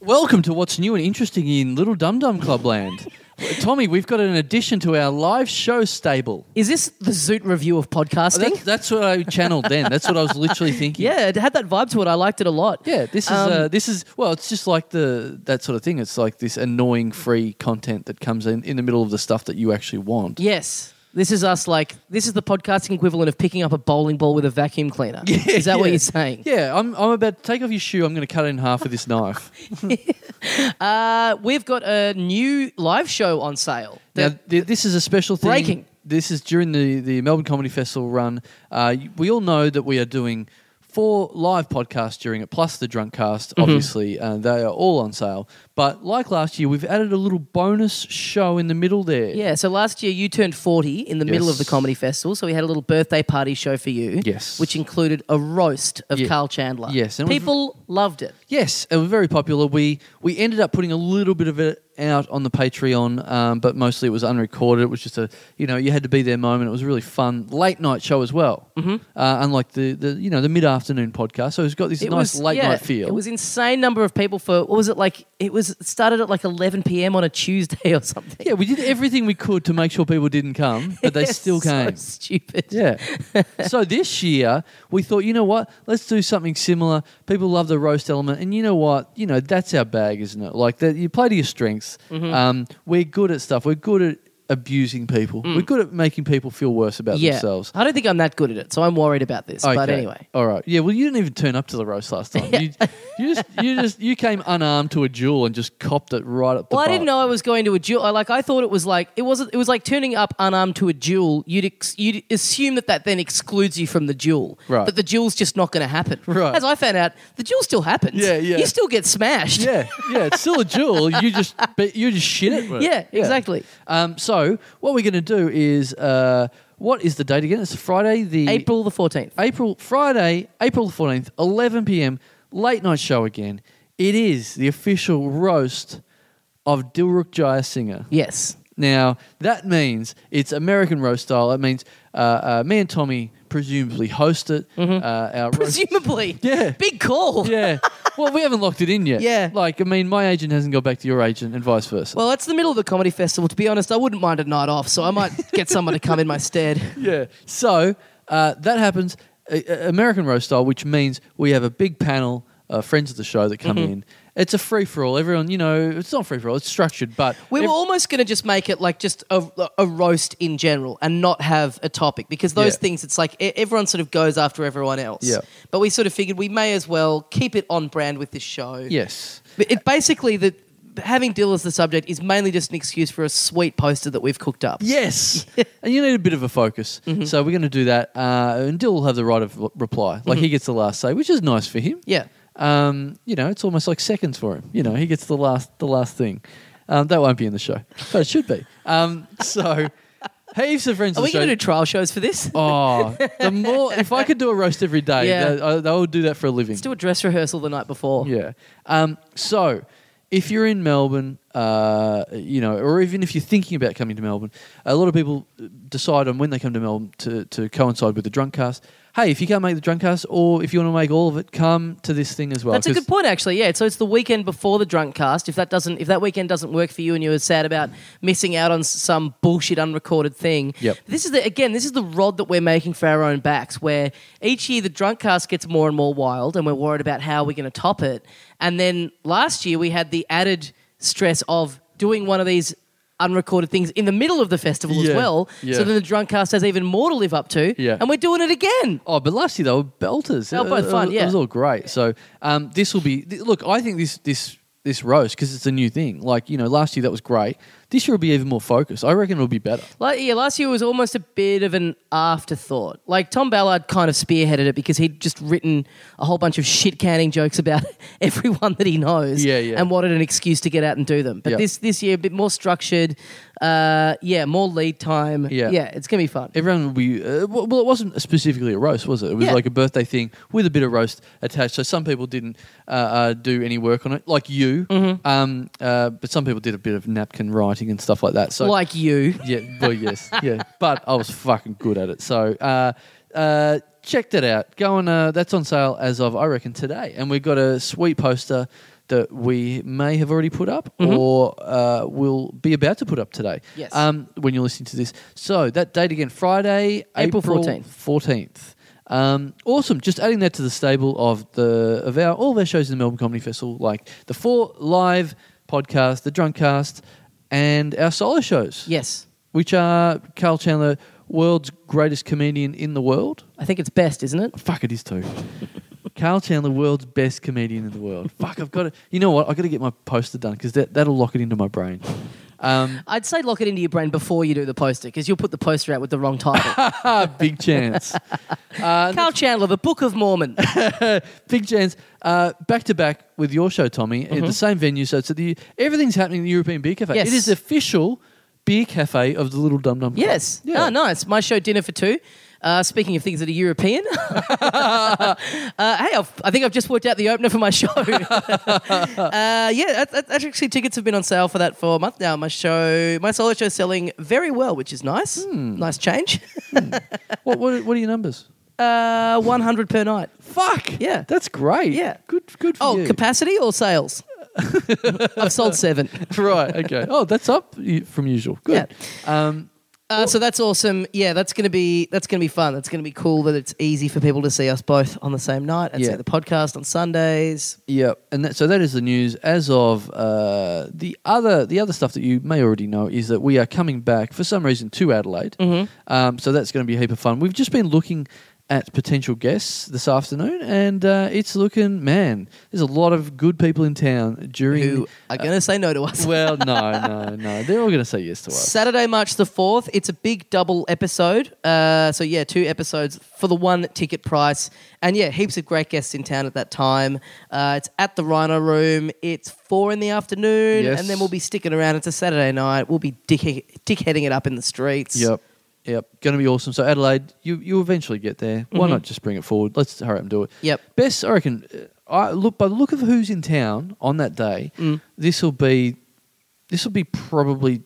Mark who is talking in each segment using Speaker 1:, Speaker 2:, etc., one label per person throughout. Speaker 1: Welcome to what's new and interesting in Little Dum Dum Club land. Tommy, we've got an addition to our live show stable.
Speaker 2: Is this the Zoot review of podcasting?
Speaker 1: That's, that's what I channeled then. That's what I was literally thinking.
Speaker 2: yeah, it had that vibe to it. I liked it a lot.
Speaker 1: Yeah, this is
Speaker 2: Um,
Speaker 1: uh, this is well, it's just like the that sort of thing. It's like this annoying free content that comes in in the middle of the stuff that you actually want.
Speaker 2: Yes. This is us like this is the podcasting equivalent of picking up a bowling ball with a vacuum cleaner. is that what
Speaker 1: yeah.
Speaker 2: you're saying?
Speaker 1: Yeah, I'm I'm about to take off your shoe. I'm going to cut it in half with this knife.
Speaker 2: Uh, we've got a new live show on sale.
Speaker 1: now,
Speaker 2: The-
Speaker 1: th- this is a special thing.
Speaker 2: Breaking.
Speaker 1: This is during the the Melbourne Comedy Festival run. Uh, y- we all know that we are doing four live podcasts during it, plus the Drunk Cast.
Speaker 2: Mm-hmm.
Speaker 1: Obviously, uh, they are all on sale. But like last year, we've added a little bonus show in the middle there.
Speaker 2: yeah, so last year you turned 40 in the middle of the
Speaker 1: Yes.
Speaker 2: comedy festival, so we had a little birthday party show for you.
Speaker 1: Yes.
Speaker 2: Which included a roast of
Speaker 1: Yeah.
Speaker 2: Carl Chandler.
Speaker 1: Yes, and we've-
Speaker 2: People loved it.
Speaker 1: Yes, it was very popular. We we ended up putting a little bit of it out on the Patreon, um, but mostly it was unrecorded. It was just a you know you had to be there moment. It was a really fun late night show as well, mm-hmm. uh, unlike the, the you know the mid afternoon podcast. So it's got this
Speaker 2: It
Speaker 1: nice
Speaker 2: was-
Speaker 1: late
Speaker 2: yeah,
Speaker 1: night feel.
Speaker 2: It was insane number of people for what was it like it was it started at like 11 p.m. on a Tuesday or something.
Speaker 1: yeah, we did everything we could to make sure people didn't come, but they
Speaker 2: It's
Speaker 1: still
Speaker 2: so
Speaker 1: came.
Speaker 2: stupid.
Speaker 1: Yeah. so this year we thought, you know what? Let's do something similar. People love the roast element, and you know what? You know that's our bag, isn't it? Like that, you play to your strengths.
Speaker 2: Mm-hmm.
Speaker 1: Um, we're good at stuff. We're good at abusing people. We're good at making people feel worse about
Speaker 2: Mm. yeah.
Speaker 1: themselves.
Speaker 2: I don't think I'm that good at it, so I'm worried about this. But
Speaker 1: Okay.
Speaker 2: anyway.
Speaker 1: all right. Yeah. Well, you didn't even turn up to the roast last time. you, you just, you just, you came unarmed to a duel and just copped it right up the.
Speaker 2: Well, I didn't
Speaker 1: butt.
Speaker 2: know I was going to a duel. I, like I thought it was like it wasn't. It was like turning up unarmed to a duel. You'd ex- you'd assume that that then excludes you from the duel.
Speaker 1: Right.
Speaker 2: That the duel's just not going to happen.
Speaker 1: Right.
Speaker 2: As I found out, the duel still happens.
Speaker 1: Yeah, yeah.
Speaker 2: You still get smashed.
Speaker 1: Yeah, yeah, it's still a duel. You just, but you just shit it. with it.
Speaker 2: Yeah, exactly.
Speaker 1: Um, so what we're going to do is, uh, what is the date again? It's Friday, the
Speaker 2: April the fourteenth.
Speaker 1: April Friday, April fourteenth, eleven p.m. late night show again. It is the official roast of Dilruk Jayasinghe.
Speaker 2: Yes.
Speaker 1: Now that means it's American roast style. That means uh, uh, me and Tommy presumably host it. Uh, our roast-
Speaker 2: Mm-hmm. Presumably.
Speaker 1: Yeah.
Speaker 2: Big call.
Speaker 1: yeah. Well, we haven't locked it in yet.
Speaker 2: Yeah.
Speaker 1: Like, I mean, my agent hasn't got back to your agent, and vice versa.
Speaker 2: Well, it's the middle of the comedy festival. To be honest, I wouldn't mind a night off, so I might get someone to come in my stead.
Speaker 1: yeah. So uh, that happens uh, uh, American roast style, which means we have a big panel, uh, friends of the show that
Speaker 2: Mm-hmm.
Speaker 1: come in. It's a free for all. Everyone, you know, it's not free for all. It's structured, but
Speaker 2: We
Speaker 1: ev-
Speaker 2: were almost going to just make it like just a, a roast in general and not have a topic because those
Speaker 1: Yeah.
Speaker 2: things, it's like e- everyone sort of goes after everyone else.
Speaker 1: Yeah.
Speaker 2: But we sort of figured we may as well keep it on brand with this show.
Speaker 1: yes.
Speaker 2: But It basically that having Dill as the subject is mainly just an excuse for a sweet poster that we've cooked up.
Speaker 1: Yes, and you need a bit of a focus,
Speaker 2: Mm-hmm.
Speaker 1: so we're going to do that. Uh, and Dill will have the right of l- reply, like
Speaker 2: Mm-hmm.
Speaker 1: he gets the last say, which is nice for him.
Speaker 2: Yeah.
Speaker 1: um, you know, it's almost like seconds for him. You know, he gets the last the last thing. Um, that won't be in the show, but it should be. Um, so, heaps of friends.
Speaker 2: Are
Speaker 1: of
Speaker 2: we
Speaker 1: the show.
Speaker 2: going to do trial shows for this?
Speaker 1: Oh, the more if I could do a roast every day,
Speaker 2: Yeah.
Speaker 1: that- I, I would do that for a living.
Speaker 2: Let's do a dress rehearsal the night before.
Speaker 1: Yeah. Um, so, if you're in Melbourne, uh, you know, or even if you're thinking about coming to Melbourne, a lot of people decide on when they come to Melbourne to, to coincide with the drunk cast. Hey, if you can't make the drunk cast, or if you want to make all of it, come to this thing as well.
Speaker 2: That's a
Speaker 1: 'cause-
Speaker 2: good point, actually. Yeah. So it's the weekend before the drunk cast. If that doesn't, if that weekend doesn't work for you, and you're sad about missing out on s- some bullshit unrecorded thing,
Speaker 1: Yep.
Speaker 2: this is the again, this is the rod that we're making for our own backs. Where each year the drunk cast gets more and more wild, and we're worried about how we're going to top it. And then last year we had the added stress of doing one of these. Unrecorded things in the middle of the festival as
Speaker 1: Yeah,
Speaker 2: well.
Speaker 1: yeah.
Speaker 2: So then the drunk cast has even more to live up to.
Speaker 1: Yeah.
Speaker 2: And we're doing it again.
Speaker 1: Oh, but last year they were belters.
Speaker 2: They were both
Speaker 1: It- it
Speaker 2: fun,
Speaker 1: was-
Speaker 2: yeah.
Speaker 1: it was all great. So um, this will be. th- look, I think this this this roast because it's a new thing. Like you know, last year that was great. This year will be even more focused. I reckon it'll be better.
Speaker 2: Like, yeah, last year was almost a bit of an afterthought. Like Tom Ballard kind of spearheaded it because he'd just written a whole bunch of shit canning jokes about everyone that he knows.
Speaker 1: Yeah, yeah.
Speaker 2: And wanted an excuse to get out and do them. But
Speaker 1: Yeah.
Speaker 2: this this year a bit more structured. Uh, yeah, more lead time.
Speaker 1: Yeah.
Speaker 2: yeah, it's gonna be fun.
Speaker 1: Everyone will be. Uh, w- well, it wasn't specifically a roast, was it? It was
Speaker 2: Yeah.
Speaker 1: like a birthday thing with a bit of roast attached. So some people didn't uh, uh, do any work on it, like you.
Speaker 2: Mm-hmm.
Speaker 1: Um, uh, but some people did a bit of napkin writing and stuff like that. So
Speaker 2: like you.
Speaker 1: Yeah, well, yes, yeah. But I was fucking good at it. So uh, uh, check that out. Go on. Uh, that's on sale as of I reckon today, and we've got a sweet poster that we may have already put up or uh, will be about to put up today.
Speaker 2: Yes.
Speaker 1: Um, when you're listening to this. So that date again, Friday,
Speaker 2: April
Speaker 1: April
Speaker 2: 14th.
Speaker 1: 14th. Um, awesome. Just adding that to the stable of the of our all of our shows in the Melbourne Comedy Festival, like the four live podcast, the Drunkcast, and our solo shows.
Speaker 2: Yes.
Speaker 1: Which are Carl Chandler, world's greatest comedian in the world.
Speaker 2: I think it's best, isn't it?
Speaker 1: Fuck, it is too. Carl Chandler, world's best comedian in the world. Fuck, I've got to. You know what? I've got to get my poster done because that, that'll lock it into my brain. Um,
Speaker 2: I'd say lock it into your brain before you do the poster because you'll put the poster out with the wrong title.
Speaker 1: ah, big chance. Uh,
Speaker 2: Carl Chandler, The Book of Mormon.
Speaker 1: Big chance. Uh, back to back with your show, Tommy, at the same venue. So it's at the everything's happening at the European Beer Cafe.
Speaker 2: Yes.
Speaker 1: It is official beer cafe of the Little Dum Dum. Club.
Speaker 2: Yes.
Speaker 1: Yeah.
Speaker 2: Oh, nice. My show, Dinner for Two. Uh, speaking of things that are European, uh, hey, I've, I think I've just worked out the opener for my show. uh, yeah, that, that, actually, tickets have been on sale for that for a month now. My show, my solo show, selling very well, which is nice. Nice change.
Speaker 1: What, what, are- what are your numbers?
Speaker 2: Uh, One hundred per night.
Speaker 1: Fuck.
Speaker 2: Yeah.
Speaker 1: That's great.
Speaker 2: Yeah.
Speaker 1: Good. Good for
Speaker 2: Oh,
Speaker 1: you.
Speaker 2: capacity or sales? I've sold seven.
Speaker 1: right. Okay. Oh, that's up y- from usual. Good. Um,
Speaker 2: Uh, so that's awesome. Yeah, that's gonna be that's gonna be fun. That's gonna be cool that it's easy for people to see us both on the same night and see
Speaker 1: Yeah.
Speaker 2: the podcast on Sundays.
Speaker 1: Yeah, and that, so that is the news. As of uh, the other, the other stuff that you may already know is that we are coming back for some reason to Adelaide. Um, so that's going to be a heap of fun. We've just been looking at potential guests this afternoon, and uh, it's looking man. There's a lot of good people in town during.
Speaker 2: who are going to say no to us.
Speaker 1: well, no, no, no. They're all going to say yes to us.
Speaker 2: Saturday, March the 4th, it's a big double episode. Uh, so, yeah, two episodes for the one ticket price. And, yeah, heaps of great guests in town at that time. Uh, it's at the Rhino Room. It's four in the afternoon.
Speaker 1: Yes.
Speaker 2: And then we'll be sticking around. It's a Saturday night. We'll be dick- dickheading it up in the streets.
Speaker 1: Yep. Yep, going to be awesome. So Adelaide, you you eventually get there. Why not just bring it forward? Let's hurry up and do it.
Speaker 2: Mm-hmm. Yep.
Speaker 1: Best, I reckon. uh, I look by the look of who's in town on that day.
Speaker 2: Mm.
Speaker 1: This will be, this will be probably,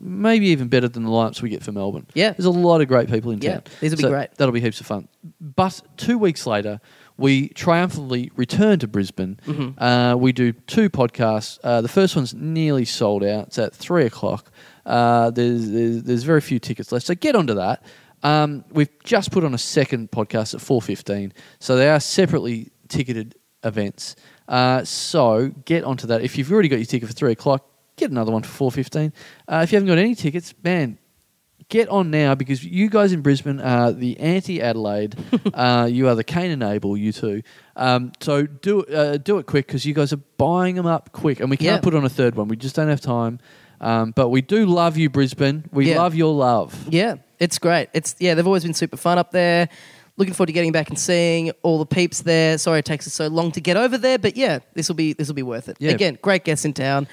Speaker 1: maybe even better than the lineups we get for Melbourne.
Speaker 2: Yeah.
Speaker 1: there's a lot of great people in
Speaker 2: Yeah,
Speaker 1: town.
Speaker 2: these'll be
Speaker 1: So
Speaker 2: great.
Speaker 1: That'll be heaps of fun. But two weeks later, we triumphantly return to Brisbane. Uh, we do two podcasts. Uh, the first one's nearly sold out. It's at three o'clock. Uh, there's, there's there's very few tickets left, so get onto that. Um, we've just put on a second podcast at four fifteen, so they are separately ticketed events. Uh, so get onto that. If you've already got your ticket for three o'clock, get another one for four fifteen. Uh, if you haven't got any tickets, man, get on now because you guys in Brisbane are the anti Adelaide. uh, you are the Cain and Abel, you two. Um, so do it- uh, do it quick because you guys are buying them up quick, and we can't
Speaker 2: Yeah.
Speaker 1: put on a third one. We just don't have time. Um, but we do love you, Brisbane. We
Speaker 2: Yeah.
Speaker 1: love your love.
Speaker 2: Yeah, it's great. It's yeah, they've always been super fun up there. Looking forward to getting back and seeing all the peeps there. Sorry it takes us so long to get over there, but yeah, this will be this will be worth it.
Speaker 1: Yeah.
Speaker 2: Again, great guests in town.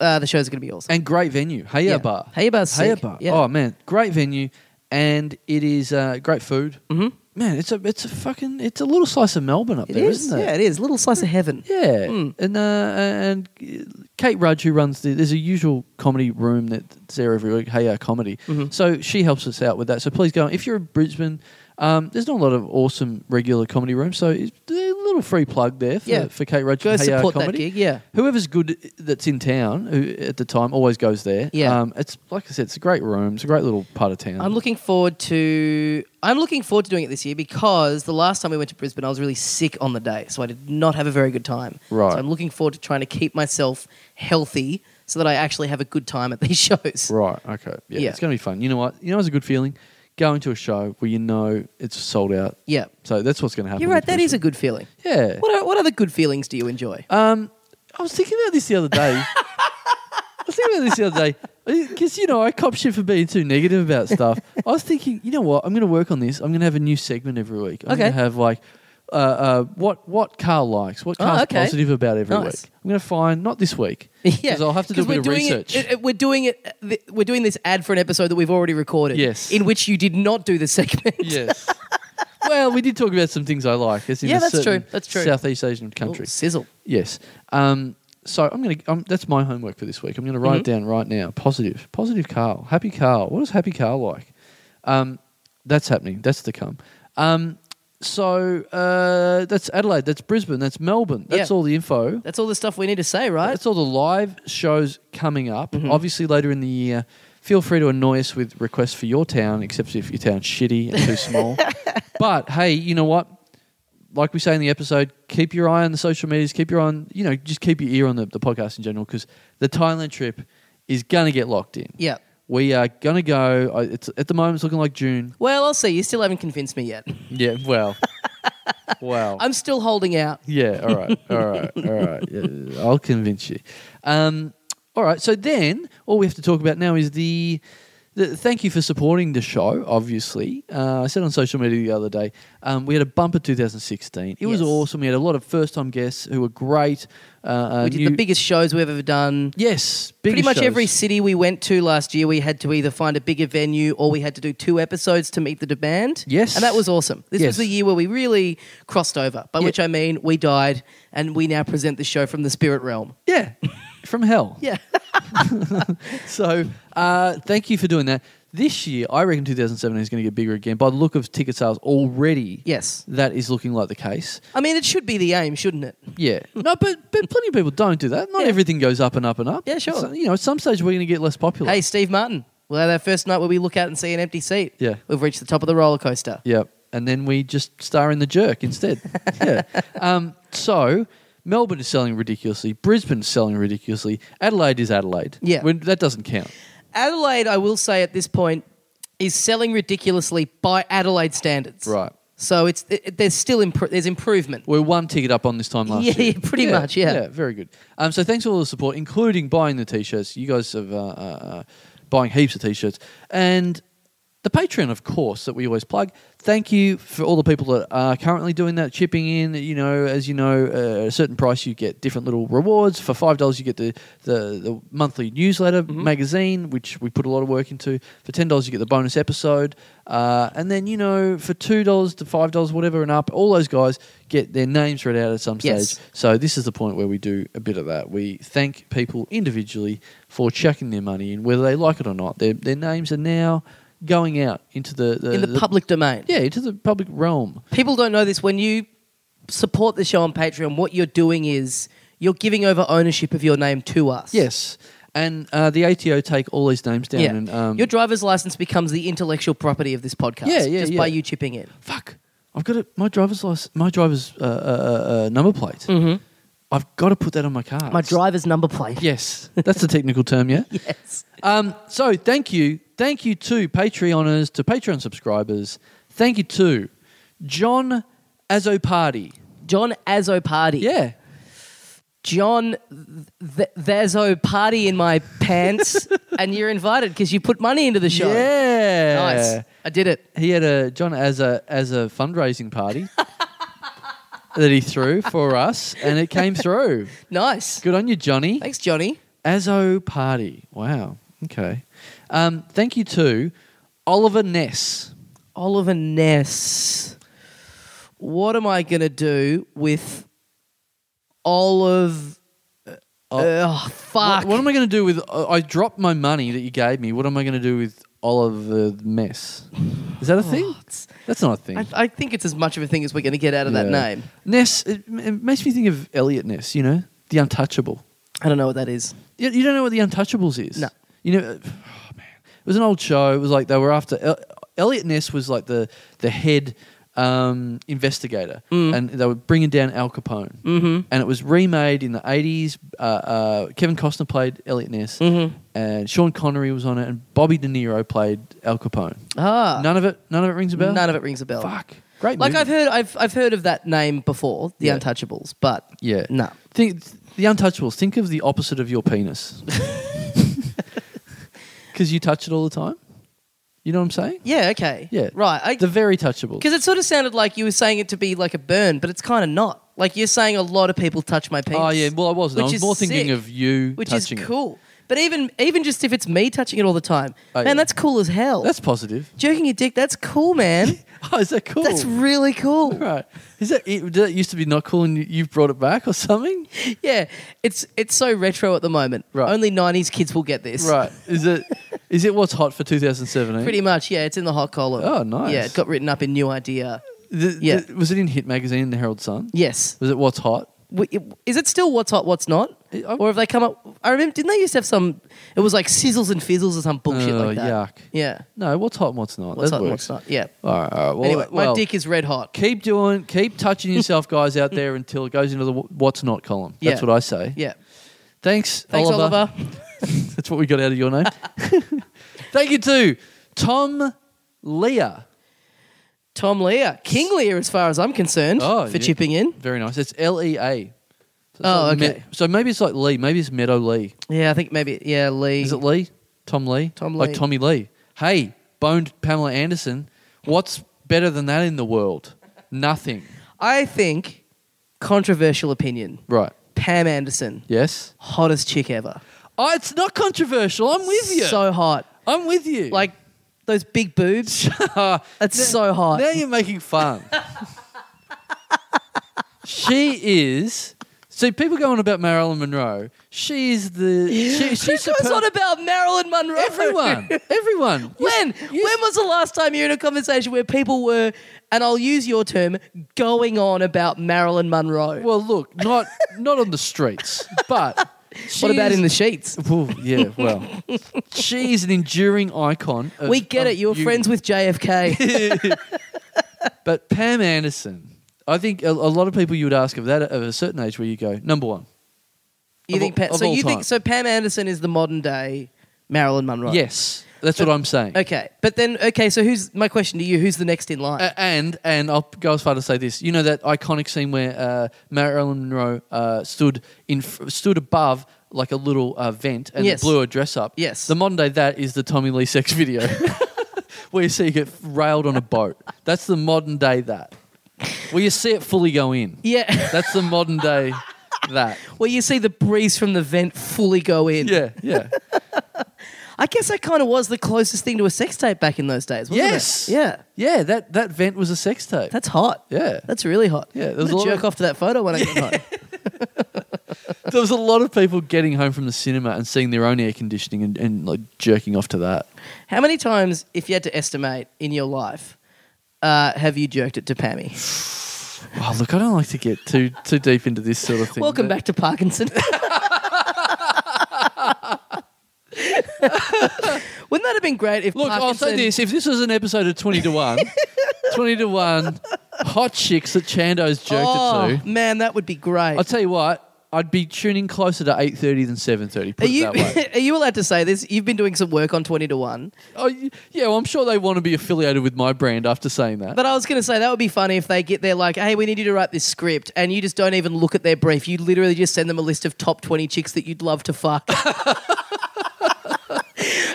Speaker 2: Uh, the shows are going to be awesome.
Speaker 1: And great venue, Heya
Speaker 2: Yeah.
Speaker 1: Bar.
Speaker 2: Heya Bar's
Speaker 1: Heya
Speaker 2: sick.
Speaker 1: Bar.
Speaker 2: Yeah.
Speaker 1: Oh man, great venue, and it is uh, great food. Mm-hmm. Man, it's a it's a fucking it's a little slice of Melbourne up
Speaker 2: It
Speaker 1: there,
Speaker 2: is,
Speaker 1: not it?
Speaker 2: yeah, it is. Little slice of heaven.
Speaker 1: Yeah,
Speaker 2: Hmm.
Speaker 1: and uh, and Kate Rudge, who runs the there's a usual comedy room that's there every week, Hey Ya Comedy.
Speaker 2: Mm-hmm.
Speaker 1: So she helps us out with that. So please go if you're in Brisbane. Um, there's not a lot of awesome regular comedy rooms, so it's a little free plug there for,
Speaker 2: Yeah.
Speaker 1: for Kate Rudge.
Speaker 2: Go
Speaker 1: and Hey Ya
Speaker 2: support that
Speaker 1: comedy.
Speaker 2: gig, yeah.
Speaker 1: Whoever's good that's in town who, at the time always goes there.
Speaker 2: Yeah.
Speaker 1: um, it's like I said, it's a great room. It's a great little part of town.
Speaker 2: I'm looking forward to I'm looking forward to doing it this year because the last time we went to Brisbane I was really sick on the day, so I did not have a very good time.
Speaker 1: Right.
Speaker 2: So I'm looking forward to trying to keep myself healthy so that I actually have a good time at these shows.
Speaker 1: Right. Okay. Yeah,
Speaker 2: Yeah.
Speaker 1: It's going to be fun. You know what? You know, it's a good feeling going to a show where you know it's sold out.
Speaker 2: Yeah.
Speaker 1: So that's what's going to happen.
Speaker 2: You're right,
Speaker 1: with
Speaker 2: that is a
Speaker 1: Brisbane.
Speaker 2: good feeling.
Speaker 1: Yeah.
Speaker 2: What, are, what other good feelings do you enjoy?
Speaker 1: Um, I was thinking about this the other day. I was thinking about this the other day because you know I cop shit for being too negative about stuff. I was thinking, you know what? I'm going to work on this. I'm going to have a new segment every week. I'm
Speaker 2: Okay.
Speaker 1: going to have like. Uh, uh, what what Carl likes, what Carl's
Speaker 2: Oh, okay.
Speaker 1: positive about every
Speaker 2: Nice.
Speaker 1: week. I'm going to find not this week because I'll have to do a
Speaker 2: 'Cause
Speaker 1: bit
Speaker 2: we're
Speaker 1: of
Speaker 2: doing it-
Speaker 1: research.
Speaker 2: It, it- we're doing it. uh, th- We're doing this ad for an episode that we've already recorded.
Speaker 1: Yes.
Speaker 2: in which you did not do the segment.
Speaker 1: yes. well, we did talk about some things I like. As in
Speaker 2: Yeah,
Speaker 1: a
Speaker 2: that's
Speaker 1: certain
Speaker 2: true. That's true.
Speaker 1: Southeast Asian
Speaker 2: Oh,
Speaker 1: country.
Speaker 2: sizzle.
Speaker 1: Yes. Um, so I'm going to. Um, that's my homework for this week. I'm going to write down right now. Positive, positive Carl, happy Carl. What is happy Carl like? Um, that's happening. That's to come. Um, So uh, that's Adelaide, that's Brisbane, that's Melbourne. That's
Speaker 2: Yeah.
Speaker 1: all the info.
Speaker 2: That's all the stuff we need to say, right?
Speaker 1: That's all the live shows coming up. Obviously, later in the year, feel free to annoy us with requests for your town, except if your town's shitty and too small. but hey, you know what? Like we say in the episode, keep your eye on the social medias, keep your eye on, you know, just keep your ear on the, the podcast in general because the Thailand trip is going to get locked in.
Speaker 2: yeah.
Speaker 1: We are going to go. I- It's At the moment, it's looking like June.
Speaker 2: Well, I'll see. You still haven't convinced me yet.
Speaker 1: Yeah, well. wow.
Speaker 2: I'm still holding out.
Speaker 1: Yeah, all right, all right, all right. Yeah, I'll convince you. Um, all right, so then all we have to talk about now is the. the thank you for supporting the show, obviously. Uh, I said on social media the other day, um, we had a bumper 2016. It was
Speaker 2: Yes.
Speaker 1: awesome. We had a lot of first time guests who were great. Uh, Uh,
Speaker 2: We did
Speaker 1: new-
Speaker 2: the biggest shows we've ever done.
Speaker 1: Yes,
Speaker 2: Pretty
Speaker 1: biggest
Speaker 2: much
Speaker 1: shows.
Speaker 2: every city we went to last year, we had to either find a bigger venue or we had to do two episodes to meet the demand.
Speaker 1: Yes.
Speaker 2: And that was awesome. This
Speaker 1: Yes.
Speaker 2: was the year where we really crossed over, by
Speaker 1: Yeah.
Speaker 2: which I mean we died and we now present the show from the spirit realm.
Speaker 1: Yeah, from hell.
Speaker 2: Yeah.
Speaker 1: So uh, thank you for doing that. This year, I reckon 2017 is going to get bigger again. By the look of ticket sales already,
Speaker 2: yes.
Speaker 1: that is looking like the case.
Speaker 2: I mean, it should be the aim, shouldn't it?
Speaker 1: Yeah. No, but, but plenty of people don't do that. Not
Speaker 2: Yeah.
Speaker 1: everything goes up and up and up.
Speaker 2: Yeah, sure.
Speaker 1: So, you know, at some stage we're going to get less popular.
Speaker 2: Hey, Steve Martin, we'll have our first night where we look out and see an empty seat.
Speaker 1: Yeah.
Speaker 2: We've reached the top of the roller coaster.
Speaker 1: Yeah. And then we just star in The Jerk instead. yeah. Um, so Melbourne is selling ridiculously. Brisbane is selling ridiculously. Adelaide is Adelaide.
Speaker 2: Yeah.
Speaker 1: When, that doesn't count.
Speaker 2: Adelaide, I will say at this point, is selling ridiculously by Adelaide standards.
Speaker 1: Right.
Speaker 2: So it's it, there's still impro- there's improvement.
Speaker 1: We're one ticket up on this time last
Speaker 2: Yeah,
Speaker 1: year.
Speaker 2: yeah, pretty much, yeah.
Speaker 1: Yeah, very good. Um, so thanks for all the support, including buying the t-shirts. You guys have uh, uh, uh, buying heaps of t-shirts, and the Patreon, of course, that we always plug. Thank you for all the people that are currently doing that, chipping in. You know, as you know, uh, at a certain price you get different little rewards. For five dollars, you get the the, the monthly newsletter magazine, which we put a lot of work into. For ten dollars, you get the bonus episode, uh, and then you know, for two dollars to five dollars, whatever, and up, all those guys get their names read out at some stage.
Speaker 2: Yes.
Speaker 1: So this is the point where we do a bit of that. We thank people individually for chucking their money in, whether they like it or not. Their their names are now going out into the, the
Speaker 2: in the, public domain.
Speaker 1: yeah into the public realm.
Speaker 2: People don't know this. When you support the show on Patreon, what you're doing is you're giving over ownership of your name to us.
Speaker 1: Yes, and uh, the ATO take all these names down.
Speaker 2: Yeah.
Speaker 1: And, um,
Speaker 2: your driver's license becomes the intellectual property of this podcast.
Speaker 1: Yeah, yeah,
Speaker 2: Just
Speaker 1: yeah.
Speaker 2: by you chipping in.
Speaker 1: fuck. I've got to, my driver's license, my driver's uh, uh, uh, number plate. Mm-hmm. I've got to put that on my car.
Speaker 2: My driver's number plate.
Speaker 1: Yes, that's the technical term. Yeah.
Speaker 2: Yes.
Speaker 1: Um, so thank you, thank you to Patreoners, to Patreon subscribers. Thank you to John Azopardi.
Speaker 2: John Azzo Party.
Speaker 1: Yeah,
Speaker 2: John, th- th- there's a party in my pants, and you're invited because you put money into the show.
Speaker 1: yeah,
Speaker 2: Nice. I did it.
Speaker 1: He had a John as a as a fundraising party that he threw for us, and it came through.
Speaker 2: Nice.
Speaker 1: Good on you, Johnny.
Speaker 2: Thanks, Johnny.
Speaker 1: Azo Party. Wow. Okay. Um, thank you to Oliver Ness.
Speaker 2: Oliver Ness. What am I going to do with Olive? Oh, fuck.
Speaker 1: Uh, What, what am I going to do with? Uh, I dropped my money that you gave me. What am I going to do with Oliver Ness? Is that a thing?
Speaker 2: Oh, it's-
Speaker 1: That's not a thing.
Speaker 2: I, I think it's as much of a thing as we're going to get out of that
Speaker 1: Yeah.
Speaker 2: name.
Speaker 1: Ness. It, it makes me think of Elliot Ness. You know, the Untouchable.
Speaker 2: I don't know what that is.
Speaker 1: You, you don't know what the Untouchables is.
Speaker 2: No.
Speaker 1: You know, oh man, it was an old show. It was like they were after El- Elliot Ness was like the the head um, investigator,
Speaker 2: Mm.
Speaker 1: and they were bringing down Al Capone.
Speaker 2: Hmm.
Speaker 1: Mm-hmm. And it was remade in the eighties. Uh, uh, Kevin Costner played Elliot Ness,
Speaker 2: Mm-hmm.
Speaker 1: and Sean Connery was on it, and Bobby De Niro played Al Capone.
Speaker 2: Ah,
Speaker 1: None of it. None of it rings a bell.
Speaker 2: none of it rings a bell.
Speaker 1: Fuck. Great.
Speaker 2: Like
Speaker 1: movie.
Speaker 2: I've heard, I've I've heard of that name before, the
Speaker 1: Yeah.
Speaker 2: Untouchables, but
Speaker 1: Yeah.
Speaker 2: no.
Speaker 1: Think the Untouchables. Think of the opposite of your penis. Because you touch it all the time. You know what I'm saying?
Speaker 2: Yeah, okay.
Speaker 1: Yeah.
Speaker 2: Right.
Speaker 1: The very touchable.
Speaker 2: Because it sort of sounded like you were saying it to be like a burn, but it's kind of not. Like you're saying a lot of people touch my penis.
Speaker 1: Oh yeah. Well, I wasn't. I
Speaker 2: Which
Speaker 1: was
Speaker 2: is
Speaker 1: more thinking
Speaker 2: sick.
Speaker 1: of you
Speaker 2: which is
Speaker 1: touching it.
Speaker 2: cool. But even even just if it's me touching it all the time,
Speaker 1: Oh,
Speaker 2: man,
Speaker 1: yeah.
Speaker 2: that's cool as hell.
Speaker 1: That's positive.
Speaker 2: jerking your dick. That's cool, man.
Speaker 1: Oh, is that cool?
Speaker 2: That's really cool.
Speaker 1: right. Is that it, that used to be not cool and you- you've brought it back or something?
Speaker 2: Yeah, it's it's so retro at the moment.
Speaker 1: Right.
Speaker 2: Only '90s kids will get this.
Speaker 1: Right. Is it? Is it what's hot for 2017?
Speaker 2: Pretty much. Yeah, it's in the hot column.
Speaker 1: Oh, nice.
Speaker 2: Yeah, it got written up in New Idea.
Speaker 1: The,
Speaker 2: Yeah.
Speaker 1: the- was it in Hit Magazine and the Herald Sun?
Speaker 2: Yes.
Speaker 1: Was it What's Hot?
Speaker 2: W- it- Is it still what's hot, what's not?
Speaker 1: It- I-
Speaker 2: Or have they come up? I remember, didn't they used to have some? It was like sizzles and fizzles or some bullshit
Speaker 1: Oh,
Speaker 2: like that.
Speaker 1: yuck.
Speaker 2: Yeah.
Speaker 1: No, What's Hot and What's Not?
Speaker 2: What's
Speaker 1: That
Speaker 2: hot, and what's
Speaker 1: works.
Speaker 2: not? Yeah.
Speaker 1: All right, all right. Well,
Speaker 2: anyway, my
Speaker 1: well,
Speaker 2: dick is red hot.
Speaker 1: Keep doing, keep touching yourself, guys, out there until it goes into the wh- What's Not column. That's
Speaker 2: Yeah.
Speaker 1: what I say.
Speaker 2: Yeah.
Speaker 1: Thanks,
Speaker 2: Thanks, Oliver.
Speaker 1: That's what we got out of your name. Thank you to Tom Leah.
Speaker 2: Tom Lear, King Lear, as far as I'm concerned,
Speaker 1: Oh,
Speaker 2: for
Speaker 1: yeah.
Speaker 2: chipping in.
Speaker 1: Very nice. It's L E A. So it's
Speaker 2: Oh,
Speaker 1: like
Speaker 2: okay.
Speaker 1: Me- so maybe it's like Lee. Maybe it's Meadow Lee.
Speaker 2: Yeah, I think maybe. Yeah, Lee.
Speaker 1: Is it Lee? Tom Lee?
Speaker 2: Tom
Speaker 1: Like
Speaker 2: Lee.
Speaker 1: Tommy Lee. Hey, boned Pamela Anderson. What's better than that in the world? Nothing.
Speaker 2: I think controversial opinion.
Speaker 1: Right.
Speaker 2: Pam Anderson,
Speaker 1: Yes.
Speaker 2: hottest chick ever.
Speaker 1: Oh, it's not controversial. I'm with you.
Speaker 2: So hot.
Speaker 1: I'm with you.
Speaker 2: Like those big boobs. That's so hot.
Speaker 1: Now you're making fun. she is. See, people go on about Marilyn Monroe. She is the. She, she's
Speaker 2: Who goes
Speaker 1: superb-
Speaker 2: on about Marilyn Monroe?
Speaker 1: Everyone. Everyone. You-
Speaker 2: when?
Speaker 1: you-
Speaker 2: when was the last time you were in a conversation where people were, and I'll use your term, going on about Marilyn Monroe?
Speaker 1: well, look, not not on the streets, but.
Speaker 2: what about
Speaker 1: she's-
Speaker 2: in the sheets?
Speaker 1: Ooh, yeah, well, she is an enduring icon. Of,
Speaker 2: We get
Speaker 1: of
Speaker 2: it. You were friends with JFK.
Speaker 1: But Pam Anderson, I think a, a lot of people you would ask of that of a certain age where you go number one.
Speaker 2: you
Speaker 1: Of
Speaker 2: think?
Speaker 1: all-
Speaker 2: Pa-
Speaker 1: of
Speaker 2: so
Speaker 1: all
Speaker 2: you
Speaker 1: time.
Speaker 2: think? So Pam Anderson is the modern day Marilyn Monroe.
Speaker 1: Yes, that's what I'm saying.
Speaker 2: Okay, but then okay. So who's my question to you? Who's the next in line?
Speaker 1: A- Uh, and and I'll go as far to say this. You know that iconic scene where uh, Marilyn Monroe uh, stood in fr- stood above like a little uh, vent and
Speaker 2: Yes.
Speaker 1: blew her dress up.
Speaker 2: Yes.
Speaker 1: The modern day that is the Tommy Lee sex video. Where you see you get railed on a boat. That's the modern day that. Where you see it fully go in.
Speaker 2: yeah.
Speaker 1: That's the modern day that.
Speaker 2: Well, you see the breeze from the vent fully go in.
Speaker 1: Yeah, yeah.
Speaker 2: I guess that kind of was the closest thing to a sex tape back in those days, wasn't
Speaker 1: yes.
Speaker 2: it? Yeah.
Speaker 1: Yeah, that, that vent was a sex tape.
Speaker 2: That's hot.
Speaker 1: yeah.
Speaker 2: That's really hot.
Speaker 1: Yeah,
Speaker 2: I'm
Speaker 1: there's a
Speaker 2: gonna
Speaker 1: lot
Speaker 2: jerk
Speaker 1: of-
Speaker 2: off to that photo when I get home.
Speaker 1: there was a lot of people getting home from the cinema and seeing their own air conditioning and, and like jerking off to that.
Speaker 2: How many times, if you had to estimate in your life, uh, have you jerked it to Pammy?
Speaker 1: Wow, Oh, look, I don't like to get too too deep into this sort of thing.
Speaker 2: Welcome
Speaker 1: but-
Speaker 2: back to Parkinson. Wouldn't that have been great if
Speaker 1: Look,
Speaker 2: Parkinson...
Speaker 1: I'll say this: if this was an episode of Twenty to One, Twenty to One, hot chicks that Chando's jerked
Speaker 2: oh,
Speaker 1: it to.
Speaker 2: man, that would be great.
Speaker 1: I'll tell you what. I'd be tuning closer to eight thirty than seven thirty. Put
Speaker 2: Are
Speaker 1: it
Speaker 2: you
Speaker 1: that way.
Speaker 2: are you allowed to say this? You've been doing some work on twenty to one,
Speaker 1: oh, y- yeah, well, I'm sure they want to be affiliated with my brand after saying that.
Speaker 2: but I was going to say that would be funny if they get there like, "Hey, we need you to write this script," and you just don't even look at their brief. You literally just send them a list of top twenty chicks that you'd love to fuck,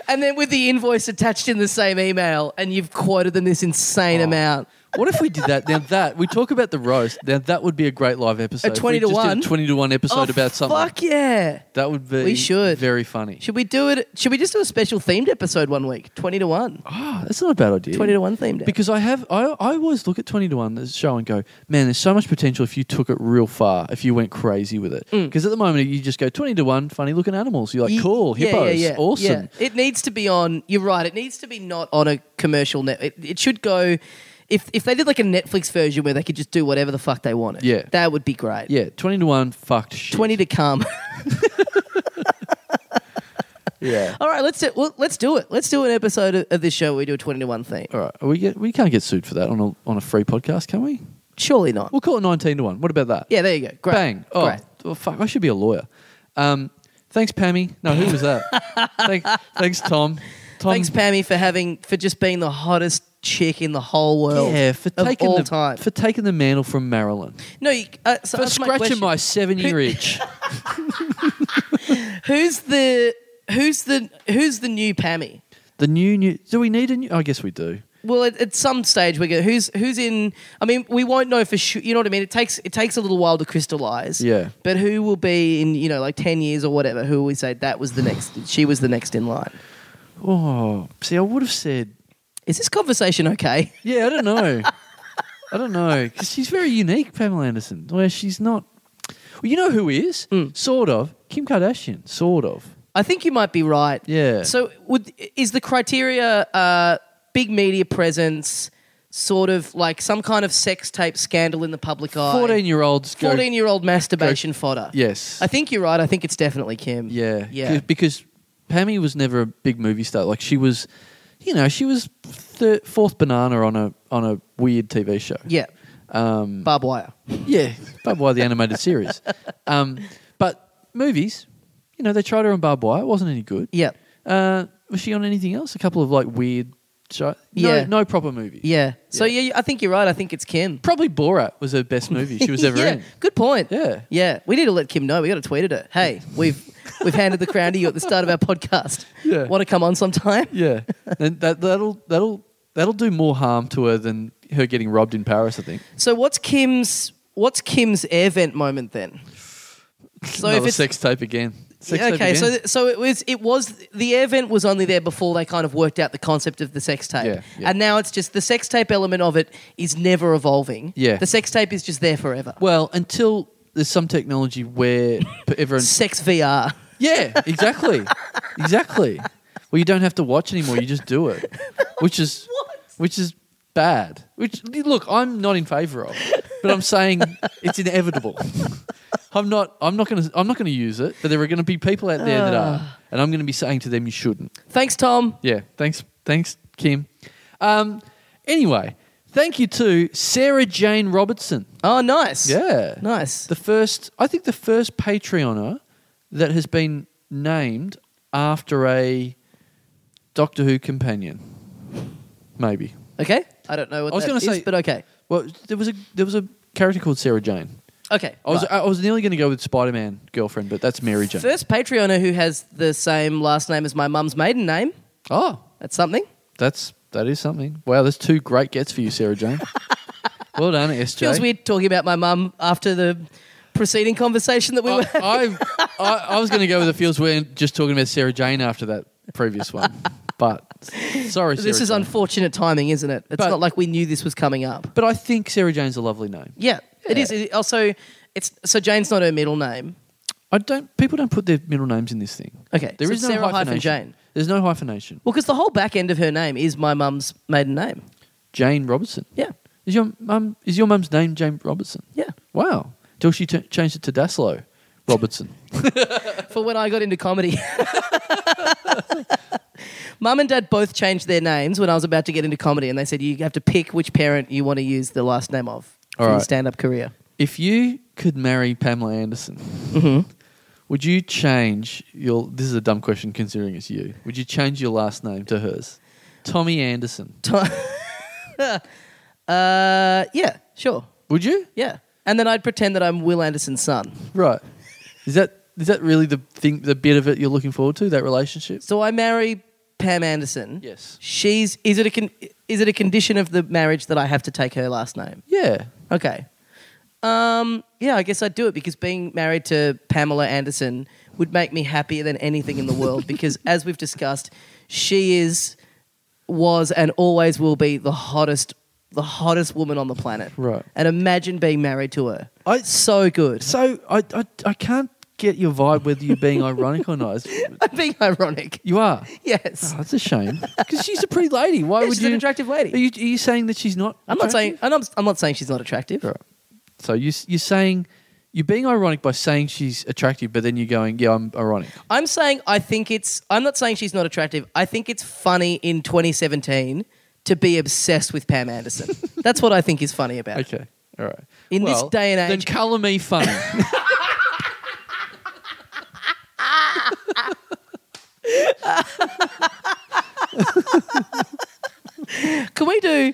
Speaker 2: and then with the invoice attached in the same email, and you've quoted them this insane
Speaker 1: Oh.
Speaker 2: amount.
Speaker 1: What if we did that? Now that we talk about the roast, now that would be a great live episode.
Speaker 2: A 20
Speaker 1: If
Speaker 2: to
Speaker 1: we just did a
Speaker 2: 1?
Speaker 1: twenty to one episode
Speaker 2: Oh,
Speaker 1: about something.
Speaker 2: Fuck yeah!
Speaker 1: That would be
Speaker 2: We should.
Speaker 1: very funny.
Speaker 2: Should we do it? Should we just do a special themed episode one week? Twenty to one.
Speaker 1: Ah, that's not a bad idea.
Speaker 2: Twenty to one themed.
Speaker 1: Because I have, I, I always look at 20 to 1, the show, and go, man, there's so much potential if you took it real far, if you went crazy with it. Because at the moment, you just go 20 to 1, funny looking animals. You're like,
Speaker 2: Mm. Ye-
Speaker 1: cool,
Speaker 2: yeah,
Speaker 1: hippos,
Speaker 2: yeah, yeah,
Speaker 1: awesome.
Speaker 2: yeah. It needs to be on. You're right. It needs to be not on a commercial net. It, it should go. If if they did like a Netflix version where they could just do whatever the fuck they wanted,
Speaker 1: Yeah.
Speaker 2: that would be great.
Speaker 1: Yeah, 20 to 1, fucked shit.
Speaker 2: Twenty to come.
Speaker 1: Yeah.
Speaker 2: All right, let's do, well, let's do it. Let's do an episode of, of this show where we do a twenty to one thing.
Speaker 1: All right. Are we, get, we can't get sued for that on a, on a free podcast, can we?
Speaker 2: Surely not.
Speaker 1: We'll call it 19 to 1. What about that?
Speaker 2: Yeah, there you go. Great.
Speaker 1: Bang. Oh,
Speaker 2: Great.
Speaker 1: oh, fuck. I should be a lawyer. Um, thanks, Pammy. No, who was that? thanks, thanks, Tom. Tom.
Speaker 2: Thanks, Pammy, for having for just being the hottest chick in the whole world.
Speaker 1: Yeah, for
Speaker 2: of
Speaker 1: taking
Speaker 2: all
Speaker 1: the
Speaker 2: time.
Speaker 1: for taking the mantle from Marilyn.
Speaker 2: no, you, uh, so
Speaker 1: For
Speaker 2: that's my
Speaker 1: scratching
Speaker 2: question.
Speaker 1: my, seven year itch.
Speaker 2: Who's the who's the who's the new Pammy?
Speaker 1: The new new do we need a new I guess we do.
Speaker 2: Well, at, at some stage we're going. Who's who's in? I mean, we won't know for sure. You know what I mean? It takes it takes a little while to crystallize.
Speaker 1: Yeah.
Speaker 2: But who will be in? You know, like ten years or whatever. Who will we say that was the next? She was the next in line.
Speaker 1: Oh see I would have said
Speaker 2: Is this conversation okay?
Speaker 1: Yeah, I don't know. I don't know. Because she's very unique, Pamela Anderson, where she's not well, you know who is?
Speaker 2: Hmm.
Speaker 1: Sort of. Kim Kardashian, sort of.
Speaker 2: I think you might be right.
Speaker 1: Yeah.
Speaker 2: So would is the criteria uh, big media presence, sort of like some kind of sex tape scandal in the public eye.
Speaker 1: 14 year olds go.
Speaker 2: 14 year old masturbation fodder.
Speaker 1: Yes.
Speaker 2: I think you're right. I think it's definitely Kim.
Speaker 1: Yeah,
Speaker 2: Yeah.
Speaker 1: 'cause- Because Pammy was never a big movie star. Like she was, you know, she was thir- fourth banana on a on a weird TV show.
Speaker 2: Yeah.
Speaker 1: Um,
Speaker 2: Barbed wire.
Speaker 1: yeah, barbed wire the animated series. Um, but movies, you know, they tried her on barbed wire. It wasn't any good.
Speaker 2: Yeah.
Speaker 1: Uh, was she on anything else? A couple of like weird. Show- no,
Speaker 2: Yeah.
Speaker 1: no proper movies.
Speaker 2: Yeah. So
Speaker 1: Yeah.
Speaker 2: yeah, I think you're right. I think it's Kim.
Speaker 1: Probably Borat was her best movie she was ever
Speaker 2: yeah.
Speaker 1: in.
Speaker 2: Good point.
Speaker 1: Yeah.
Speaker 2: Yeah. We need to let Kim know. We got to tweet at her. Hey, we've we've handed the crown to you at the start of our podcast.
Speaker 1: Yeah.
Speaker 2: Want to come on sometime?
Speaker 1: Yeah, and that that'll that'll that'll do more harm to her than her getting robbed in Paris. I think.
Speaker 2: So what's Kim's what's Kim's air vent moment then? So
Speaker 1: Another sex tape again. Sex
Speaker 2: Yeah,
Speaker 1: tape
Speaker 2: okay, so
Speaker 1: again.
Speaker 2: th- so it was it was the air vent was only there before they kind of worked out the concept of the sex tape,
Speaker 1: Yeah, yeah.
Speaker 2: and now it's just the sex tape element of it is never evolving.
Speaker 1: Yeah.
Speaker 2: the sex tape is just there forever.
Speaker 1: well, until there's some technology where p- everyone.
Speaker 2: Sex VR.
Speaker 1: yeah, exactly, exactly. Well, you don't have to watch anymore. You just do it, which is
Speaker 2: What?
Speaker 1: which is bad. Which look, I'm not in favour of, but I'm saying it's inevitable. I'm not. I'm not going to. I'm not going to use it. But there are going to be people out there that are, and I'm going to be saying to them, you shouldn't.
Speaker 2: Thanks, Tom.
Speaker 1: Yeah. Thanks. Thanks, Kim. Um, anyway, thank you to Sarah Jane Robertson.
Speaker 2: Oh, nice.
Speaker 1: Yeah.
Speaker 2: nice.
Speaker 1: The first, I think, the first Patreoner that has been named after a Doctor Who companion. Maybe.
Speaker 2: okay, I don't know what
Speaker 1: I was
Speaker 2: that
Speaker 1: gonna
Speaker 2: is,
Speaker 1: say-
Speaker 2: but okay,
Speaker 1: Well, there was a there was a character called Sarah Jane.
Speaker 2: okay.
Speaker 1: I was
Speaker 2: right.
Speaker 1: I was nearly going to go with Spider Man girlfriend, but that's Mary Jane.
Speaker 2: first Patreoner who has the same last name as my mum's maiden name.
Speaker 1: Oh,
Speaker 2: That's something.
Speaker 1: that's that is something. Wow, there's two great gets for you, Sarah Jane. well done, SJ.
Speaker 2: Feels weird talking about my mum after the preceding conversation that we were.
Speaker 1: Oh, I, I, I, I was going to go with the feels we're just talking about Sarah Jane after that previous one, but sorry, Sarah
Speaker 2: This is
Speaker 1: Jane.
Speaker 2: unfortunate timing, isn't it? It's
Speaker 1: But-
Speaker 2: not like we knew this was coming up.
Speaker 1: But I think Sarah Jane's a lovely name.
Speaker 2: Yeah, it
Speaker 1: Yeah.
Speaker 2: is. It also, it's so Jane's not her middle name.
Speaker 1: I don't. People don't put their middle names in this thing.
Speaker 2: Okay,
Speaker 1: There
Speaker 2: so
Speaker 1: is no
Speaker 2: Sarah hyphen
Speaker 1: hyphenation.
Speaker 2: Jane.
Speaker 1: There's no hyphenation.
Speaker 2: Well, because the whole back end of her name is my mum's maiden name.
Speaker 1: Jane Robertson.
Speaker 2: Yeah,
Speaker 1: Is your mum? Is your mum's name Jane Robertson?
Speaker 2: yeah.
Speaker 1: Wow. Till she t- changed it to Daslow Robertson.
Speaker 2: For when I got into comedy. Mum and dad both changed their names when I was about to get into comedy, and they said you have to pick which parent you want to use the last name of for
Speaker 1: All
Speaker 2: your
Speaker 1: right.
Speaker 2: stand up career.
Speaker 1: if you could marry Pamela Anderson,
Speaker 2: Mm-hmm.
Speaker 1: would you change your? This is a dumb question considering it's you. Would you change your last name to hers? Tommy Anderson.
Speaker 2: Uh, yeah, sure.
Speaker 1: Would you?
Speaker 2: Yeah. And then I'd pretend that I'm Will Anderson's son.
Speaker 1: Right. Is that is that really the thing? The bit of it you're looking forward to that relationship?
Speaker 2: So I marry Pam Anderson.
Speaker 1: Yes.
Speaker 2: She's is it a con- is it a condition of the marriage that I have to take her last name?
Speaker 1: Yeah.
Speaker 2: Okay. Um, yeah, I guess I'd do it because being married to Pamela Anderson would make me happier than anything in the world because as we've discussed, she is was and always will be the hottest the hottest woman on the planet.
Speaker 1: Right.
Speaker 2: And imagine being married to her.
Speaker 1: I-
Speaker 2: so good.
Speaker 1: So I I, I can't get your vibe whether you're being ironic or not. It's-
Speaker 2: I'm being ironic.
Speaker 1: You are.
Speaker 2: Yes.
Speaker 1: Oh, that's a shame because she's a pretty lady. Why
Speaker 2: Yeah,
Speaker 1: would
Speaker 2: she's
Speaker 1: you?
Speaker 2: an attractive lady.
Speaker 1: Are you, are you saying that she's not?
Speaker 2: I'm not saying
Speaker 1: attractive?
Speaker 2: I'm not, I'm not saying she's not attractive.
Speaker 1: Right. So you you're saying you're being ironic by saying she's attractive, but then you're going, yeah, I'm ironic.
Speaker 2: I'm saying I think it's. I'm not saying she's not attractive. I think it's funny in 2017 to be obsessed with Pam Anderson. That's what I think is funny about. it.
Speaker 1: Okay. All right.
Speaker 2: In this
Speaker 1: Well,
Speaker 2: day and
Speaker 1: then
Speaker 2: age-
Speaker 1: colour me funny.
Speaker 2: Can we do?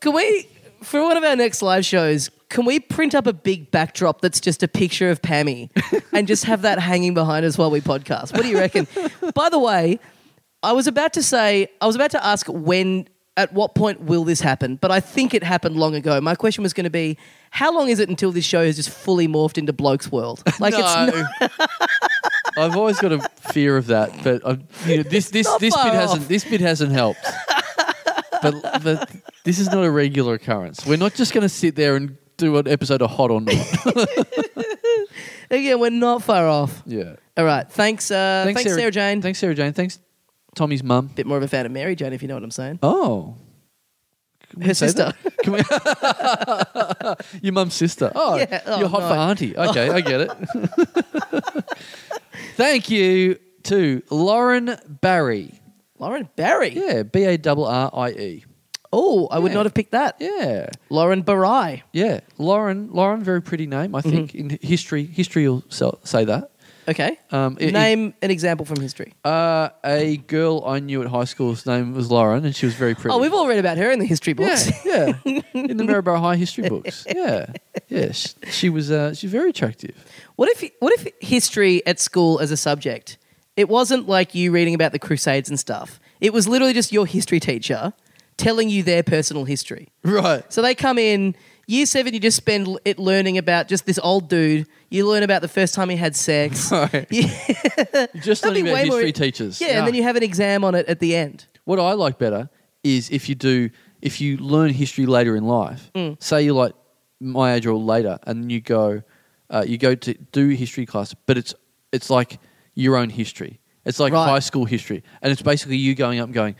Speaker 2: Can we for one of our next live shows? Can we print up a big backdrop that's just a picture of Pammy and just have that hanging behind us while we podcast? What do you reckon? By the way, I was about to say I was about to ask when at what point will this happen, but I think it happened long ago. My question was going to be how long is it until this show has just fully morphed into bloke's world? Like it's not,
Speaker 1: no. I've always got a fear of that, but I'm, you know, this this
Speaker 2: Not
Speaker 1: this
Speaker 2: far
Speaker 1: bit
Speaker 2: off.
Speaker 1: hasn't this bit hasn't helped. but but this is not a regular occurrence. We're not just going to sit there and do an episode of hot or not.
Speaker 2: again, we're not far off.
Speaker 1: yeah.
Speaker 2: All right, thanks, uh, thanks, Sarah, Jane.
Speaker 1: Thanks, Sarah Jane. Thanks, Tommy's mum.
Speaker 2: Bit more of a fan of Mary Jane, if you know what I'm saying.
Speaker 1: Oh, Can we
Speaker 2: Her
Speaker 1: say
Speaker 2: sister.
Speaker 1: that? Can we- Your mum's sister. Oh,
Speaker 2: Yeah, oh,
Speaker 1: you're hot
Speaker 2: no.
Speaker 1: for auntie. Okay, I get it. Thank you to Lauren Barry.
Speaker 2: Lauren Barry.
Speaker 1: Yeah, B A R R I E.
Speaker 2: Oh, I would
Speaker 1: Yeah.
Speaker 2: not have picked that.
Speaker 1: Yeah,
Speaker 2: Lauren Barai.
Speaker 1: yeah. Lauren, Lauren, very pretty name. I think in history, history will so- say that.
Speaker 2: Okay.
Speaker 1: Um, it-
Speaker 2: Name an example from history.
Speaker 1: Uh, a girl I knew at high school's name was Lauren, and she was very pretty.
Speaker 2: Oh, we've all read about her in the history books.
Speaker 1: Yeah, yeah. in the Maryborough High history books. Yeah, yeah. She, she was uh, she's very attractive.
Speaker 2: What if what if history at school as a subject? It wasn't like you reading about the Crusades and stuff. It was literally just your history teacher telling you their personal history.
Speaker 1: Right.
Speaker 2: So they come in year seven. You just spend l- it learning about just this old dude. You learn about the first time he had sex.
Speaker 1: Right.
Speaker 2: Yeah,
Speaker 1: Just
Speaker 2: That'd
Speaker 1: learning
Speaker 2: be
Speaker 1: about
Speaker 2: way more-
Speaker 1: history teachers.
Speaker 2: yeah, and then you have an exam on it at the end.
Speaker 1: What I like better is if you do if you learn history later in life.
Speaker 2: Mm.
Speaker 1: Say you're like my age or later, and you go uh, you go to do history class, but it's it's like your own history. It's like
Speaker 2: Right.
Speaker 1: high school history, and it's basically you going up and going,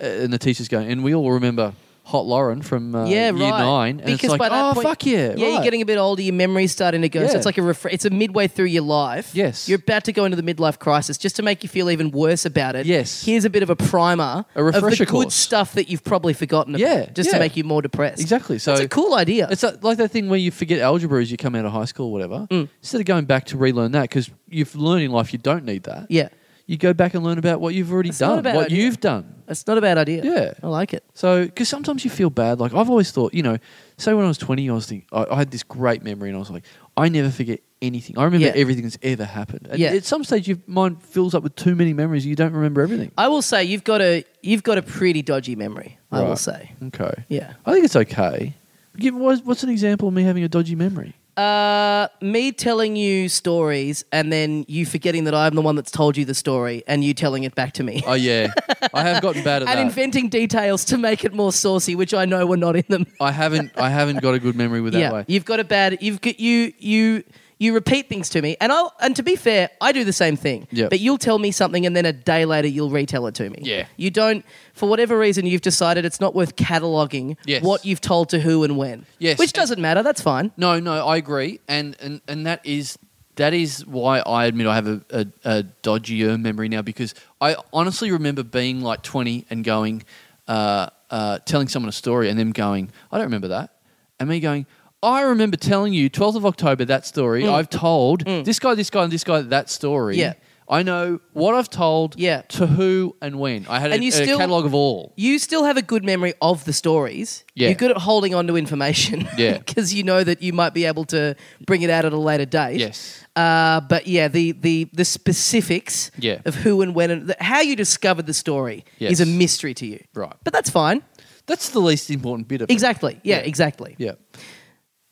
Speaker 1: uh, and the teacher's going, and we all remember. Hot Lauren from uh,
Speaker 2: yeah,
Speaker 1: year
Speaker 2: right.
Speaker 1: nine, and it's like, oh fuck yeah,
Speaker 2: yeah, you're
Speaker 1: right."
Speaker 2: getting a bit older. Your memory's starting to go. So
Speaker 1: Yeah.
Speaker 2: it's like a refre- it's a midway through your life.
Speaker 1: Yes.
Speaker 2: you're about to go into the midlife crisis. Just to make you feel even worse about it.
Speaker 1: Yes.
Speaker 2: here's a bit of a primer,
Speaker 1: A refresher
Speaker 2: of the good
Speaker 1: course.
Speaker 2: stuff that you've probably forgotten. About,
Speaker 1: Yeah,
Speaker 2: just to
Speaker 1: yeah.
Speaker 2: make you more depressed.
Speaker 1: Exactly. So
Speaker 2: it's a cool idea.
Speaker 1: It's like- like that thing where you forget algebra as you come out of high school or whatever.
Speaker 2: Mm.
Speaker 1: Instead of going back to relearn that, because you've learned in life you don't need that.
Speaker 2: yeah,
Speaker 1: You go back and learn about what you've already
Speaker 2: That's not a
Speaker 1: done,
Speaker 2: bad
Speaker 1: what
Speaker 2: idea.
Speaker 1: you've done.
Speaker 2: it's not a bad idea.
Speaker 1: Yeah.
Speaker 2: I like it.
Speaker 1: So, because sometimes you feel bad. Like, I've always thought, you know, say when I was 20, I was thinking, I, I had this great memory and I was like, I never forget anything. I remember
Speaker 2: Yeah.
Speaker 1: everything that's ever happened. And
Speaker 2: Yeah.
Speaker 1: at some stage, your mind fills up with too many memories, you don't remember everything.
Speaker 2: I will say you've got a you've got a pretty dodgy memory. I will
Speaker 1: Right.
Speaker 2: say,
Speaker 1: Okay.
Speaker 2: yeah.
Speaker 1: I think it's okay. Give, what's what's an example of me having a dodgy memory?
Speaker 2: Uh, me telling you stories and then you forgetting that I'm the one that's told you the story and you telling it back to me.
Speaker 1: Oh, yeah. I have gotten bad at that.
Speaker 2: and inventing details to make it more saucy, which I know were not in them.
Speaker 1: I haven't I haven't got a good memory with that
Speaker 2: yeah,
Speaker 1: way.
Speaker 2: you've got a bad. You've got you you you repeat things to me, and I'll and to be fair, I do the same thing.
Speaker 1: Yeah.
Speaker 2: But you'll tell me something, and then a day later you'll retell it to me.
Speaker 1: Yeah.
Speaker 2: You don't, for whatever reason, you've decided it's not worth cataloging
Speaker 1: Yes.
Speaker 2: what you've told to who and when.
Speaker 1: Yes,
Speaker 2: Which
Speaker 1: and-
Speaker 2: doesn't matter. That's fine.
Speaker 1: No, no, I agree, and and and that is that is why I admit I have a, a, a dodgier memory now because I honestly remember being like twenty and going, uh, uh, telling someone a story and them going, I don't remember that, and me going. I remember telling you 12th of October that story. I've told this guy, this guy, and this guy that story.
Speaker 2: Mm. Yeah.
Speaker 1: I know what I've told
Speaker 2: Yeah.
Speaker 1: to who and when. I had
Speaker 2: And
Speaker 1: a,
Speaker 2: you still-
Speaker 1: a catalogue of all.
Speaker 2: you still have a good memory of the stories.
Speaker 1: Yeah.
Speaker 2: You're good at holding on to information.
Speaker 1: Yeah.
Speaker 2: Because you know that you might be able to bring it out at a later date.
Speaker 1: Yes.
Speaker 2: Uh, but yeah, the, the, the specifics
Speaker 1: Yeah.
Speaker 2: of who and when and the, how you discovered the story
Speaker 1: Yes.
Speaker 2: is a mystery to you.
Speaker 1: Right.
Speaker 2: But that's fine.
Speaker 1: That's the least important bit of it.
Speaker 2: Exactly. Yeah,
Speaker 1: Yeah.
Speaker 2: exactly.
Speaker 1: Yeah.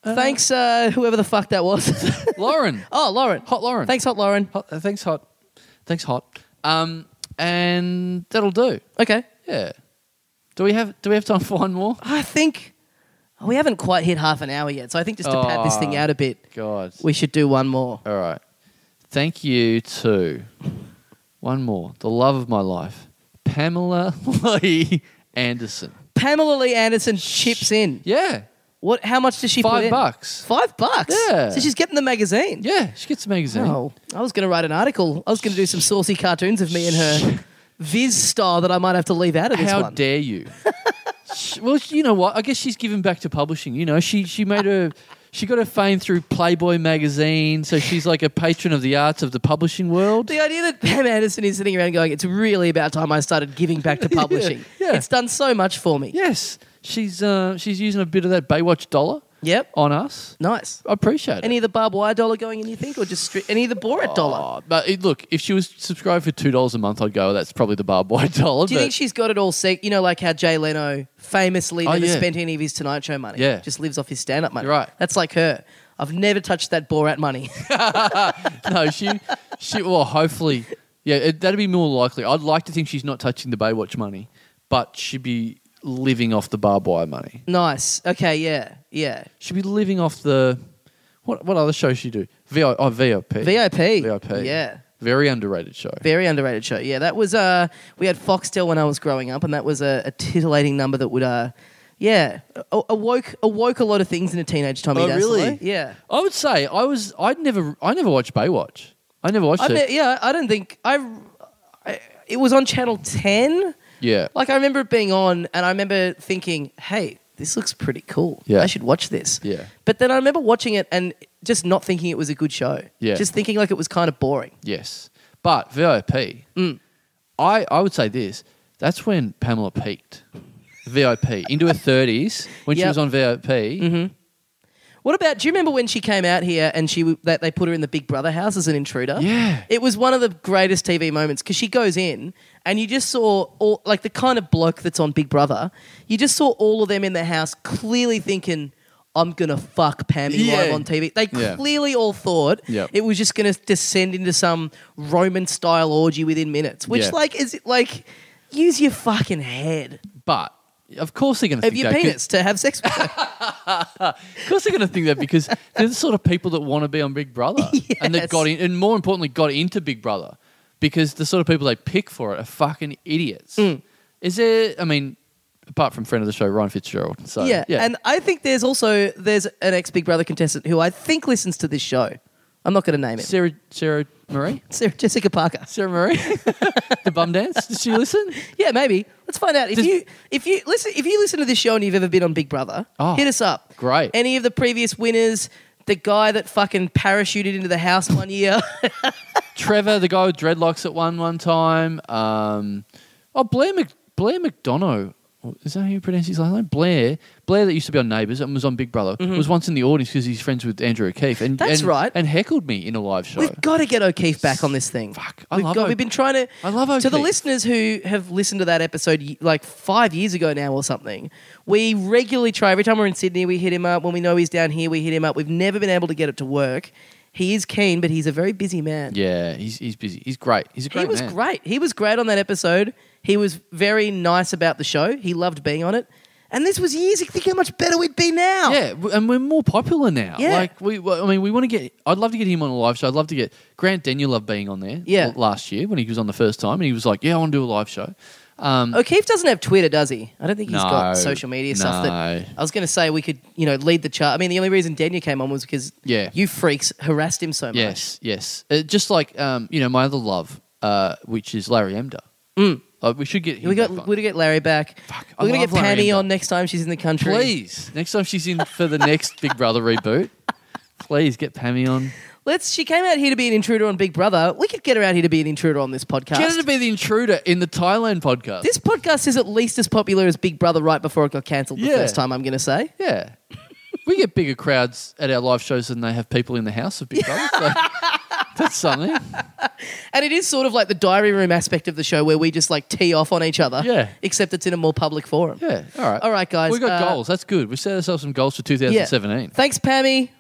Speaker 2: Thanks, uh, whoever the fuck that was.
Speaker 1: Lauren.
Speaker 2: oh, Lauren.
Speaker 1: Hot Lauren.
Speaker 2: Thanks, Hot Lauren.
Speaker 1: Hot, uh, thanks, hot. Thanks, hot. Um, and that'll do.
Speaker 2: Okay.
Speaker 1: Yeah. Do we have Do we have time for one more?
Speaker 2: I think we haven't quite hit half an hour yet. So I think just to pad this thing
Speaker 1: Aw.
Speaker 2: out a bit,
Speaker 1: God.
Speaker 2: we should do one more.
Speaker 1: All right. Thank you to one more, the love of my life, Pamela Lee Anderson.
Speaker 2: Pamela Lee Anderson chips in.
Speaker 1: Yeah.
Speaker 2: What? How much does she put
Speaker 1: Five
Speaker 2: in?
Speaker 1: bucks.
Speaker 2: Five bucks.
Speaker 1: Yeah.
Speaker 2: So she's getting the magazine.
Speaker 1: Yeah, she gets a magazine.
Speaker 2: Oh, I was going to write an article. I was going to do some saucy cartoons of me and her Viz style that I might have to leave out of this
Speaker 1: How
Speaker 2: one.
Speaker 1: dare you? Sh- well, you know what? I guess she's given back to publishing. You know, she she made her she got her fame through Playboy magazine, so she's like a patron of the arts of the publishing world.
Speaker 2: the idea that Pam Anderson is sitting around going, "It's really about time I started giving back to publishing.
Speaker 1: yeah.
Speaker 2: It's done so much for me."
Speaker 1: Yes, she's uh, she's using a bit of that Baywatch dollar
Speaker 2: Yep.
Speaker 1: on us.
Speaker 2: Nice.
Speaker 1: I appreciate it.
Speaker 2: Any of the barbed wire dollar going in? You think, or just stri- any of the Borat dollar?
Speaker 1: Oh, but it- look, if she was subscribed for two dollars a month, I'd go. That's probably the barbed wire dollar.
Speaker 2: Do you
Speaker 1: but-
Speaker 2: think she's got it all set? You know, like how Jay Leno famously
Speaker 1: Oh,
Speaker 2: never
Speaker 1: yeah.
Speaker 2: spent any of his Tonight Show money.
Speaker 1: Yeah.
Speaker 2: Just lives off his stand up money.
Speaker 1: You're right.
Speaker 2: That's like her. I've never touched that Borat money.
Speaker 1: no, she she. Well, hopefully, yeah, it, that'd be more likely. I'd like to think she's not touching the Baywatch money, but she'd be living off the barbed wire money.
Speaker 2: nice. Okay, yeah. Yeah.
Speaker 1: She'd be living off the what? What other shows she do? V I oh, VOP.
Speaker 2: VIP.
Speaker 1: VIP.
Speaker 2: Yeah.
Speaker 1: Very underrated show.
Speaker 2: Very underrated show. Yeah, that was uh we had Foxtel when I was growing up and that was a, a titillating number that would uh Yeah, a- awoke awoke a lot of things in a teenage Tommy.
Speaker 1: Oh,
Speaker 2: Dassler.
Speaker 1: really?
Speaker 2: Yeah.
Speaker 1: I would say I was. I'd never. I never watched Baywatch. I never watched
Speaker 2: I
Speaker 1: it.
Speaker 2: mean, yeah, I don't think I, I. It was on Channel Ten.
Speaker 1: yeah.
Speaker 2: Like I remember it being on, and I remember thinking, "Hey, this looks pretty cool.
Speaker 1: Yeah.
Speaker 2: I should watch this."
Speaker 1: Yeah.
Speaker 2: But then I remember watching it and just not thinking it was a good show.
Speaker 1: Yeah.
Speaker 2: Just thinking like it was kind of boring.
Speaker 1: Yes, but VIP.
Speaker 2: Mm.
Speaker 1: I I would say this. That's when Pamela peaked. VIP into her thirties when she
Speaker 2: Yep. Mm-hmm.
Speaker 1: was on VIP.
Speaker 2: What about? Do you remember when she came out here and she w- that they put her in the Big Brother house as an intruder?
Speaker 1: Yeah.
Speaker 2: It was one of the greatest TV moments because she goes in and you just saw all like the kind of bloke that's on Big Brother. You just saw all of them in the house, clearly thinking. I'm gonna fuck Pammy live
Speaker 1: Yeah.
Speaker 2: on TV. They
Speaker 1: Yeah.
Speaker 2: clearly all thought
Speaker 1: Yep.
Speaker 2: it was just gonna descend into some Roman style orgy within minutes. Which,
Speaker 1: Yeah.
Speaker 2: like, is like, use your fucking head
Speaker 1: But of course they're going to
Speaker 2: of
Speaker 1: think
Speaker 2: your
Speaker 1: that. 'cause-
Speaker 2: penis to have sex with. her.
Speaker 1: Of course they're going to think that because they're the sort of people that want to be on Big Brother and
Speaker 2: Yes.
Speaker 1: that got in, and more importantly got into Big Brother because the sort of people they pick for it are fucking idiots. Is there? I mean, apart from friend of the show Ryan Fitzgerald. So
Speaker 2: yeah.
Speaker 1: yeah,
Speaker 2: and I think there's also there's an ex Big Brother contestant who I think listens to this show. I'm not going to name it.
Speaker 1: Sarah Sarah Marie.
Speaker 2: Sarah Jessica Parker.
Speaker 1: Sarah Marie, the bum dance. Did she listen?
Speaker 2: Yeah, maybe. Let's find out if
Speaker 1: Does-
Speaker 2: you if you listen if you listen to this show and you've ever been on Big Brother,
Speaker 1: Oh,
Speaker 2: hit us up.
Speaker 1: great.
Speaker 2: Any of the previous winners, the guy that fucking parachuted into the house one year.
Speaker 1: Trevor, the guy with dreadlocks at one one time. Um, oh, Blair Mc, Blair McDonough. Is that how you pronounce his last name? Blair. Blair that used to be on Neighbours and was on Big Brother was once in the audience because he's friends with Andrew O'Keefe. And
Speaker 2: Mm-hmm. That's
Speaker 1: and-
Speaker 2: right.
Speaker 1: And heckled me in a live show.
Speaker 2: We've got to get O'Keefe back on this thing.
Speaker 1: Fuck, I
Speaker 2: we've
Speaker 1: love
Speaker 2: got,
Speaker 1: O-
Speaker 2: We've been trying to.
Speaker 1: I love
Speaker 2: To the
Speaker 1: O'Keefe.
Speaker 2: listeners who have listened to that episode y- like five years ago now or something, we regularly try. Every time we're in Sydney, we hit him up. When we know he's down here, we hit him up. We've never been able to get it to work. He is keen, but he's a very busy man.
Speaker 1: yeah, he's he's busy. He's great. He's a great
Speaker 2: he was
Speaker 1: man.
Speaker 2: great. He was great on that episode. He was very nice about the show. He loved being on it. And this was years. Think how much better we'd be now.
Speaker 1: Yeah, w- and we're more popular now.
Speaker 2: Yeah.
Speaker 1: Like we, well, I mean, we want to get. I'd love to get him on a live show. I'd love to get Grant Daniel loved being on there.
Speaker 2: Yeah.
Speaker 1: l- last year when he was on the first time, and he was like, "Yeah, I want to do a live show." Um,
Speaker 2: O'Keefe doesn't have Twitter, does he? I don't think he's got
Speaker 1: No,
Speaker 2: social media stuff. That
Speaker 1: no.
Speaker 2: I was going to say we could, you know, lead the chart. I mean, the only reason Denya came on was because
Speaker 1: Yeah.
Speaker 2: you freaks harassed him so much.
Speaker 1: Yes, yes. Uh, just like um, you know, my other love, uh, which is Larry Emder. Mm. we should get him
Speaker 2: We got
Speaker 1: back on.
Speaker 2: we get Larry back.
Speaker 1: Fuck, I
Speaker 2: We're gonna get
Speaker 1: love Larry
Speaker 2: Pammy
Speaker 1: Ember.
Speaker 2: on next time she's in the country.
Speaker 1: please next time she's in for the next Big Brother reboot. Please get Pammy on.
Speaker 2: Let's. She came out here to be an intruder on Big Brother. We could get her out here to be an intruder on this podcast.
Speaker 1: Get her to be the intruder in the Thailand podcast.
Speaker 2: this podcast is at least as popular as Big Brother right before it got cancelled the
Speaker 1: Yeah.
Speaker 2: first time. I'm going to say.
Speaker 1: yeah. We get bigger crowds at our live shows than they have people in the house of Big Brother. So that's something.
Speaker 2: And it is sort of like the diary room aspect of the show where we just like tee off on each other.
Speaker 1: Yeah.
Speaker 2: Except it's in a more public forum.
Speaker 1: Yeah. All right.
Speaker 2: All right, guys,
Speaker 1: We got
Speaker 2: uh,
Speaker 1: goals. That's good. We set ourselves some goals for
Speaker 2: Yeah.
Speaker 1: 2017.
Speaker 2: Thanks, Pammy.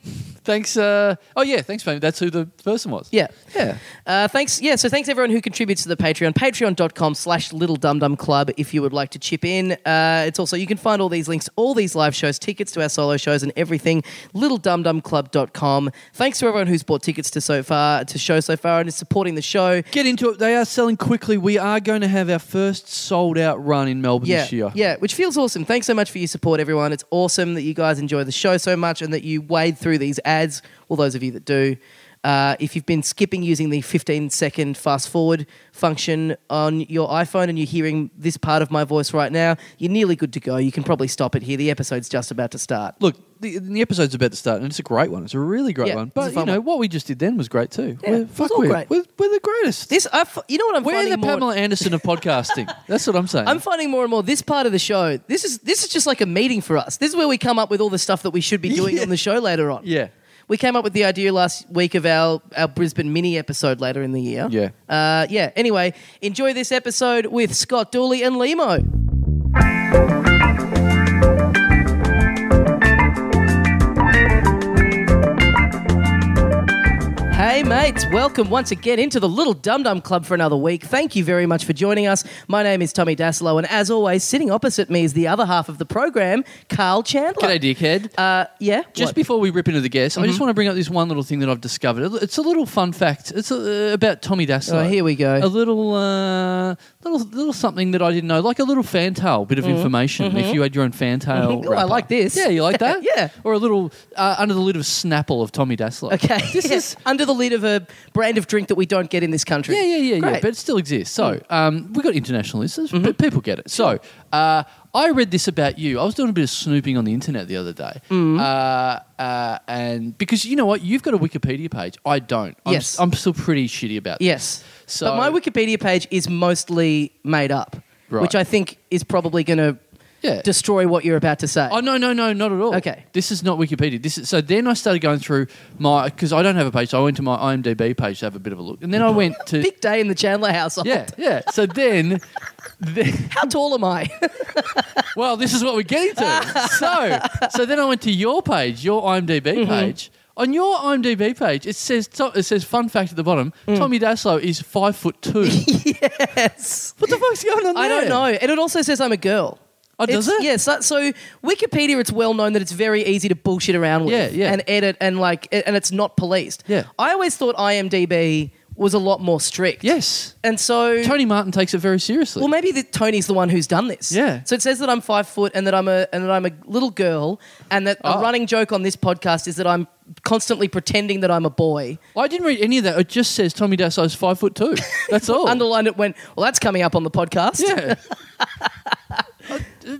Speaker 1: Thanks. Uh, oh yeah. Thanks, Pammy. That's who the person was.
Speaker 2: Yeah.
Speaker 1: Yeah.
Speaker 2: Uh, thanks. Yeah. So thanks everyone who contributes to the Patreon. Patreon.com slash Little Dum Dum Club if you would like to chip in. Uh, it's also, you can find all these links, to all these live shows, tickets to our solo shows and everything. LittleDumDumClub.com. Thanks to everyone who's bought tickets to so far, to show so far and is supporting the show.
Speaker 1: Get into it. They are selling quickly. We are going to have our first sold out run in Melbourne
Speaker 2: Yeah,
Speaker 1: this year.
Speaker 2: yeah, which feels awesome. Thanks so much for your support, everyone. It's awesome that you guys enjoy the show so much and that you wade through these ads. Well, those of you that do, uh, if you've been skipping using the 15 second fast forward function on your iPhone and you're hearing this part of my voice right now, you're nearly good to go. You can probably stop it here. The episode's just about to start.
Speaker 1: Look, the, the episode's about to start, and it's a great one. It's a really great
Speaker 2: Yeah,
Speaker 1: one.
Speaker 2: it's a
Speaker 1: But you
Speaker 2: fun
Speaker 1: know
Speaker 2: one.
Speaker 1: what we just did then was great too.
Speaker 2: Yeah, it
Speaker 1: we're,
Speaker 2: was
Speaker 1: fuck,
Speaker 2: all
Speaker 1: we're,
Speaker 2: great.
Speaker 1: We're, we're the greatest.
Speaker 2: This, I, f- you know what I'm
Speaker 1: we're
Speaker 2: finding
Speaker 1: the
Speaker 2: more.
Speaker 1: Pamela Anderson of podcasting. That's what I'm saying.
Speaker 2: I'm finding more and more this part of the show. This is this is just like a meeting for us. This is where we come up with all the stuff that we should be doing
Speaker 1: Yeah.
Speaker 2: on the show later on.
Speaker 1: yeah.
Speaker 2: We came up with the idea last week of our, our Brisbane mini episode later in the year.
Speaker 1: Yeah.
Speaker 2: Uh, yeah. Anyway, enjoy this episode with Scott Dooley and Limo. Hey, mates. Welcome once again into the Little Dum Dum Club for another week. Thank you very much for joining us. My name is Tommy Daslow, and as always, sitting opposite me is the other half of the program, Carl Chandler.
Speaker 1: G'day, dickhead.
Speaker 2: Uh, yeah.
Speaker 1: Just
Speaker 2: what?
Speaker 1: before we rip into the guests,
Speaker 2: Mm-hmm.
Speaker 1: I just want to bring up this one little thing that I've discovered. It- It's a little fun fact. It's uh, about Tommy Daslow.
Speaker 2: Oh, here we go.
Speaker 1: A little, uh, little, little something that I didn't know, like a little fantail bit of
Speaker 2: Mm-hmm.
Speaker 1: information. If you had your own fantail,
Speaker 2: Oh, I
Speaker 1: wrapper.
Speaker 2: like this.
Speaker 1: Yeah, you like that?
Speaker 2: Yeah.
Speaker 1: Or a little uh, under the lid of Snapple of Tommy Daslow.
Speaker 2: Okay.
Speaker 1: This is
Speaker 2: under the lid of a brand of drink that we don't get in this country.
Speaker 1: Yeah, yeah, yeah, yeah.
Speaker 2: Great. Mm. Mm-hmm.
Speaker 1: But it still exists. So um, we've got international listeners, but people get it. So uh, I read this about you. I was doing a bit of snooping on the internet the other day.
Speaker 2: Mm.
Speaker 1: Uh, uh, and because you know what? You've got a Wikipedia page. I don't. I'm,
Speaker 2: Yes.
Speaker 1: s- I'm still pretty shitty about this.
Speaker 2: Yes.
Speaker 1: So-
Speaker 2: but my Wikipedia page is mostly made up,
Speaker 1: Right.
Speaker 2: which I think is probably going to
Speaker 1: Yeah.
Speaker 2: destroy what you're about to say.
Speaker 1: Oh no no no not at all.
Speaker 2: Okay.
Speaker 1: this is not Wikipedia. This is so. Then I started going through my because I don't have a page. So I went to my IMDb page to have a bit of a look, and then I went to
Speaker 2: Big day in the Chandler household.
Speaker 1: yeah yeah. So then, then
Speaker 2: How tall am I?
Speaker 1: Well, this is what we're getting to. so, so then I went to your page, your IMDb
Speaker 2: Mm-hmm.
Speaker 1: page. On your IMDb page, it says to- it says fun fact at the bottom.
Speaker 2: Mm.
Speaker 1: Tommy Daslow is five foot two.
Speaker 2: yes.
Speaker 1: what the fuck's going on there?
Speaker 2: I don't know. And it also says I'm a girl.
Speaker 1: Oh, does
Speaker 2: It's-
Speaker 1: it?
Speaker 2: Yes. so- so Wikipedia, it's well known that it's very easy to bullshit around with,
Speaker 1: Yeah, yeah.
Speaker 2: and edit, and like, and it's not policed.
Speaker 1: Yeah.
Speaker 2: I always thought IMDb was a lot more strict.
Speaker 1: Yes,
Speaker 2: And so
Speaker 1: Tony Martin takes it very seriously.
Speaker 2: Well, maybe the, Tony's the one who's done this.
Speaker 1: Yeah.
Speaker 2: So it says that I'm five foot and that I'm a and that I'm a little girl and that
Speaker 1: Oh.
Speaker 2: a running joke on this podcast is that I'm constantly pretending that I'm a boy.
Speaker 1: I didn't read any of that. It just says Tommy Daslow is five foot two. That's all.
Speaker 2: Underlined it when well that's coming up on the podcast.
Speaker 1: Oh. yeah. Uh,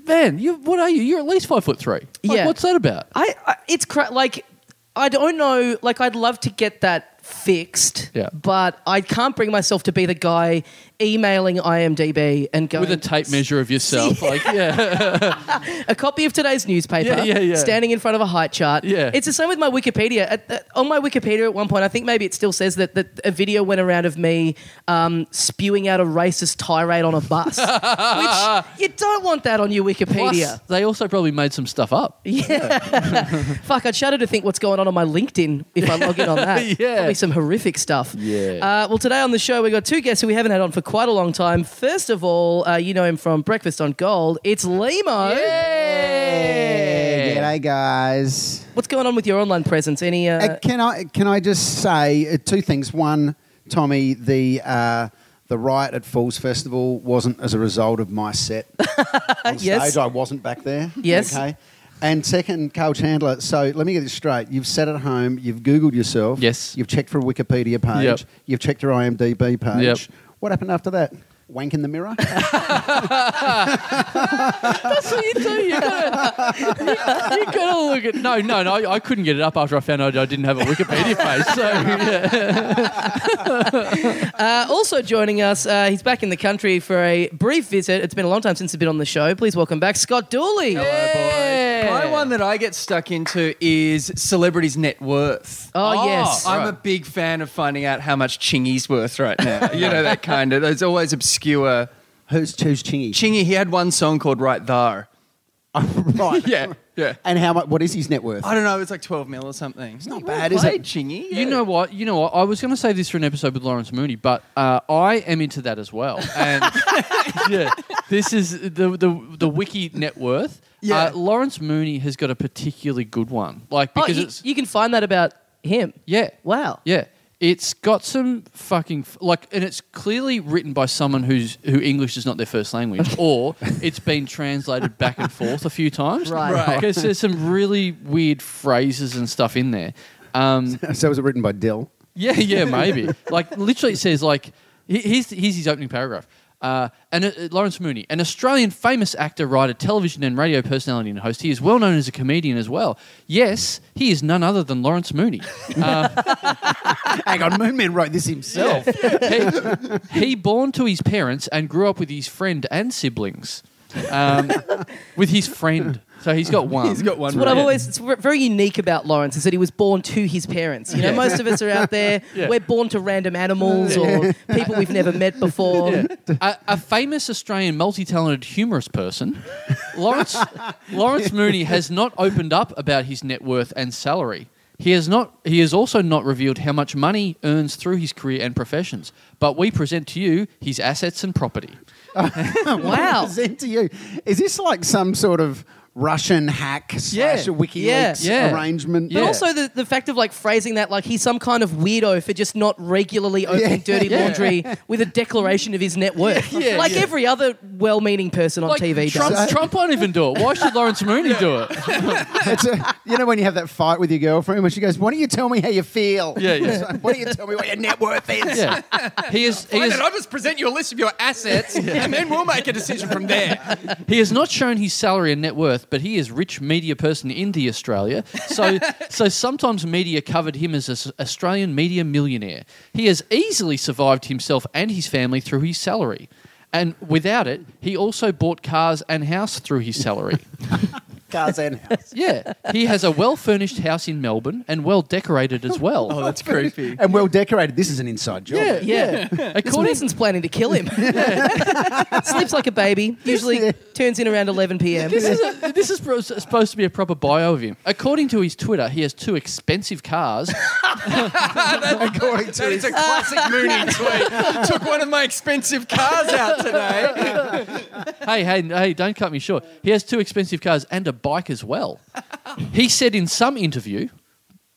Speaker 1: Man, you what are you? You're at least five foot three. Like,
Speaker 2: Yeah.
Speaker 1: What's that about?
Speaker 2: I, I it's cra- like I don't know. Like I'd love to get that fixed.
Speaker 1: Yeah.
Speaker 2: But I can't bring myself to be the guy emailing IMDb and going
Speaker 1: With a tape measure of yourself, like yeah,
Speaker 2: a copy of today's newspaper,
Speaker 1: Yeah, yeah, yeah.
Speaker 2: standing in front of a height chart.
Speaker 1: Yeah.
Speaker 2: It's the same with my Wikipedia. At, at- on my Wikipedia, at one point, I think maybe it still says that, that a video went around of me um, spewing out a racist tirade on a bus, which you don't want that on your
Speaker 1: Plus,
Speaker 2: Wikipedia.
Speaker 1: they also probably made some stuff up.
Speaker 2: Fuck, I'd shudder to think what's going on on my LinkedIn if I log in on that.
Speaker 1: Yeah.
Speaker 2: Probably some horrific stuff.
Speaker 1: Yeah.
Speaker 2: Uh, well, today on the show, we've got two guests who we haven't had on for quite a long time. First of all, uh, you know him from Breakfast on Gold. It's
Speaker 1: Oh,
Speaker 2: Limo.
Speaker 1: Yay!
Speaker 3: G'day, guys.
Speaker 2: What's going on with your online presence? Any uh,
Speaker 3: Uh, can I can I just say uh, two things? One, Tommy, the uh, the riot at Falls Festival wasn't as a result of my set. on
Speaker 2: Yes.
Speaker 3: stage. I wasn't back there.
Speaker 2: Yes.
Speaker 3: Okay. And second, Carl Chandler. So let me get this straight. You've sat at home. You've Googled yourself.
Speaker 1: Yes.
Speaker 3: You've checked for a Wikipedia page.
Speaker 1: Yep.
Speaker 3: You've checked your IMDb page.
Speaker 1: Yep.
Speaker 3: What happened after that? Wank in the mirror.
Speaker 1: That's what you do. You gotta, you, you gotta look at. No, no, no. I, I couldn't get it up after I found out I didn't have a Wikipedia page. So yeah.
Speaker 2: Uh, also joining us, uh, he's back in the country for a brief visit. It's been a long time since he's been on the show. Please welcome back Scott Dooley.
Speaker 1: Yeah.
Speaker 4: My one that I get stuck into is celebrities' net worth.
Speaker 2: Oh,
Speaker 1: Oh,
Speaker 2: yes.
Speaker 1: I-
Speaker 4: I'm a big fan of finding out how much Chingy's worth right now. you know that kind of. There's always obscure.
Speaker 3: who's who's Chingy?
Speaker 4: Chingy, he had one song called Right Thar.
Speaker 3: right.
Speaker 4: Yeah, yeah.
Speaker 3: And how much? What is his net worth?
Speaker 4: I don't know. It's like 12 mil or something. It's
Speaker 3: not bad, is it?
Speaker 4: Chingy.
Speaker 1: You know what? You know what? I was going to save this for an episode with Lawrence Mooney, but uh, I am into that as well. And yeah, this is the the, the wiki net worth.
Speaker 4: Yeah.
Speaker 1: Uh, Lawrence Mooney has got a particularly good one, like
Speaker 2: Oh,
Speaker 1: because
Speaker 2: you,
Speaker 1: it's
Speaker 2: you can find that about him.
Speaker 1: yeah,
Speaker 2: Wow.
Speaker 1: Yeah, it's got some fucking f- like, and it's clearly written by someone who's who English is not their first language, or it's been translated back and forth a few times.
Speaker 2: Right. Right.
Speaker 1: Because there's some really weird phrases and stuff in there. Um,
Speaker 3: so was it written by Dill?
Speaker 1: yeah, yeah, maybe. like literally, it says like he- here's here's his opening paragraph. Uh, and uh, Lawrence Mooney, an Australian famous actor, writer, television and radio personality and host. He is well known as a comedian as well. Yes, he is none other than Lawrence Mooney.
Speaker 3: Hang on, Moonman wrote this himself.
Speaker 1: he, he born to his parents and grew up with his friend and siblings. Um, with his friend, so he's got one.
Speaker 4: He's got one.
Speaker 2: What I've
Speaker 4: right.
Speaker 2: always, it's ver- very unique about Lawrence is that he was born to his parents. You know,
Speaker 1: Yeah.
Speaker 2: most of us are out there,
Speaker 1: Yeah.
Speaker 2: we're born to random animals or people we've never met before.
Speaker 1: Yeah. a, a famous Australian multi-talented humorous person, Lawrence Lawrence Mooney has not opened up about his net worth and salary. He has not. He has also not revealed how much money earns through his career and professions. But we present to you his assets and property.
Speaker 2: Wow.
Speaker 3: Present to you. Is this like some sort of Russian hack slash
Speaker 1: Yeah,
Speaker 3: WikiLeaks
Speaker 1: yeah, yeah.
Speaker 3: arrangement?
Speaker 2: But
Speaker 1: Yeah.
Speaker 2: also the, the fact of like phrasing that like he's some kind of weirdo for just not regularly opening
Speaker 3: Yeah.
Speaker 2: dirty
Speaker 1: Yeah.
Speaker 2: laundry with a declaration of his net worth.
Speaker 1: yeah,
Speaker 2: like
Speaker 1: yeah.
Speaker 2: every other well meaning person on
Speaker 1: Like,
Speaker 2: TV
Speaker 1: Trump,
Speaker 2: does.
Speaker 1: Trump won't even do it. Why should Lawrence Mooney do it?
Speaker 3: it's a, you know when you have that fight with your girlfriend when she goes, "Why don't you tell me how you feel?"
Speaker 1: Yeah, yeah.
Speaker 3: It's like, Why don't you tell me what your net worth is?
Speaker 1: Yeah, he is. He
Speaker 4: Why
Speaker 1: is
Speaker 4: don't I just present you a list of your assets, and then we'll make a decision from there.
Speaker 1: He has not shown his salary and net worth, but he is rich media person in the Australia. So, so sometimes media covered him as an Australian media millionaire. He has easily survived himself and his family through his salary. And without it, he also bought cars and house through his salary.
Speaker 3: Cars and house.
Speaker 1: yeah, he has a well-furnished house in Melbourne and well decorated as well.
Speaker 4: Oh, that's creepy.
Speaker 3: And well decorated. This is an inside job.
Speaker 1: yeah,
Speaker 2: yeah.
Speaker 1: yeah.
Speaker 2: This
Speaker 1: According
Speaker 2: person's planning to kill him. Sleeps like a baby, usually turns in around 11 p.m.
Speaker 1: This is, a, this is pro- supposed to be a proper bio of him. According to his Twitter, he has two expensive cars
Speaker 3: According to
Speaker 4: That is
Speaker 3: his,
Speaker 4: a classic Mooney tweet. Took one of my expensive cars out today.
Speaker 1: hey, hey, hey, don't cut me short. He has two expensive cars and a bike as well. He said in some interview,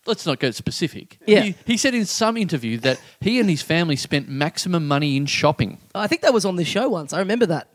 Speaker 1: let's not go specific.
Speaker 2: Yeah.
Speaker 1: He, he said in some interview that he and his family spent maximum money in shopping.
Speaker 2: I think that was on this show once. I remember that.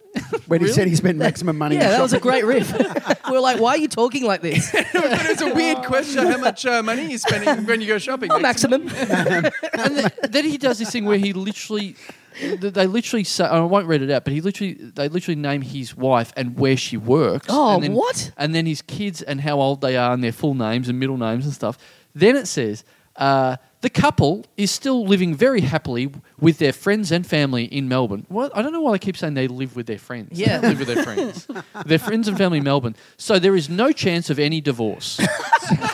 Speaker 3: when he said he spent maximum money.
Speaker 2: Yeah,
Speaker 3: on
Speaker 2: that was a
Speaker 3: shopping.
Speaker 2: great riff. we were like, why are you talking like this?
Speaker 4: But it's a weird question how much uh, money you spending when you go shopping.
Speaker 2: Oh, maximum.
Speaker 1: And th- then he does this thing where he literally. th- They literally say, I won't read it out, but he literally, they literally name his wife and where she works.
Speaker 2: Oh,
Speaker 1: and then,
Speaker 2: what?
Speaker 1: And then his kids and how old they are and their full names and middle names and stuff. Then it says uh, the couple is still living very happily with their friends and family in Melbourne. What? I don't know why they keep saying they live with their friends. They
Speaker 2: Yeah.
Speaker 1: don't live with their friends. their friends and family in Melbourne. So there is no chance of any divorce. Some,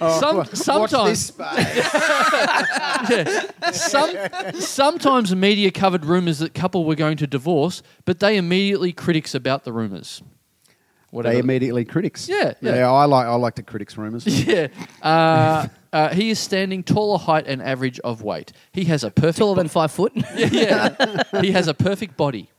Speaker 3: Oh, Watch
Speaker 1: sometimes
Speaker 3: this space.
Speaker 1: Some, sometimes media covered rumors that couple were going to divorce, but they immediately critics about the rumors.
Speaker 3: they
Speaker 1: Whatever.
Speaker 3: immediately critics.
Speaker 1: Yeah, yeah.
Speaker 3: I like I like the critics rumors.
Speaker 1: yeah. Uh, uh, he is standing taller height and average of weight. He has a perfect.
Speaker 2: Taller than five foot.
Speaker 1: yeah. he has a perfect body.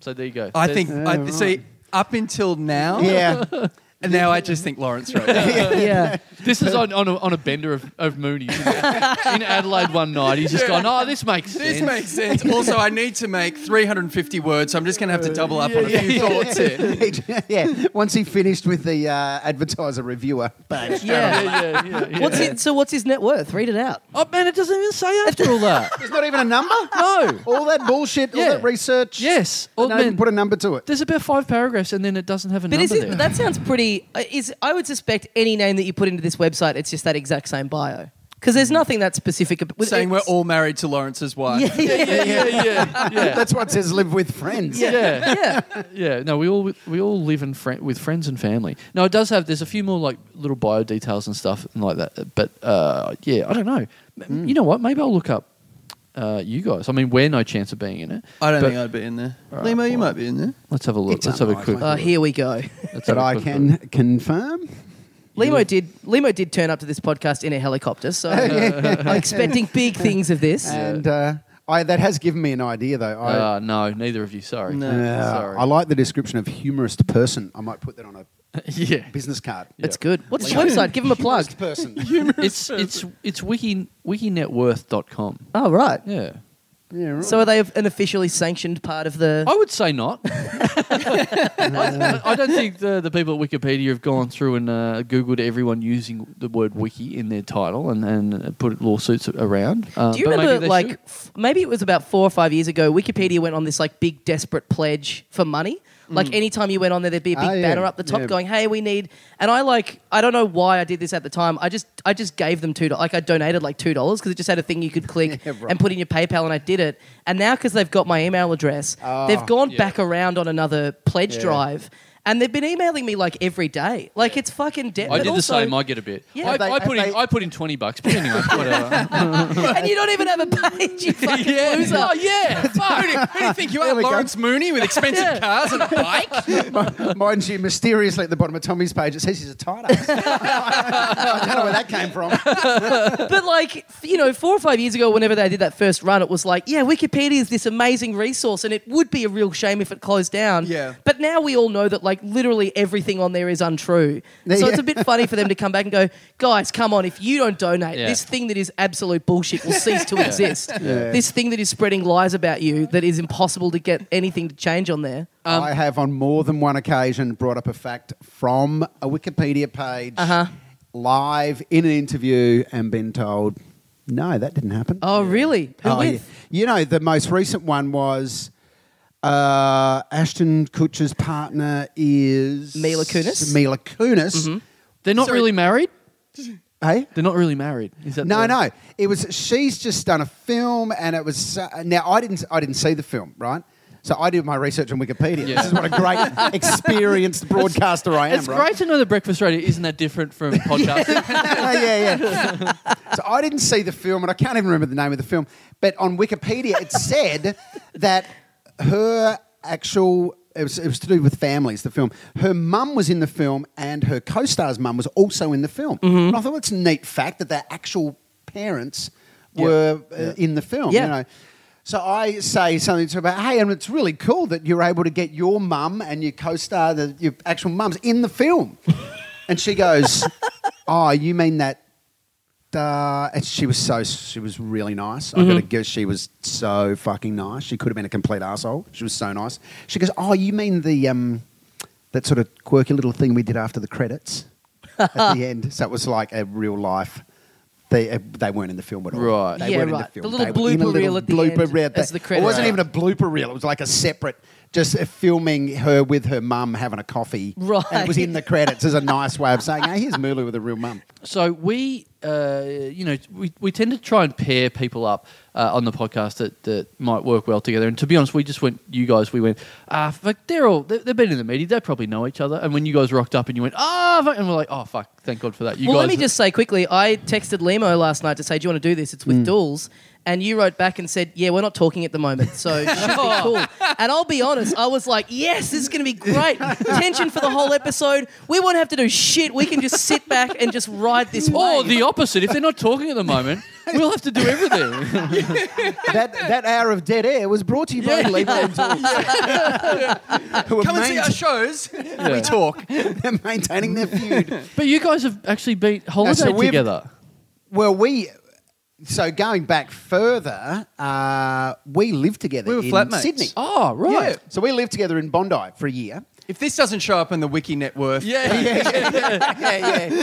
Speaker 1: So there you go.
Speaker 4: I
Speaker 1: There's-
Speaker 4: think, I,
Speaker 3: right.
Speaker 4: see, up until now,
Speaker 3: yeah.
Speaker 4: and now I just think Lawrence wrote it.
Speaker 2: yeah.
Speaker 1: this is on, on, a, on a bender of, of Mooney's in, in Adelaide one night. He's just
Speaker 4: Yeah.
Speaker 1: gone, oh, this makes
Speaker 4: This
Speaker 1: sense.
Speaker 4: makes sense. Also, I need to make 350 words, so I'm just going to have to double up on a few thoughts here.
Speaker 3: yeah. Once he finished with the uh, advertiser reviewer, but
Speaker 1: yeah,
Speaker 2: Yeah.
Speaker 1: yeah, yeah, yeah.
Speaker 2: What's it, so what's his net worth? Read it out.
Speaker 1: Oh, man, it doesn't even say after all that.
Speaker 3: there's not even a number.
Speaker 1: No.
Speaker 3: All that bullshit, all
Speaker 1: Yeah.
Speaker 3: that research.
Speaker 1: Yes.
Speaker 3: No,
Speaker 1: Old
Speaker 3: you
Speaker 1: man,
Speaker 3: put a number to it.
Speaker 1: There's about five paragraphs, and then it doesn't have a
Speaker 2: But
Speaker 1: number
Speaker 2: is it,
Speaker 1: there.
Speaker 2: that sounds pretty. uh, Is I would suspect any name that you put into this website, it's just that exact same bio. Because there's nothing that specific. ab- with-
Speaker 4: Saying we're
Speaker 2: it's-
Speaker 4: all married to Lawrence's wife.
Speaker 2: Yeah, yeah, yeah,
Speaker 1: yeah, yeah, yeah,
Speaker 3: That's what it says live with friends.
Speaker 1: yeah, yeah, yeah. No, we all we all live in fri with friends and family. No, it does have. There's a few more like little bio details and stuff and like that. But uh, yeah, I don't know. M-
Speaker 4: Hmm.
Speaker 1: You know what? Maybe I'll look up uh, you guys. I mean, we're no chance of being in it.
Speaker 4: I don't
Speaker 1: But-
Speaker 4: think I'd be in there.
Speaker 1: All right,
Speaker 4: Limo, you
Speaker 1: well.
Speaker 4: might be in there.
Speaker 1: Let's have a look.
Speaker 3: It's
Speaker 1: Let's have a
Speaker 3: unlikely.
Speaker 1: quick.
Speaker 2: Oh, here we go.
Speaker 1: let's have
Speaker 3: But
Speaker 1: a
Speaker 3: I
Speaker 1: quick
Speaker 3: can
Speaker 1: look.
Speaker 3: confirm.
Speaker 2: Limo did. Limo did turn up to this podcast in a helicopter, so I'm expecting big things of this.
Speaker 3: And uh, I, that has given me an idea, though. I,
Speaker 1: Uh, no, neither of you. Sorry.
Speaker 4: No.
Speaker 3: uh,
Speaker 1: Sorry.
Speaker 3: I like the description of humorist person. I might put that on a
Speaker 1: yeah.
Speaker 3: business card.
Speaker 2: That's
Speaker 1: Yeah.
Speaker 2: good. What's the website? Give him a plug.
Speaker 3: Humorist person.
Speaker 1: It's it's it's wiki wikinetworth.com.
Speaker 2: Oh right.
Speaker 1: Yeah.
Speaker 3: yeah, right.
Speaker 2: So are they an officially sanctioned part of
Speaker 4: Oh,
Speaker 2: the?
Speaker 1: I would say not. I, I don't think the, the people at Wikipedia have gone through and uh, Googled everyone using the word wiki in their title and, and put lawsuits around. Uh,
Speaker 2: Do you
Speaker 1: but maybe
Speaker 2: remember,
Speaker 1: they
Speaker 2: like,
Speaker 1: should.
Speaker 2: f- maybe it was about four or five years ago, Wikipedia went on this, like, big desperate pledge for money? Like,
Speaker 1: Mm.
Speaker 2: anytime you went on there, there'd be a big
Speaker 3: Ah, yeah.
Speaker 2: banner up the top
Speaker 3: Yeah.
Speaker 2: going, hey, we need. And I, like, I don't know why I did this at the time. I just I just gave them $2. Like, I donated, like, $2 because it just had a thing you could click
Speaker 3: Yeah, right.
Speaker 2: and put in your PayPal, and I did it. And now, because they've got my email address, they've gone
Speaker 1: Ah, Yeah.
Speaker 2: back around on another pledge
Speaker 3: Yeah.
Speaker 2: drive. and they've been emailing me like every day. Like it's fucking dead.
Speaker 1: I did the same. I get a bit.
Speaker 2: Yeah.
Speaker 1: I,
Speaker 2: Have they-
Speaker 1: I put
Speaker 3: have
Speaker 1: in.
Speaker 3: they-
Speaker 1: I put in twenty bucks. But anyway, whatever.
Speaker 2: and you don't even have a page. You fucking
Speaker 1: yeah.
Speaker 2: loser.
Speaker 1: Oh yeah.
Speaker 4: Who do, you- who do you think you are,
Speaker 3: we go.
Speaker 4: Lawrence Mooney, with expensive cars and a bike?
Speaker 3: Mind you, mysteriously at the bottom of Tommy's page, it says he's a tight ass. I don't know where that came from.
Speaker 2: But like f- you know, four or five years ago, whenever they did that first run, it was like, yeah, Wikipedia is this amazing resource, and it would be a real shame if it closed down.
Speaker 4: Yeah.
Speaker 2: But now we all know that like literally everything on there is untrue. So
Speaker 3: Yeah.
Speaker 2: it's a bit funny for them to come back and go, guys, come on, if you don't donate,
Speaker 1: Yeah.
Speaker 2: this thing that is absolute bullshit will cease to exist.
Speaker 3: Yeah.
Speaker 2: This thing that is spreading lies about you that is impossible to get anything to change on there.
Speaker 3: I have on more than one occasion brought up a fact from a Wikipedia page
Speaker 2: Uh-huh.
Speaker 3: live in an interview and been told, no, that didn't happen.
Speaker 2: Oh really? Who
Speaker 3: Oh,
Speaker 2: with?
Speaker 3: yeah. You know, the most recent one was uh, Ashton Kutcher's partner is
Speaker 2: Mila Kunis? Mm-hmm.
Speaker 3: Mila Kunis.
Speaker 1: They're not really married.
Speaker 3: Hey?
Speaker 1: They're not really married. Is that
Speaker 3: No,
Speaker 1: the-
Speaker 3: no. It was she's just done a film, and it was uh, now I didn't I didn't see the film, right? So I did my research on Wikipedia.
Speaker 1: Yeah.
Speaker 3: This is what a great experienced broadcaster I am.
Speaker 1: It's
Speaker 3: right?
Speaker 1: great to know that breakfast radio isn't that different from podcasting.
Speaker 3: yeah, yeah. so I didn't see the film, and I can't even remember the name of the film. But on Wikipedia, it said that her actual. It was, it was to do with families, the film. Her mum was in the film, and her co star's mum was also in the film. And I thought it's a neat fact that their actual parents were uh, in the film.
Speaker 2: Yeah.
Speaker 3: You know? So I say something to her about, hey, and it's really cool that you're able to get your mum and your co-star, the, your actual mums, in the film. and she goes, oh, you mean that? Uh, and she was so she was really nice. I gotta guess she was so fucking nice. She could have been a complete asshole. She was so nice. She goes, oh, you mean the um, that sort of quirky little thing we did after the credits at the end? So it was like a real life. They, uh, they weren't in the film at all.
Speaker 1: Right.
Speaker 3: They
Speaker 2: Yeah,
Speaker 3: weren't in
Speaker 2: right.
Speaker 3: the film.
Speaker 2: The little
Speaker 3: They were
Speaker 2: blooper reel
Speaker 3: in a
Speaker 2: at the
Speaker 3: blooper
Speaker 2: end
Speaker 3: reel.
Speaker 2: as the
Speaker 3: It
Speaker 2: credits.
Speaker 3: wasn't even a blooper reel. It was like a separate, just uh, filming her with her mum having a coffee.
Speaker 2: Right.
Speaker 3: And it was in the credits as a nice way of saying, hey, here's Mulu with a real mum.
Speaker 1: so we, uh, you know, we, we tend to try and pair people up uh, on the podcast that, that might work well together. And to be honest, we just went, you guys, we went, ah, fuck, they're all, they, they've been in the media, they probably know each other. And when you guys rocked up and you went, ah, fuck, and we're like, oh, fuck, thank God for that. You
Speaker 2: well,
Speaker 1: guys,
Speaker 2: let me just say quickly. I texted Limo last night to say, "Do you want to do this? It's with
Speaker 1: Mm.
Speaker 2: Duels." And you wrote back and said, "Yeah, we're not talking at the moment, so it should be cool." And I'll be honest, I was like, "Yes, this is going to be great. Tension for the whole episode. We won't have to do shit. We can just sit back and just ride this
Speaker 1: or
Speaker 2: wave."
Speaker 1: the opposite, if they're not talking at the moment, we'll have to do everything.
Speaker 3: that, that hour of dead air was brought to you by
Speaker 1: Yeah.
Speaker 3: Leap who are
Speaker 4: Come and see
Speaker 3: main-
Speaker 4: our shows.
Speaker 1: Yeah.
Speaker 4: We talk.
Speaker 3: they're maintaining their feud.
Speaker 1: But you guys have actually been holiday
Speaker 3: so we've-
Speaker 1: together.
Speaker 3: Well, we. So going back further, uh, we lived together
Speaker 4: We were
Speaker 3: in
Speaker 4: flatmates.
Speaker 3: Sydney.
Speaker 2: Ah,
Speaker 1: Oh, right.
Speaker 4: Yeah.
Speaker 3: So we lived together in Bondi for a year.
Speaker 4: If this doesn't show up in the wiki net worth,
Speaker 1: Yeah.
Speaker 3: yeah, yeah.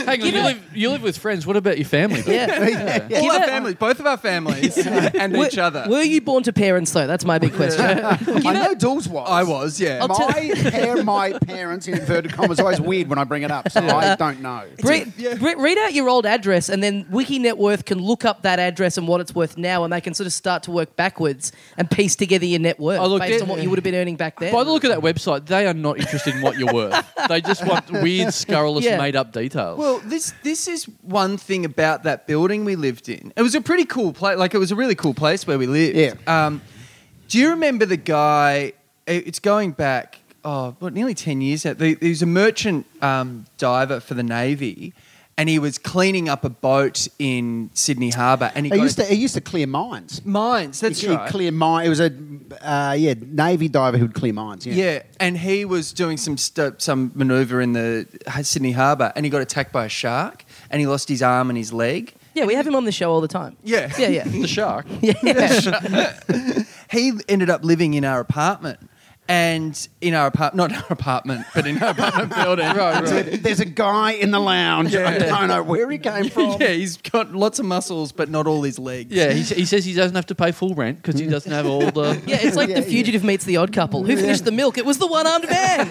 Speaker 1: Hang on, you live, you live with friends. What about your family?
Speaker 2: yeah.
Speaker 4: all
Speaker 2: Give
Speaker 4: our
Speaker 2: it-
Speaker 4: families, both of our families, and
Speaker 2: Were-
Speaker 4: each other.
Speaker 2: Were you born to parents though? That's my big question.
Speaker 3: I know Dools was.
Speaker 4: I was, yeah.
Speaker 2: I'll
Speaker 3: my hair, my parents in inverted commas always weird when I bring it up, so I don't know.
Speaker 2: Re- re- read out your old address, and then Wiki Net Worth can look up that address and what it's worth now, and they can sort of start to work backwards and piece together your net worth
Speaker 1: Oh, look,
Speaker 2: based
Speaker 1: there-
Speaker 2: on what you would have been earning back then.
Speaker 1: By the look of that website, they are not interested in what you're worth. They just want weird, scurrilous,
Speaker 2: Yeah.
Speaker 1: made-up details.
Speaker 4: Well, this this is one thing about that building we lived in. It was a pretty cool place. Like it was a really cool place where we lived.
Speaker 3: Yeah.
Speaker 4: Um, do you remember the guy? it- It's going back oh, what nearly ten years now. The- He was a merchant um, diver for the navy, and he was cleaning up a boat in Sydney Harbour. And he
Speaker 3: It
Speaker 4: got
Speaker 3: used
Speaker 4: a-
Speaker 3: to, it used to clear mines.
Speaker 4: mines. Mm, That's
Speaker 3: He'd
Speaker 4: right.
Speaker 3: Clear mine. It was a uh, yeah navy diver who'd clear mines. Yeah.
Speaker 4: Yeah. and he was doing some st- some maneuver in the Sydney Harbour, and he got attacked by a shark, and he lost his arm and his leg.
Speaker 2: yeah, we have him on the show all the time.
Speaker 4: Yeah.
Speaker 2: yeah, yeah.
Speaker 1: the shark.
Speaker 2: yeah.
Speaker 4: he ended up living in our apartment. And in our apartment, not our apartment, but in our apartment building.
Speaker 1: Right,
Speaker 3: So
Speaker 1: right.
Speaker 3: There's a guy in the lounge. I don't know where he came from.
Speaker 4: Yeah, he's got lots of muscles, but not all his legs.
Speaker 1: Yeah, he, s- he says he doesn't have to pay full rent because he doesn't have all the.
Speaker 2: Yeah, it's like
Speaker 3: Yeah,
Speaker 2: the
Speaker 3: yeah.
Speaker 2: fugitive meets the odd couple. Who finished the milk? It was the one armed man.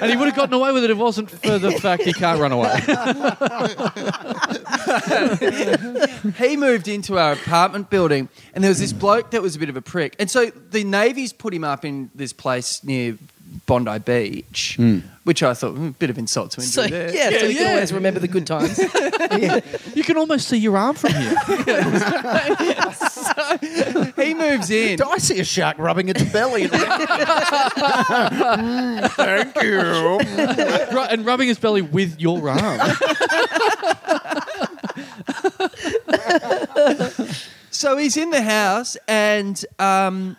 Speaker 1: and he would have gotten away with it if it wasn't for the fact he can't run away.
Speaker 4: He moved into our apartment building, and there was this bloke that was a bit of a prick. And so the Navy's put him up in this place near Bondi Beach,
Speaker 1: Hmm.
Speaker 4: which I thought, mm, bit of insult to injury
Speaker 2: So, yeah,
Speaker 4: there.
Speaker 2: so you can always remember the good times.
Speaker 1: You can almost see your arm from here.
Speaker 4: He moves in.
Speaker 3: I see a shark rubbing its belly? Mm, thank you.
Speaker 1: Ru- and rubbing his belly with your arm.
Speaker 4: So he's in the house, and um,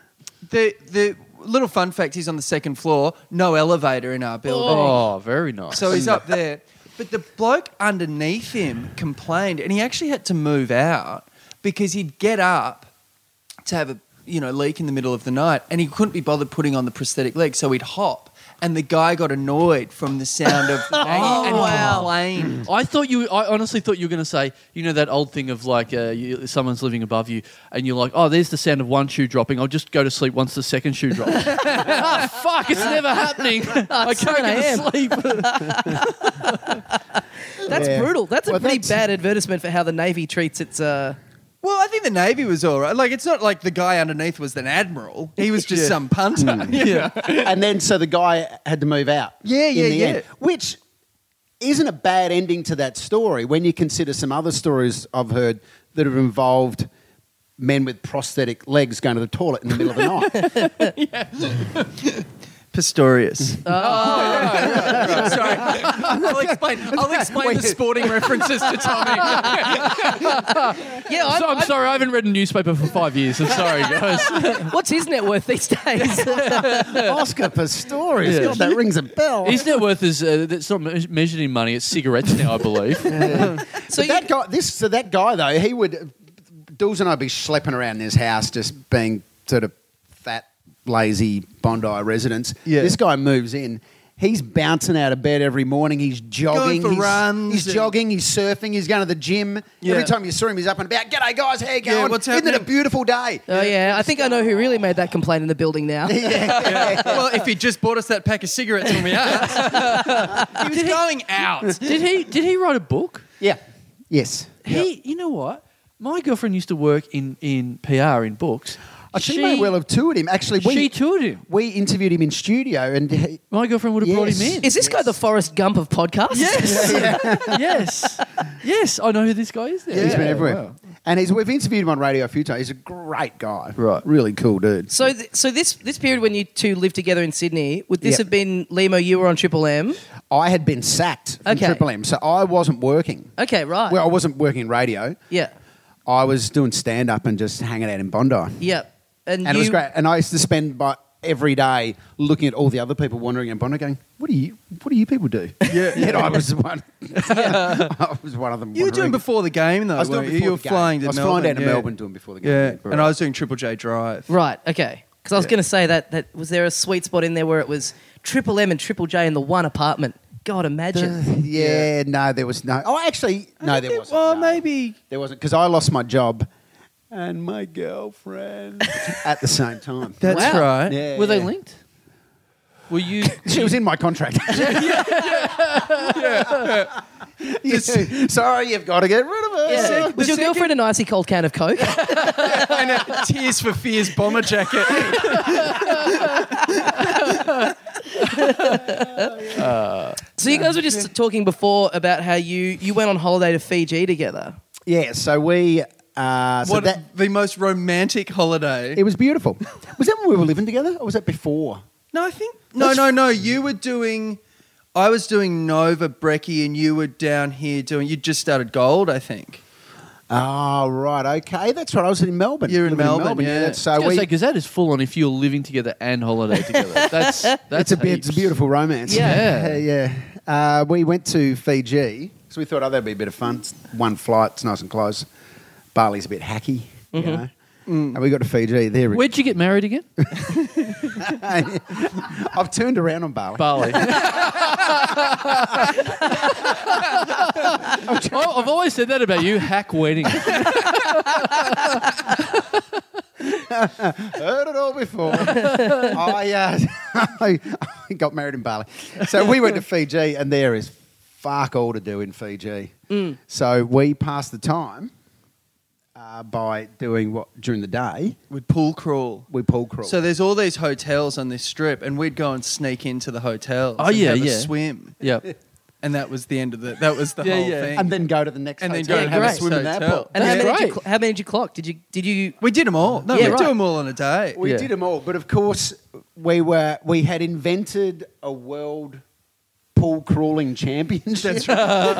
Speaker 4: the the little fun fact he's on the second floor. No elevator in our building,
Speaker 1: oh, very nice.
Speaker 4: so he's up there. But the bloke underneath him complained, and he actually had to move out because he'd get up to have a you know leak in the middle of the night, and he couldn't be bothered putting on the prosthetic leg, so he'd hop. And the guy got annoyed from the sound of the banging and
Speaker 2: wow.
Speaker 4: complained.
Speaker 1: I thought you. I honestly thought you were going to say, you know, that old thing of like uh, you, someone's living above you, and you're like, oh, there's the sound of one shoe dropping. I'll just go to sleep once the second shoe drops. ah, fuck! It's never happening.
Speaker 3: Ah,
Speaker 1: I can't get to sleep.
Speaker 2: That's
Speaker 3: Yeah.
Speaker 2: brutal. That's a
Speaker 3: Well,
Speaker 2: pretty
Speaker 3: that's-
Speaker 2: bad advertisement for how the Navy treats its. Uh,
Speaker 4: Well, I think the Navy was all right. Like, it's not like the guy underneath was an admiral. He was just some punter. Yeah.
Speaker 3: and then so the guy had to move out.
Speaker 4: Yeah,
Speaker 3: in
Speaker 4: yeah,
Speaker 3: the
Speaker 4: yeah.
Speaker 3: end, which isn't a bad ending to that story when you consider some other stories I've heard that have involved men with prosthetic legs going to the toilet in the middle of the night.
Speaker 4: Pistorius.
Speaker 1: Sorry.
Speaker 4: Oh, I'll explain, I'll explain the sporting references to Tommy.
Speaker 2: yeah, I'm,
Speaker 1: So, I'm
Speaker 2: I'm-
Speaker 1: sorry. I haven't read a newspaper for five years. I'm sorry, guys.
Speaker 2: what's his net worth these days?
Speaker 3: Oscar Pistorius.
Speaker 1: Yeah.
Speaker 3: God, that rings a bell.
Speaker 1: His net worth is uh, it's not me- measured in money. It's cigarettes now, I believe.
Speaker 2: so
Speaker 3: But that guy, this so that guy though, he would. Dules and I'd be schlepping around this house, just being sort of fat, lazy Bondi residents.
Speaker 4: Yeah.
Speaker 3: This guy moves in. He's bouncing out of bed every morning. He's jogging.
Speaker 4: for
Speaker 3: he's,
Speaker 4: runs
Speaker 3: he's
Speaker 4: and-
Speaker 3: jogging. He's surfing. He's going to the gym.
Speaker 4: Yeah.
Speaker 3: Every time you saw him, he's up and about. G'day, guys. How you
Speaker 4: Yeah,
Speaker 3: going?
Speaker 4: what's
Speaker 3: Isn't it a
Speaker 4: happening?
Speaker 3: beautiful day?
Speaker 2: Oh yeah, I think I know who really made that complaint in the building now.
Speaker 4: well, if he just bought us that pack of cigarettes when we asked, he was going out.
Speaker 1: did he? Did he write a book?
Speaker 3: Yeah. Yes.
Speaker 1: He. You know what? My girlfriend used to work in in PR in books.
Speaker 3: I think may well have toured him. Actually, we,
Speaker 1: she toured him.
Speaker 3: we interviewed him in studio, and he,
Speaker 1: My girlfriend would have brought
Speaker 3: Yes.
Speaker 1: him in.
Speaker 2: Is this guy the Forrest Gump of podcasts?
Speaker 1: Yes. yes. Yes. I know who this guy is. Now.
Speaker 3: He's been everywhere. And he's, we've interviewed him on radio a few times. He's a great guy.
Speaker 1: Right.
Speaker 3: Really cool dude.
Speaker 2: So, th- so this this period when you two lived together in Sydney, would this
Speaker 3: Yeah.
Speaker 2: have been Limo? You were on Triple M.
Speaker 3: I had been sacked from
Speaker 2: Okay.
Speaker 3: Triple M, so I wasn't working.
Speaker 2: Okay, right.
Speaker 3: Well, I wasn't working in radio.
Speaker 2: yeah,
Speaker 3: I was doing stand up and just hanging out in Bondi.
Speaker 2: yeah, and,
Speaker 3: And it
Speaker 2: you,
Speaker 3: was great. And I used to spend my every day looking at all the other people wandering in Bondi going, What do you what do you people do? Yeah. and I was one I was one of them.
Speaker 4: You were
Speaker 3: wandering.
Speaker 4: doing before the game, though.
Speaker 3: I was doing
Speaker 4: weren't
Speaker 3: before
Speaker 4: you? You were
Speaker 3: the game.
Speaker 4: flying to
Speaker 3: I was
Speaker 4: Melbourne.
Speaker 3: flying down to
Speaker 4: yeah.
Speaker 3: Melbourne doing before the game.
Speaker 4: Yeah,
Speaker 3: Right.
Speaker 4: and I was doing Triple J Drive.
Speaker 2: right. Okay, because I was
Speaker 4: Yeah.
Speaker 2: going to say that that was there a sweet spot in there where it was Triple M and Triple J in the one apartment? God, imagine.
Speaker 3: yeah, no, there was no. Oh, actually, no, there wasn't.
Speaker 4: Well,
Speaker 3: no.
Speaker 4: maybe.
Speaker 3: There wasn't because I lost my job and my girlfriend at the same time.
Speaker 4: That's
Speaker 2: Wow.
Speaker 4: right.
Speaker 3: Yeah,
Speaker 1: Were they
Speaker 3: yeah.
Speaker 1: linked? Were you?
Speaker 3: She was in my contract. Yeah. Sorry, you've got to get rid of her.
Speaker 2: Yeah.
Speaker 4: sec- the
Speaker 2: Was your
Speaker 4: second-
Speaker 2: girlfriend an icy cold can of Coke?
Speaker 4: and a Tears for Fears bomber jacket.
Speaker 2: so you guys were just talking before about how you you went on holiday to Fiji together.
Speaker 3: Yeah, so we. Uh, so
Speaker 4: what
Speaker 3: that
Speaker 4: the most romantic holiday?
Speaker 3: it was beautiful. Was that when we were living together, or was that before?
Speaker 4: No, I think no, no, no. You were doing. I was doing Nova Brekkie, and you were down here doing. You just started Gold, I think.
Speaker 3: Oh, right, okay, that's right. I was in Melbourne.
Speaker 4: You were in
Speaker 3: Living
Speaker 4: Melbourne, yeah.
Speaker 3: that's- so we.
Speaker 1: Because that is full on. If you're living together and holiday together, that's that's
Speaker 3: it's a bit, it's a
Speaker 1: heaps.
Speaker 3: beautiful romance.
Speaker 1: Yeah.
Speaker 3: Uh, yeah. Uh, we went to Fiji, so we thought, oh, that'd be a bit of fun. It's one flight, it's nice and close. Bali's a bit hacky, you know. And we got to Fiji. There we
Speaker 1: Where'd you get married again?
Speaker 3: I've turned around on Bali.
Speaker 1: Bali. oh, I've always said that about you, hack wedding.
Speaker 3: Heard it all before. I, uh, I I got married in Bali. So we went to Fiji, and there is fuck all to do in Fiji. So we passed the time uh, by doing what during the day
Speaker 4: With pool crawl.
Speaker 3: we pool crawl.
Speaker 4: So there's all these hotels on this strip, and we'd go and sneak into the hotels.
Speaker 1: Oh,
Speaker 4: and
Speaker 1: yeah,
Speaker 4: have a
Speaker 1: yeah.
Speaker 4: swim,
Speaker 1: Yeah.
Speaker 4: and that was the end of the. That was the
Speaker 1: Yeah,
Speaker 4: whole
Speaker 1: yeah.
Speaker 4: thing.
Speaker 3: and then go to the next
Speaker 4: And then
Speaker 3: hotel
Speaker 4: go
Speaker 2: and
Speaker 3: have
Speaker 2: have
Speaker 3: a
Speaker 2: a
Speaker 3: swim in
Speaker 4: nice
Speaker 3: that
Speaker 4: hotel.
Speaker 3: pool.
Speaker 2: And how
Speaker 4: That's
Speaker 2: many, did you,
Speaker 1: great.
Speaker 2: cl- how many did you clock? Did you did you?
Speaker 4: we did them all. No,
Speaker 2: Yeah,
Speaker 4: we
Speaker 2: right.
Speaker 4: do them all in a day.
Speaker 3: We
Speaker 1: Yeah.
Speaker 3: did them all, but of course we were we had invented a world pool crawling championship,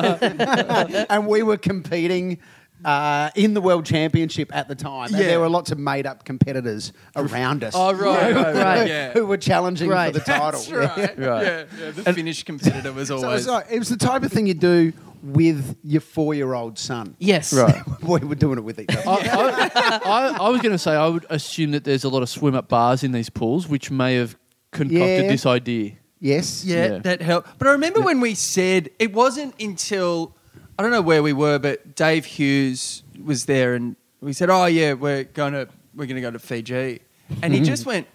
Speaker 3: and we were competing. Uh, in the world championship at the time, and
Speaker 4: Yeah.
Speaker 3: there were lots of made-up competitors around us.
Speaker 1: Oh, right, right,
Speaker 2: right.
Speaker 4: Yeah.
Speaker 3: Who were challenging
Speaker 2: Right.
Speaker 3: for the title?
Speaker 4: That's right.
Speaker 1: Right.
Speaker 4: Yeah, yeah, the Finnish competitor was
Speaker 3: So it, was
Speaker 4: always.
Speaker 3: like, it was the type of thing you do with your four-year-old son.
Speaker 2: Yes.
Speaker 1: Right.
Speaker 3: we were doing it with each other.
Speaker 1: I, I, I, I was going to say I would assume that there's a lot of swim up bars in these pools, which may have concocted
Speaker 3: Yeah.
Speaker 1: this idea.
Speaker 3: yes.
Speaker 4: yeah,
Speaker 1: Yeah.
Speaker 4: that helped. But I remember when we said it wasn't until I don't know where we were, but Dave Hughes was there, and we said, "Oh yeah, we're gonna we're gonna go to Fiji," and he just went.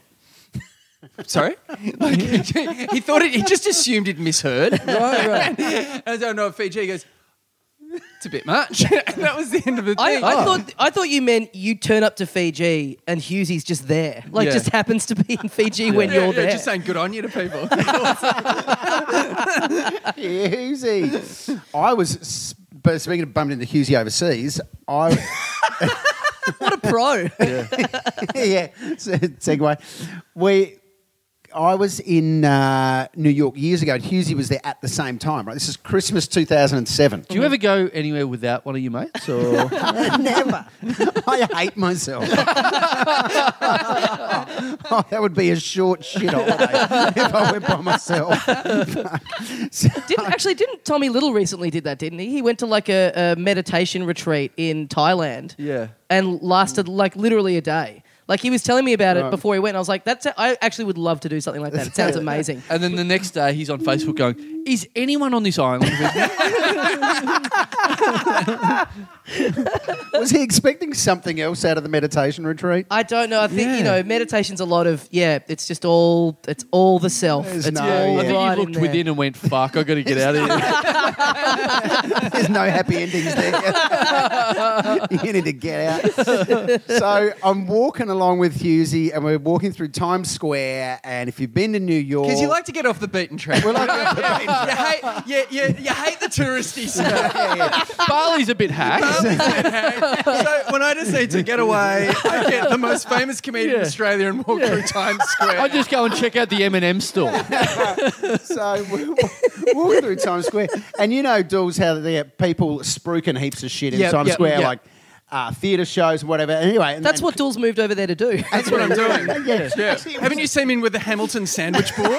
Speaker 4: Sorry, like, he thought it. He just assumed he'd misheard. Right, right. and I don't know if Fiji he goes. It's a bit much. and that was the end of the
Speaker 2: I,
Speaker 4: thing. Oh.
Speaker 2: I thought I thought you meant you turn up to Fiji and Hughesy's just there, like
Speaker 1: Yeah.
Speaker 2: just happens to be in Fiji when
Speaker 4: Yeah,
Speaker 2: you're
Speaker 4: yeah,
Speaker 2: there.
Speaker 4: Just saying good on you to people.
Speaker 3: Husey. I was, s- but speaking of bumping into Husey overseas, I,
Speaker 2: what a pro!
Speaker 3: yeah, se- segue. We, I was in uh, New York years ago, and Husey was there at the same time, right? This is Christmas 2007.
Speaker 1: Do you ever go anywhere without one of your mates? Or
Speaker 3: Never. I hate myself. Oh, that would be a short shit holiday if I went by myself.
Speaker 2: didn't actually didn't Tommy Little recently did that, didn't he? He went to like a, a meditation retreat in Thailand.
Speaker 1: Yeah.
Speaker 2: and lasted like literally a day. Like he was telling me about it before he went. I was like, "That's I actually would love to do something like that. It sounds amazing."
Speaker 1: and then the next day he's on Facebook going, "Is anyone on this island?" with me?"
Speaker 3: Was he expecting something else out of the meditation retreat?
Speaker 2: I don't know. I think
Speaker 4: Yeah.
Speaker 2: you know, meditation's a lot of yeah. It's just all it's all the self.
Speaker 3: There's
Speaker 2: it's
Speaker 3: no-
Speaker 2: all
Speaker 1: I
Speaker 2: right
Speaker 3: Yeah.
Speaker 1: think he
Speaker 2: in
Speaker 1: looked
Speaker 2: there.
Speaker 1: within and went, "Fuck, I got to get out of here."
Speaker 3: There's no happy endings there. you need to get out. so I'm walking along with Husey, and we're walking through Times Square. And if you've been to New York,
Speaker 4: Because you like to get off the beaten track.
Speaker 3: Well, I like
Speaker 4: you, hate, you, you, you hate the touristy stuff.
Speaker 3: Yeah, yeah.
Speaker 1: Bali's a bit hacked.
Speaker 4: so when I decide to get away, I get the most famous comedian in
Speaker 1: Yeah.
Speaker 4: Australia and walk through Times Square.
Speaker 1: I just go and check out the M and m store.
Speaker 3: So we're wa- walking through Times Square, and you know, Dools, how there people spruiking heaps of shit in
Speaker 4: Yep,
Speaker 3: Times
Speaker 4: yep,
Speaker 3: Square,
Speaker 4: yep.
Speaker 3: like uh, theatre shows and whatever. Anyway, and,
Speaker 2: That's
Speaker 3: and-
Speaker 2: what Dool's moved over there to do.
Speaker 4: That's what I'm doing.
Speaker 3: Yeah.
Speaker 4: Yeah.
Speaker 3: Actually, it was-
Speaker 4: Haven't you seen me with the Hamilton sandwich board?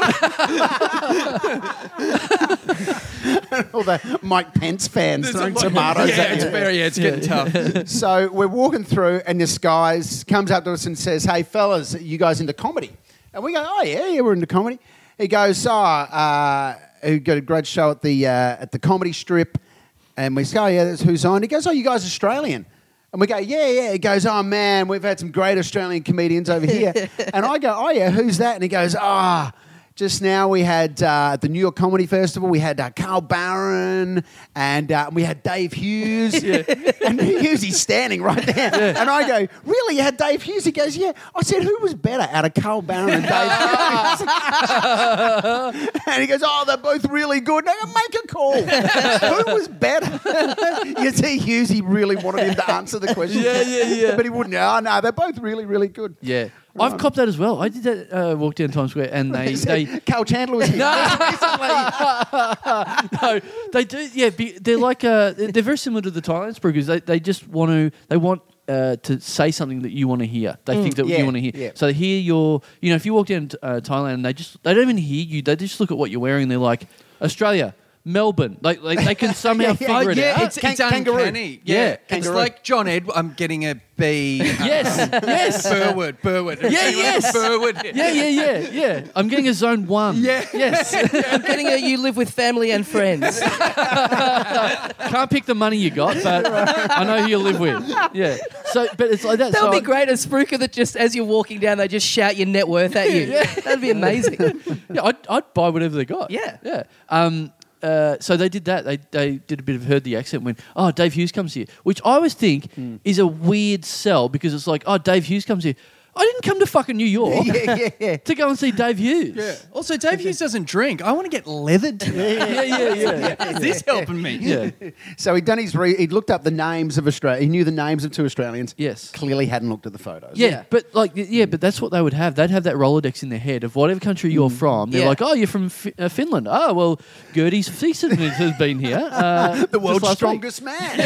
Speaker 3: all the Mike Pence fans
Speaker 4: There's a
Speaker 3: throwing
Speaker 4: lot-
Speaker 3: tomatoes
Speaker 4: Yeah,
Speaker 3: at
Speaker 4: it's
Speaker 3: you.
Speaker 4: very, yeah, it's getting tough. Uh,
Speaker 3: So we're walking through, and this guy comes up to us and says, "Hey, fellas, you guys into comedy?" And we go, "Oh yeah, yeah, we're into comedy." He goes, "Oh, uh, he got a great show at the uh, at the comedy strip," and we say, "Oh yeah, that's who's on." He goes, "Oh, you guys Australian?" And we go, "Yeah, yeah." He goes, "Oh man, we've had some great Australian comedians over here," and I go, "Oh yeah, who's that?" And he goes, "Ah." Just now we had uh, at the New York Comedy Festival, we had uh, Carl Barron and uh, we had Dave Hughes. And Hughes is standing right there. And I go, really? You had Dave Hughes? He goes, yeah. I said, who was better out of Carl Barron and Dave Hughes? and he goes, oh, they're both really good. And I go, make a call. who was better? you see, Hughes, he really wanted him to answer the question.
Speaker 1: Yeah, yeah, yeah.
Speaker 3: But he wouldn't. Oh, no, they're both really, really good.
Speaker 1: Yeah, I've copped that as well. I did that. Uh, walk down Times Square, and they
Speaker 3: He said,
Speaker 1: they
Speaker 3: Carl Chandler was here.
Speaker 1: no, they do. Yeah, be, they're like uh, they're they're very similar to the Thailand spookers. They they just want to they want. Uh, to say something that you want to hear, they think that
Speaker 3: yeah,
Speaker 1: you want to hear.
Speaker 3: yeah.
Speaker 1: So they hear your, you know, if you walk down to uh, Thailand, and they just they don't even hear you. They just look at what you're wearing. and They're like Australia, Melbourne. Like, like they can somehow
Speaker 3: yeah.
Speaker 1: figure it
Speaker 4: yeah,
Speaker 1: out.
Speaker 4: it's,
Speaker 3: Kan-
Speaker 4: it's
Speaker 3: kangaroo.
Speaker 4: uncanny.
Speaker 1: Ah, Yeah,
Speaker 4: it's
Speaker 3: kangaroo.
Speaker 4: like John Ed. I'm getting a B.
Speaker 1: yes, yes,
Speaker 4: Burwood, Burwood.
Speaker 1: Yeah, yes.
Speaker 4: Burwood.
Speaker 1: yeah, yeah, yeah, yeah. I'm getting a zone one.
Speaker 4: Yeah.
Speaker 1: yes.
Speaker 2: I'm getting a you live with family and friends.
Speaker 1: Can't pick the money you got, but I know who you live with. Yeah. So, but it's like that.
Speaker 2: That
Speaker 1: so
Speaker 2: would be
Speaker 1: I-
Speaker 2: great. A spruker that just as you're walking down, they just shout your net worth at you. That'd be amazing.
Speaker 1: Yeah, I'd, I'd buy whatever they got.
Speaker 2: Yeah.
Speaker 1: Yeah. Um, uh, so they did that. They, they did a bit of heard the accent when oh Dave Hughes comes here, which I always think is a weird sell because it's like oh Dave Hughes comes here. I didn't come to fucking New York
Speaker 3: yeah, yeah, yeah.
Speaker 1: to go and see Dave Hughes.
Speaker 4: Yeah. Also, Dave Hughes doesn't drink. I want to get leathered to it.
Speaker 1: yeah, yeah, yeah.
Speaker 4: Is this helping me?
Speaker 1: yeah.
Speaker 3: So he'd done his re- he'd looked up the names of Australia. He knew the names of two Australians.
Speaker 1: Yes.
Speaker 3: Clearly hadn't looked at the photos.
Speaker 1: Yeah,
Speaker 2: Yeah.
Speaker 1: but like, y- yeah, but that's what they would have. They'd have that Rolodex in their head of whatever country you're from. They're
Speaker 2: Yeah.
Speaker 1: like, oh, you're from Fi- uh, Finland. Oh, well, Gertie's season has been here. Uh,
Speaker 3: The
Speaker 1: just
Speaker 3: world's
Speaker 1: last week."
Speaker 3: strongest man.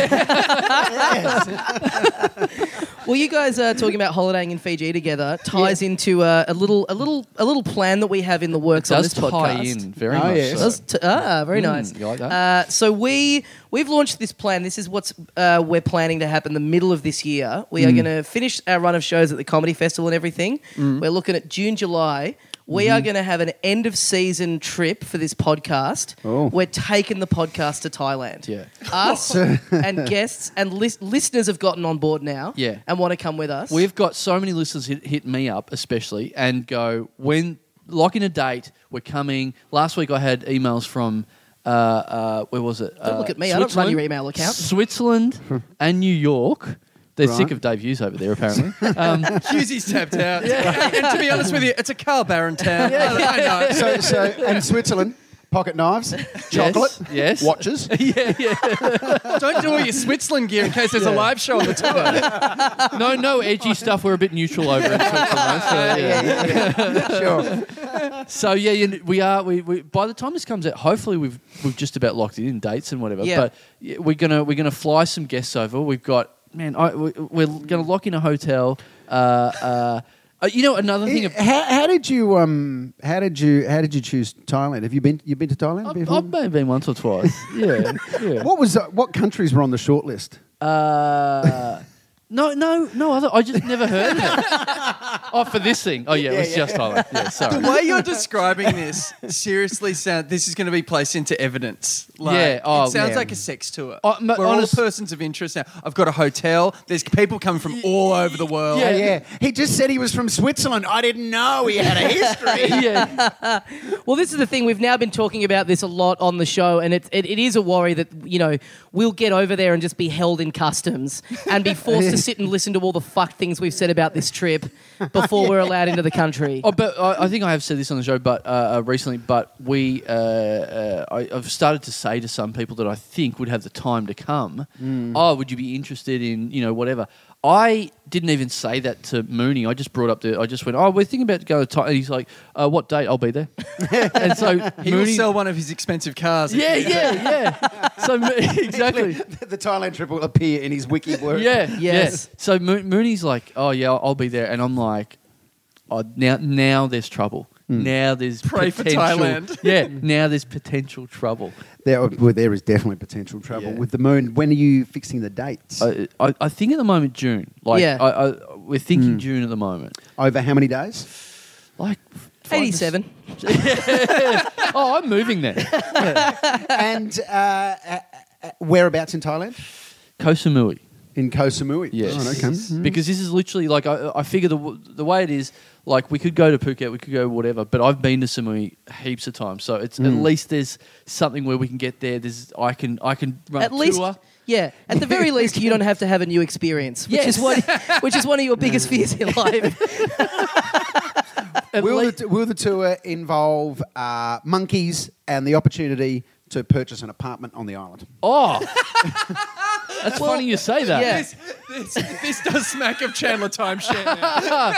Speaker 3: Yes.
Speaker 2: Well, you guys are talking about holidaying in Fiji together. Ties into uh, a little, a little, a little plan that we have in the works on
Speaker 1: Does
Speaker 2: this
Speaker 1: tie
Speaker 2: podcast.
Speaker 1: in very
Speaker 3: Oh,
Speaker 1: much.
Speaker 3: yes.
Speaker 1: so.
Speaker 2: Does t- ah, very
Speaker 1: Mm,
Speaker 2: nice.
Speaker 1: you like that?
Speaker 2: Uh, so we we've launched this plan. This is what's uh, we're planning to happen the middle of this year. We
Speaker 1: Mm.
Speaker 2: are going to finish our run of shows at the comedy festival and everything.
Speaker 1: Mm.
Speaker 2: We're looking at June, July. We
Speaker 1: Mm-hmm.
Speaker 2: are going to have an end of season trip for this podcast.
Speaker 3: Oh.
Speaker 2: We're taking the podcast to Thailand.
Speaker 1: Yeah.
Speaker 2: us and guests and lis- listeners have gotten on board now.
Speaker 1: Yeah.
Speaker 2: and want to come with us.
Speaker 1: We've got so many listeners hit, hit me up, especially, and go when lock in a date. We're coming. Last week I had emails from. Uh, uh, where was it?
Speaker 2: Don't
Speaker 1: Uh,
Speaker 2: look at me. I don't run your
Speaker 1: Switzerland-
Speaker 2: email account.
Speaker 1: Switzerland and New York. They're sick
Speaker 3: Right.
Speaker 1: of Dave Hughes over there, apparently. Um,
Speaker 4: Hughes is tapped out. And, and to be honest with you, it's a Carl Barron town. I, I know.
Speaker 3: so, so and Switzerland, pocket knives, chocolate,
Speaker 1: yes.
Speaker 3: watches.
Speaker 1: yeah, yeah.
Speaker 4: Don't do all your Switzerland gear in case there's a live show on the tour.
Speaker 1: No, no edgy stuff. We're a bit neutral over it. So, yeah.
Speaker 3: Sure.
Speaker 1: so yeah, you- we are. We, we by the time this comes out, hopefully we've we've just about locked it in dates and whatever.
Speaker 2: Yeah.
Speaker 1: But yeah, we're gonna we're gonna fly some guests over. We've got man. I, we, we're gonna lock in a hotel. Uh, uh, uh, you know another thing. ab-
Speaker 3: How, how did you um how did you how did you choose Thailand? Have you been you've been to Thailand
Speaker 1: I've,
Speaker 3: before?
Speaker 1: I've maybe been once or twice. yeah. yeah.
Speaker 3: what was the, what countries were on the short list?
Speaker 1: Uh, no, no, no. Other, I just never heard of it. oh, for this thing. Oh yeah, it was just Thailand. Yeah,
Speaker 4: The
Speaker 1: sorry.
Speaker 4: way you're describing this seriously sound this is going to be placed into evidence. Like,
Speaker 1: Yeah, oh,
Speaker 4: it sounds
Speaker 1: yeah.
Speaker 4: like a sex tour.
Speaker 1: Oh, m-
Speaker 4: We're
Speaker 1: honest-
Speaker 4: all persons of interest now. I've got a hotel. There's people coming from all over the world.
Speaker 1: Yeah.
Speaker 3: Oh, yeah, he just said he was from Switzerland. I didn't know he had a history.
Speaker 1: yeah.
Speaker 2: Well, this is the thing. We've now been talking about this a lot on the show, and it, it, it is a worry that, you know, we'll get over there and just be held in customs and be forced to sit and listen to all the fucked things we've said about this trip before we're allowed into the country.
Speaker 1: Oh, but I, I think I have said this on the show, but uh, uh, recently. But we, uh, uh, I, I've started to say to some people that I think would have the time to come.
Speaker 4: Mm.
Speaker 1: Oh, would you be interested in you know whatever? I didn't even say that to Mooney. I just brought up the. I just went. Oh, we're thinking about going to. Thai. And he's like, uh, "What date? I'll be there." and so
Speaker 4: He will
Speaker 1: Mooney.
Speaker 4: sell one of his expensive cars.
Speaker 1: yeah, yeah, yeah. so Mo- exactly.
Speaker 3: the Thailand trip will appear in his wiki work.
Speaker 1: Yeah.
Speaker 2: Yes.
Speaker 1: Yeah. So Mo- Mooney's like, oh yeah, I'll be there, and I'm like, oh now now there's trouble.
Speaker 2: Hmm.
Speaker 1: Now there's
Speaker 4: Pray for
Speaker 1: potential-
Speaker 4: Thailand.
Speaker 1: yeah. Now there's potential trouble.
Speaker 3: There, uh, well, there is definitely potential trouble
Speaker 1: Yeah.
Speaker 3: with the moon. When are you fixing the dates?
Speaker 1: I, I, I think at the moment June. Like
Speaker 2: Yeah. Hmm.
Speaker 1: I, I, we're thinking June at the moment.
Speaker 3: Over how many days?
Speaker 1: Like f- five-
Speaker 2: 87.
Speaker 1: oh, I'm moving there.
Speaker 3: and uh, uh, uh, whereabouts in Thailand?
Speaker 1: Koh Samui.
Speaker 3: In Koh Samui.
Speaker 1: Yes.
Speaker 3: Right, okay. Mm.
Speaker 1: Because this is literally like I, I figure the w- the way it is. Like we could go to Phuket, we could go whatever, but I've been to Samui heaps of times, so it's
Speaker 3: Mm.
Speaker 1: at least there's something where we can get there. There's I can I can run
Speaker 2: At
Speaker 1: a
Speaker 2: least.
Speaker 1: tour.
Speaker 2: Yeah, at the very least, you don't have to have a new experience, which is
Speaker 1: Yes.
Speaker 2: one, which is one of your biggest fears in life.
Speaker 1: At
Speaker 3: Will,
Speaker 1: lea-
Speaker 3: the, t- will the tour involve uh, monkeys and the opportunity to purchase an apartment on the island?
Speaker 1: oh, that's funny you say that.
Speaker 2: yeah.
Speaker 4: This, this, this does smack of Chandler timeshare now.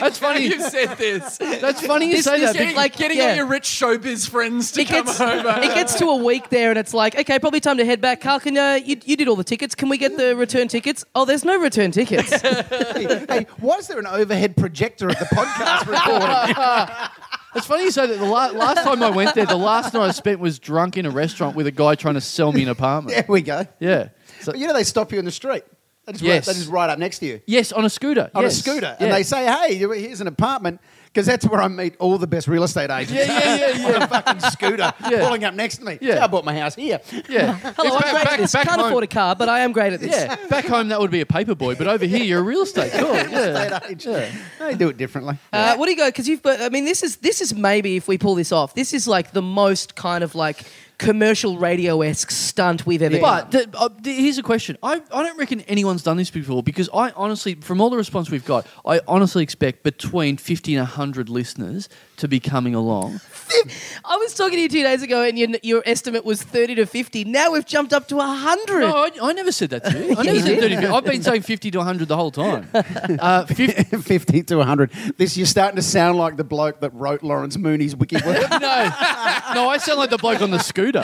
Speaker 1: That's funny.
Speaker 4: You've said this.
Speaker 1: That's funny you
Speaker 2: This-
Speaker 1: say
Speaker 2: this
Speaker 1: that.
Speaker 2: is
Speaker 1: because-
Speaker 2: like-
Speaker 4: getting
Speaker 2: yeah.
Speaker 4: all your rich showbiz friends to
Speaker 2: It
Speaker 4: come
Speaker 2: gets,
Speaker 4: over.
Speaker 2: it gets to a week there, and it's like, okay, probably time to head back. Carl, can uh, you, you did all the tickets? Can we get the return tickets? Oh, there's no return tickets.
Speaker 3: hey, hey, why is there an overhead projector at the podcast recording?
Speaker 1: It's funny you say that. The la- last time I went there, the last night I spent was drunk in a restaurant with a guy trying to sell me an apartment.
Speaker 3: there we go.
Speaker 1: Yeah. So,
Speaker 3: But you know they stop you in the street. That is,
Speaker 1: Yes.
Speaker 3: right, that is right up next to you.
Speaker 1: Yes, on a scooter.
Speaker 3: On
Speaker 1: yes.
Speaker 3: a scooter.
Speaker 1: Yeah.
Speaker 3: And they say, hey, here's an apartment. Because that's where I meet all the best real estate agents.
Speaker 1: Yeah, yeah, yeah,
Speaker 3: on a fucking scooter
Speaker 1: Yeah.
Speaker 3: pulling up next to me.
Speaker 1: Yeah.
Speaker 3: So I bought my house here.
Speaker 1: yeah.
Speaker 2: Hello, I'm
Speaker 1: back-
Speaker 2: great
Speaker 1: back-
Speaker 2: at this.
Speaker 1: back
Speaker 2: Can't
Speaker 1: home.
Speaker 2: afford a car, but I am great at this.
Speaker 1: Yeah, back home that would be a paper boy, but over here you're a real estate. Cool. Yeah.
Speaker 3: Estate agent. They do it differently.
Speaker 2: Uh, what do you go? Because you've, but I mean, this is this is maybe if we pull this off, this is like the most kind of like commercial radio esque stunt we've ever.
Speaker 1: But th- uh, th- here's a question. I, I don't reckon anyone's done this before because I honestly, from all the response we've got, I honestly expect between 50 and 100 listeners to be coming along.
Speaker 2: done. I was talking to you two days ago, and your your estimate was thirty to fifty. Now we've jumped up to hundred.
Speaker 3: Oh.
Speaker 1: No, I, I never said that to you. I never said 30. I've been saying 50 to 100 the whole time. Uh, 50,
Speaker 3: 50 to 100. This You're starting to sound like the bloke that wrote Lawrence Mooney's wiki word.
Speaker 1: no, no, I sound like the bloke on the scooter.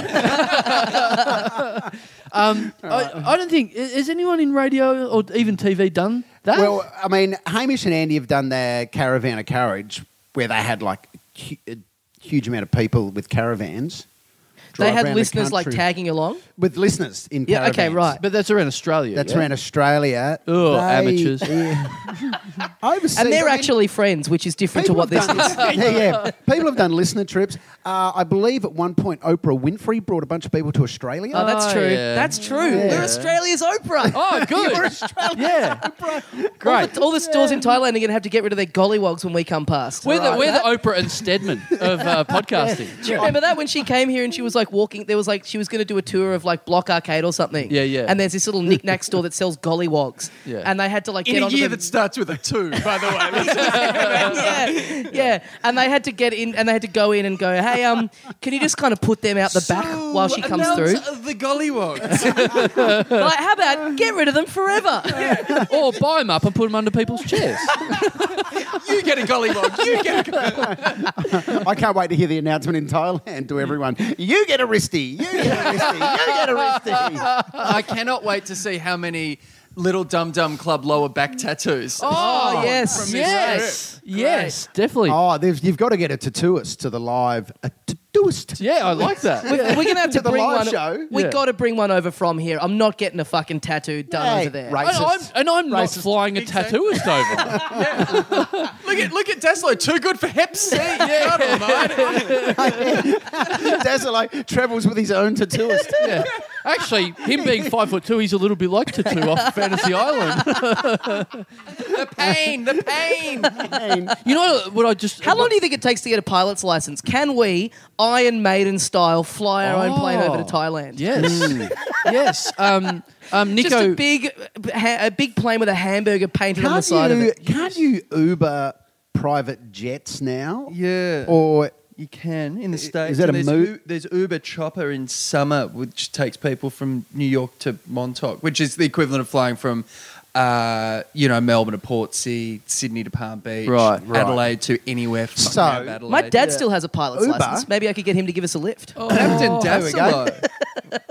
Speaker 1: um, I, I don't think i- has anyone in radio or even TV done that.
Speaker 3: well, I mean, Hamish and Andy have done their Caravan of Courage where they had like a, hu- a huge amount of people with caravans.
Speaker 2: they
Speaker 3: drive
Speaker 2: had
Speaker 3: around the
Speaker 2: listeners like
Speaker 3: country-
Speaker 2: tagging along.
Speaker 3: With listeners in
Speaker 2: Yeah, okay,
Speaker 3: caravans.
Speaker 2: right.
Speaker 1: but that's around Australia.
Speaker 3: That's
Speaker 1: yeah?
Speaker 3: around Australia.
Speaker 1: Ugh, amateurs.
Speaker 3: Yeah. Overseas,
Speaker 2: And they're
Speaker 3: I mean,
Speaker 2: actually friends, which is different to
Speaker 3: people
Speaker 2: what this
Speaker 3: have
Speaker 2: is.
Speaker 3: done- yeah, yeah. People have done listener trips. Uh, I believe at one point Oprah Winfrey brought a bunch of people to Australia.
Speaker 2: Oh, that's
Speaker 1: Oh,
Speaker 2: true.
Speaker 1: yeah.
Speaker 2: That's true.
Speaker 3: Yeah.
Speaker 2: We're Australia's Oprah.
Speaker 1: Oh, good. yeah,
Speaker 2: All
Speaker 1: great.
Speaker 2: the, all the stores in Thailand are going to have to get rid of their gollywogs when we come past.
Speaker 1: We're, the,
Speaker 3: Right.
Speaker 1: we're the Oprah and Stedman of uh, podcasting.
Speaker 2: Do you remember that when she came here and she was like walking? There was like she was going to do a tour of like Block Arcade or something.
Speaker 1: Yeah, yeah.
Speaker 2: And there's this little knickknack store that sells gollywogs.
Speaker 1: Yeah.
Speaker 2: And they had to like
Speaker 4: In
Speaker 2: get
Speaker 4: a
Speaker 2: onto
Speaker 4: year
Speaker 2: the-
Speaker 4: that starts with a two, by the way.
Speaker 2: yeah, yeah. And they had to get in and they had to go in and go, hey, um, can you just kind of put them out the back while she comes through?
Speaker 4: The gollywogs.
Speaker 2: like, how about get rid of them forever?
Speaker 1: or buy them up and put them under people's chairs.
Speaker 4: you get a gollywog. You get a
Speaker 3: I can't wait to hear the announcement in Thailand to everyone. You get a wristy. You get a wristy. You get a wristy.
Speaker 4: I cannot wait to see how many little Dum Dum Club lower back tattoos.
Speaker 2: Oh,
Speaker 4: from
Speaker 2: yes.
Speaker 4: this
Speaker 1: yes, yes, definitely.
Speaker 3: Oh, there's, you've got to get a tattooist to the live. A tattooist.
Speaker 1: Yeah, I like that.
Speaker 2: We're, we're gonna have to
Speaker 3: To the
Speaker 2: bring
Speaker 3: live
Speaker 2: one.
Speaker 3: show?
Speaker 2: We
Speaker 1: Yeah.
Speaker 2: got to bring one over from here. I'm not getting a fucking tattoo done
Speaker 3: Hey,
Speaker 2: over there.
Speaker 3: right.
Speaker 1: And I'm, and I'm not
Speaker 3: Racist.
Speaker 1: flying a
Speaker 4: Exactly.
Speaker 1: tattooist over.
Speaker 4: Look at look at Deslo, too good for Hep C. God almighty.
Speaker 3: Dazzler travels with his own tattooist.
Speaker 1: Yeah. Actually, him being five foot two, he's a little bit like Tattoo off Fantasy Island.
Speaker 4: The pain, the pain.
Speaker 3: And
Speaker 1: You know what I just
Speaker 2: How long do you think it takes to get a pilot's license? Can we, Iron Maiden style, fly our own plane over to
Speaker 1: Oh.
Speaker 2: Thailand?
Speaker 1: Yes, Mm. yes. Um, um, Nico.
Speaker 2: Just a big, a big plane with a hamburger painted on the
Speaker 3: can't,
Speaker 2: side of
Speaker 3: you,
Speaker 2: it.
Speaker 3: can't you Uber private jets now?
Speaker 4: Yeah.
Speaker 3: Or
Speaker 4: You can in the states.
Speaker 3: that
Speaker 4: and
Speaker 3: a
Speaker 4: there's,
Speaker 3: mo-
Speaker 4: U- there's Uber Chopper in summer, which takes people from New York to Montauk, which is the equivalent of flying from, uh, you know, Melbourne to Portsea, Sydney to Palm Beach,
Speaker 1: Right, right.
Speaker 4: Adelaide to anywhere. fucking
Speaker 3: So-
Speaker 4: out of Adelaide.
Speaker 2: My dad still has a pilot's
Speaker 3: Uber?
Speaker 2: license. Maybe I could get him to give us a lift.
Speaker 1: Oh,
Speaker 4: Captain
Speaker 3: there we go.
Speaker 4: Dazzler.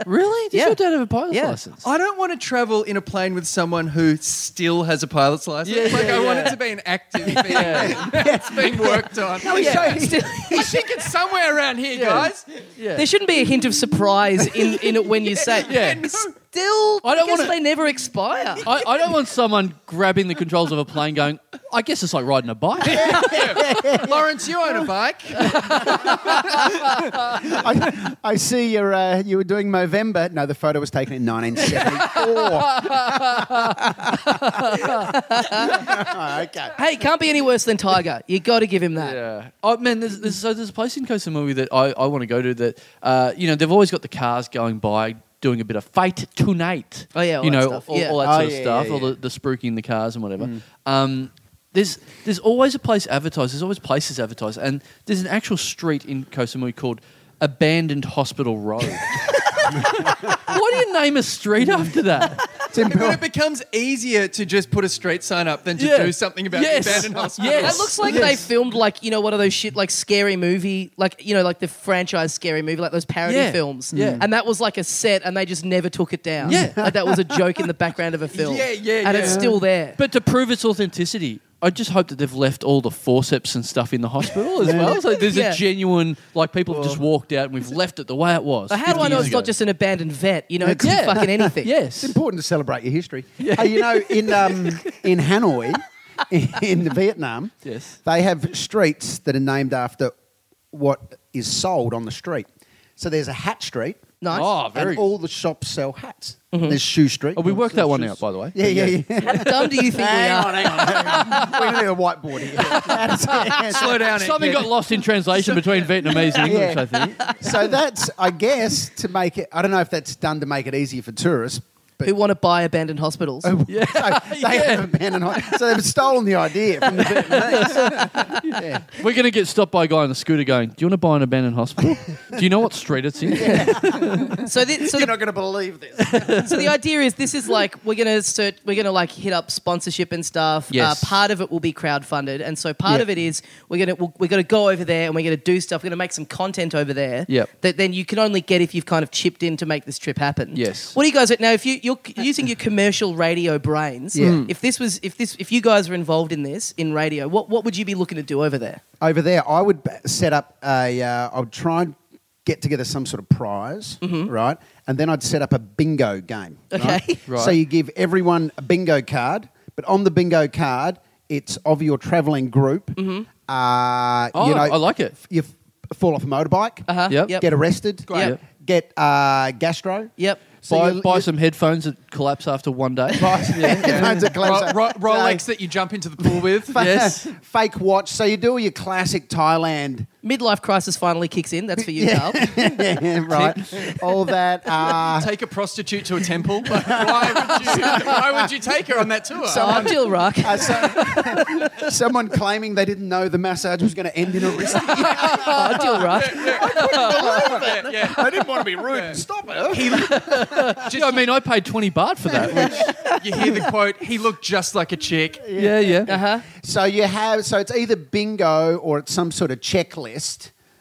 Speaker 1: Really? Does
Speaker 2: Yeah.
Speaker 1: your dad have a pilot's
Speaker 2: Yeah.
Speaker 1: license?
Speaker 4: I don't want to travel in a plane with someone who still has a pilot's license.
Speaker 1: Yeah,
Speaker 4: like
Speaker 1: yeah,
Speaker 4: I want
Speaker 1: yeah.
Speaker 4: it to be an active thing that's being worked on.
Speaker 2: Yeah. Still-
Speaker 4: I think it's somewhere around here,
Speaker 1: Yeah.
Speaker 4: guys.
Speaker 1: yeah.
Speaker 2: there shouldn't be a hint of surprise in, in it when you say it.
Speaker 1: Yeah.
Speaker 2: Still,
Speaker 1: I
Speaker 2: I
Speaker 1: don't
Speaker 2: don't want
Speaker 1: wanna-
Speaker 2: they never expire.
Speaker 1: I, I don't want someone grabbing the controls of a plane going, I guess it's like riding a bike.
Speaker 4: Lawrence, you own a bike.
Speaker 3: I, I see you're, uh, you were doing Movember. No, the photo was taken in 1974. okay.
Speaker 2: hey, can't be any worse than Tiger. You got to give him that.
Speaker 1: Yeah. Oh man, there's, there's so there's a place in Koh Samui that I, I want to go to that uh, you know they've always got the cars going by doing a bit of fight tonight.
Speaker 2: Oh, yeah, all
Speaker 1: you
Speaker 2: that
Speaker 1: know
Speaker 2: stuff.
Speaker 1: All,
Speaker 2: Yeah.
Speaker 1: all that
Speaker 3: Oh,
Speaker 1: sort of
Speaker 3: yeah,
Speaker 1: stuff,
Speaker 3: yeah, Mm.
Speaker 1: all the, the spruiking the cars and whatever. Um, there's there's always a place advertised. There's always places advertised, and there's an actual street in Koh Samui called Abandoned Hospital Road. Why do you name a street after that?
Speaker 3: It's in
Speaker 4: But it becomes easier to just put a street sign up than to
Speaker 1: Yeah.
Speaker 4: do something about
Speaker 1: Yes.
Speaker 4: the abandoned hospital.
Speaker 1: Yes.
Speaker 2: That looks like they filmed like you know one of those shit like scary movie like you know like the franchise scary movie like those parody
Speaker 1: Yeah.
Speaker 2: films
Speaker 1: Yeah.
Speaker 2: and that was like a set and they just never took it down
Speaker 1: Yeah.
Speaker 2: like that was a joke in the background of a film
Speaker 4: Yeah, yeah,
Speaker 2: and it's
Speaker 4: yeah.
Speaker 2: still there
Speaker 1: But to prove its authenticity, I just hope that they've left all the forceps and stuff in the hospital as well. So there's
Speaker 2: Yeah.
Speaker 1: a genuine like people have just walked out and we've left it the way it was.
Speaker 2: But how do
Speaker 1: 50
Speaker 2: I know
Speaker 1: years
Speaker 2: it's not
Speaker 1: ago.
Speaker 2: just an abandoned vet? You know, it could be
Speaker 1: Yeah.
Speaker 2: fucking anything.
Speaker 1: yes?
Speaker 3: It's important to celebrate your history. Hey, you know, in um, in Hanoi, in Vietnam,
Speaker 1: Yes.
Speaker 3: they have streets that are named after what is sold on the street. So there's a hat street.
Speaker 2: Nice.
Speaker 1: Oh, very.
Speaker 3: And all the shops sell hats. There's shoe street.
Speaker 1: oh, we worked that one
Speaker 3: Shoes.
Speaker 1: out by the way.
Speaker 3: Yeah, yeah, yeah.
Speaker 2: How dumb do you think we are?
Speaker 3: hang on, hang on. We need a whiteboard here. That's it.
Speaker 4: Slow down.
Speaker 1: Something got lost in translation between Vietnamese and English,
Speaker 3: Yeah.
Speaker 1: I think.
Speaker 3: So that's, I guess, to make it. I don't know if that's done to make it easier for tourists. But
Speaker 2: Who want to buy abandoned hospitals?
Speaker 3: yeah. so they have abandoned. hot- So they've stolen the idea from the Vietnamese. yeah.
Speaker 1: We're going to get stopped by a guy on a scooter going, Do you want to buy an abandoned hospital? Do you know what street it's in?
Speaker 2: So, thi- so, the,
Speaker 3: You're not going to believe this.
Speaker 2: so the idea is this is like we're gonna search, we're gonna like hit up sponsorship and stuff.
Speaker 1: Yes.
Speaker 2: Uh, part of it will be crowdfunded, and so part
Speaker 3: Yeah.
Speaker 2: of it is we're gonna we're, we're gonna go over there and we're gonna do stuff. We're gonna make some content over there.
Speaker 1: Yep.
Speaker 2: That then you can only get if you've kind of chipped in to make this trip happen.
Speaker 1: Yes.
Speaker 2: What do you guys now? If you you're c- using your commercial radio brains,
Speaker 3: Yeah. Mm.
Speaker 2: if this was if this if you guys were involved in this in radio, what what would you be looking to do over there?
Speaker 3: Over there, I would b- set up a. Uh, I would try and get together some sort of prize,
Speaker 1: Mm-hmm.
Speaker 3: right? And then I'd set up a bingo game.
Speaker 2: Okay.
Speaker 1: Right.
Speaker 3: So you give everyone a bingo card, but on the bingo card, it's of your travelling group. Uh,
Speaker 1: Mm-hmm. Oh,
Speaker 3: you know,
Speaker 1: I like it.
Speaker 3: You f- fall off a motorbike,
Speaker 2: Uh-huh.
Speaker 1: Yep.
Speaker 2: Yep.
Speaker 3: get arrested,
Speaker 2: Great. Yep.
Speaker 3: get uh, gastro.
Speaker 2: Yep.
Speaker 3: So
Speaker 1: buy
Speaker 3: you-
Speaker 1: buy
Speaker 3: you-
Speaker 1: some headphones that collapse after one day.
Speaker 3: Headphones are
Speaker 4: Ro-
Speaker 3: collapsed.
Speaker 4: ro-
Speaker 3: So-
Speaker 4: Rolex that you jump into the pool with.
Speaker 1: yes.
Speaker 3: fake watch. So you do all your classic Thailand
Speaker 2: Midlife crisis finally kicks in. That's for you, Carl.
Speaker 3: Yeah, right. All that. Uh,
Speaker 4: Take a prostitute to a temple. why, would you, why would you take her on that tour?
Speaker 2: Oh, I'm Jill Rock.
Speaker 3: uh, so- someone claiming they didn't know the massage was going to end in a wrist.
Speaker 2: Oh, Jill Rock.
Speaker 4: yeah, yeah.
Speaker 3: I didn't want to be rude. Stop it.
Speaker 1: Yeah, I mean, I paid 20 baht for that. Which,
Speaker 4: You hear the quote, he looked just like a chick.
Speaker 1: yeah, yeah.
Speaker 2: Uh huh.
Speaker 3: So you have. So it's either bingo or it's some sort of checklist.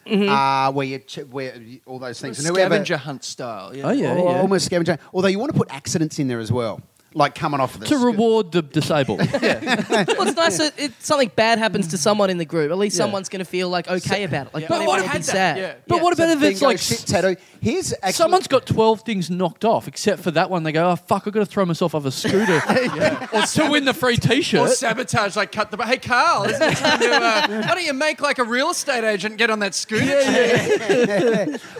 Speaker 3: Uh, where you che- where you- all those things and whoever
Speaker 4: Scavenger hunt style. Yeah.
Speaker 1: Oh, yeah,
Speaker 3: or
Speaker 1: yeah.
Speaker 3: almost scavenger. Although you want to put accidents in there as well, like coming off the
Speaker 1: To
Speaker 3: sc-
Speaker 1: reward the disabled. yeah.
Speaker 2: Well, it's nice that it, something bad happens to someone in the group. At least someone's going to feel like okay about it. Like,
Speaker 4: But
Speaker 2: not everyone
Speaker 4: what
Speaker 2: will
Speaker 4: had
Speaker 2: be
Speaker 4: that,
Speaker 2: sad.
Speaker 4: yeah.
Speaker 1: But what about if it's
Speaker 3: bingo
Speaker 1: like
Speaker 3: shit
Speaker 1: s-
Speaker 3: tattoo. Here's actually,
Speaker 1: someone's got 12 things knocked off except for that one? They go, Oh, fuck, I've got to throw myself off a scooter or to win the free t
Speaker 4: Or
Speaker 1: shirt.
Speaker 4: sabotage, like cut the. Hey, Carl, isn't it time to, uh, why don't you make like a real estate agent and get on that scooter?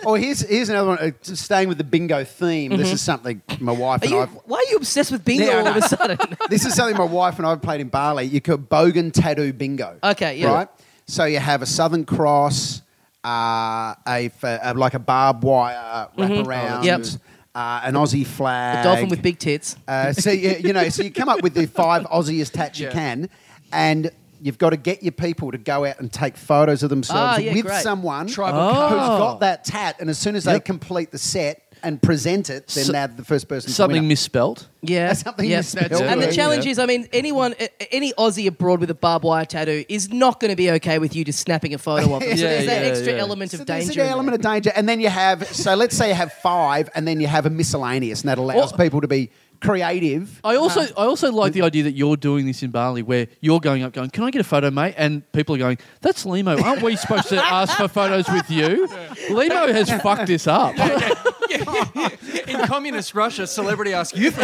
Speaker 3: Oh, here's here's another one. Uh, just staying with the bingo theme. This is something my wife
Speaker 2: Are
Speaker 3: and
Speaker 2: you,
Speaker 3: I've.
Speaker 2: why are you obsessed with bingo
Speaker 3: Yeah, I
Speaker 2: all of
Speaker 3: know.
Speaker 2: a sudden?
Speaker 3: This is something my wife and I've played in Bali. You call bogan tattoo bingo.
Speaker 2: Okay, yeah.
Speaker 3: Right. So you have a southern cross, uh, a, f- uh like a barbed wire wrap
Speaker 1: Oh,
Speaker 3: around,
Speaker 2: Mm-hmm. Yep.
Speaker 3: uh, an Aussie flag,
Speaker 2: Dolphin with big tits.
Speaker 3: Uh, so you, you know, so you come up with the five Aussiest hats you
Speaker 4: Yeah.
Speaker 3: can, and you've got to get your people to go out and take photos of
Speaker 2: Ah,
Speaker 3: themselves
Speaker 2: yeah,
Speaker 3: with
Speaker 2: great.
Speaker 3: someone
Speaker 4: Tribal
Speaker 3: who's
Speaker 1: Oh.
Speaker 3: got that tat, and as soon as they
Speaker 1: Yep.
Speaker 3: complete the set and present it, then
Speaker 1: So-
Speaker 3: they're the first person. to
Speaker 1: Something
Speaker 3: win it.
Speaker 1: misspelled.
Speaker 2: Yeah.
Speaker 3: something
Speaker 2: yeah.
Speaker 3: misspelled.
Speaker 2: And the
Speaker 1: Yeah.
Speaker 2: challenge is, I mean, anyone, a- a- any Aussie abroad with a barbed wire tattoo is not going to be okay with you just snapping a photo of them. so
Speaker 1: Yeah,
Speaker 2: there's that
Speaker 1: yeah,
Speaker 2: extra
Speaker 1: yeah.
Speaker 2: element of
Speaker 3: So
Speaker 2: danger.
Speaker 3: there's an
Speaker 2: in there.
Speaker 3: element of danger, and then you have. So let's say you have five, and then you have a miscellaneous, and that allows
Speaker 1: Well-
Speaker 3: people to be creative.
Speaker 1: I
Speaker 4: Uh-huh.
Speaker 1: also I also like the idea that you're doing this in Bali, where you're going up, going, "Can I get a photo, mate?" And people are going, "That's Limo. Aren't we supposed to ask for photos with you?" Limo has fucked this up.
Speaker 4: In communist Russia, celebrity asks you for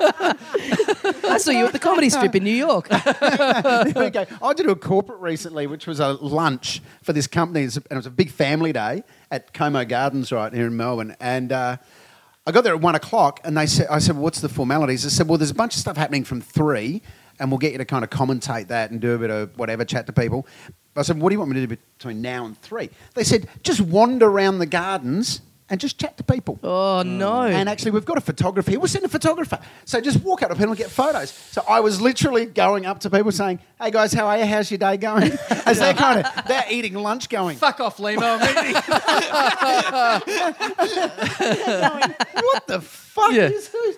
Speaker 2: I saw you at the comedy strip in New York.
Speaker 3: There you go. I did a corporate recently, which was a lunch for this company, It's a- and it was a big family day at Como Gardens right here in Melbourne. And uh, I got there at one o'clock, and they said, "I said, what's the formalities?" They said, "Well, there's a bunch of stuff happening from three, and we'll get you to kind of commentate that and do a bit of whatever, chat to people." I said, "What do you want me to do between now and three? They said, "Just wander around the gardens." And just chat to people.
Speaker 2: Oh, no.
Speaker 3: And actually, we've got a photographer here. We'll send a photographer. So just walk up to people and get photos. So I was literally going up to people saying, "Hey guys, how are you? How's your day going?" As they're kind of they're eating lunch, going,
Speaker 4: fuck off, Limo.
Speaker 3: "What the fuck
Speaker 1: Yeah.
Speaker 3: is this?"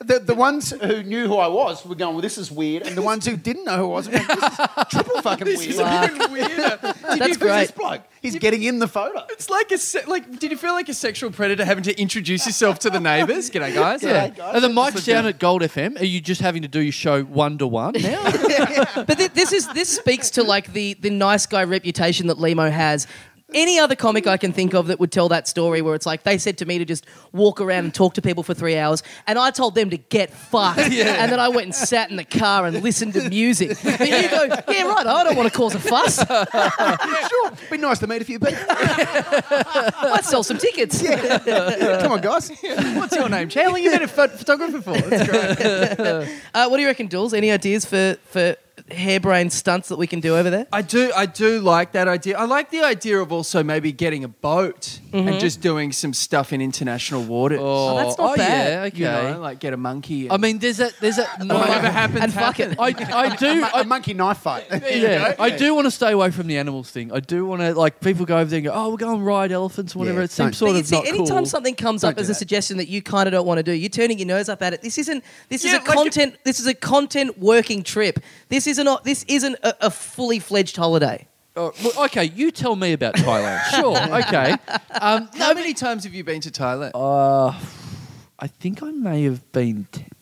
Speaker 3: the, the ones who knew who I was were going, well, this is weird. And the ones who didn't know who I was were going, this is triple fucking weird.
Speaker 4: even weirder. Did
Speaker 2: That's
Speaker 4: you,
Speaker 3: Who's this
Speaker 2: great.
Speaker 3: bloke? He's getting in the photo.
Speaker 4: it's like a se- like. Did you feel like a sexual predator having to introduce yourself to the neighbours? G'day, guys.
Speaker 1: Yeah.
Speaker 3: guys.
Speaker 1: Are the mics down at Gold FM? Are you just having to do your show one to one now?
Speaker 2: But thi- this is this speaks to like the the nice guy reputation that Limo has. Any other comic I can think of that would tell that story where it's like they said to me to just walk around and talk to people for three hours, and I told them to get fucked, and then I went and sat in the car and listened to music. But you go, yeah, right, I don't want to cause a fuss.
Speaker 3: Sure, be nice to meet a few people.
Speaker 2: I'd sell some tickets.
Speaker 3: Come on, guys.
Speaker 4: What's your name, Chad? How long you been a pho- photographer for? That's great.
Speaker 2: Uh, what do you reckon, Jules? Any ideas for for harebrained stunts that we can do over there?
Speaker 4: I do, I do like that idea. I like the idea of also maybe getting a boat and just doing some stuff in international waters.
Speaker 2: that's not bad.
Speaker 1: Yeah, okay.
Speaker 4: Oh, You know, like get a monkey. And,
Speaker 1: I mean, there's that. There's that. No,
Speaker 4: whatever
Speaker 1: I,
Speaker 4: happens,
Speaker 2: and fuck it.
Speaker 1: I do.
Speaker 3: A
Speaker 1: I,
Speaker 3: monkey knife fight.
Speaker 1: yeah, I do want to stay away from the animals thing. I do want to like people go over there and go, oh, we'll go and ride elephants, or whatever.
Speaker 3: Yeah,
Speaker 1: it seems
Speaker 2: But
Speaker 1: sort
Speaker 2: you
Speaker 1: of
Speaker 2: see,
Speaker 1: not
Speaker 2: anytime
Speaker 1: cool.
Speaker 2: something comes up
Speaker 3: do
Speaker 2: as a
Speaker 3: that.
Speaker 2: suggestion that you kind of don't want to do, you're turning your nose up at it. This isn't. This
Speaker 4: Yeah,
Speaker 2: is a
Speaker 4: like
Speaker 2: content. this is a content working trip. This isn't. A, this isn't a, a fully fledged holiday.
Speaker 1: Oh, well, okay, you tell me about Thailand. sure, okay. Um,
Speaker 4: How many times have you been to Thailand?
Speaker 1: uh, I think I may have been ten,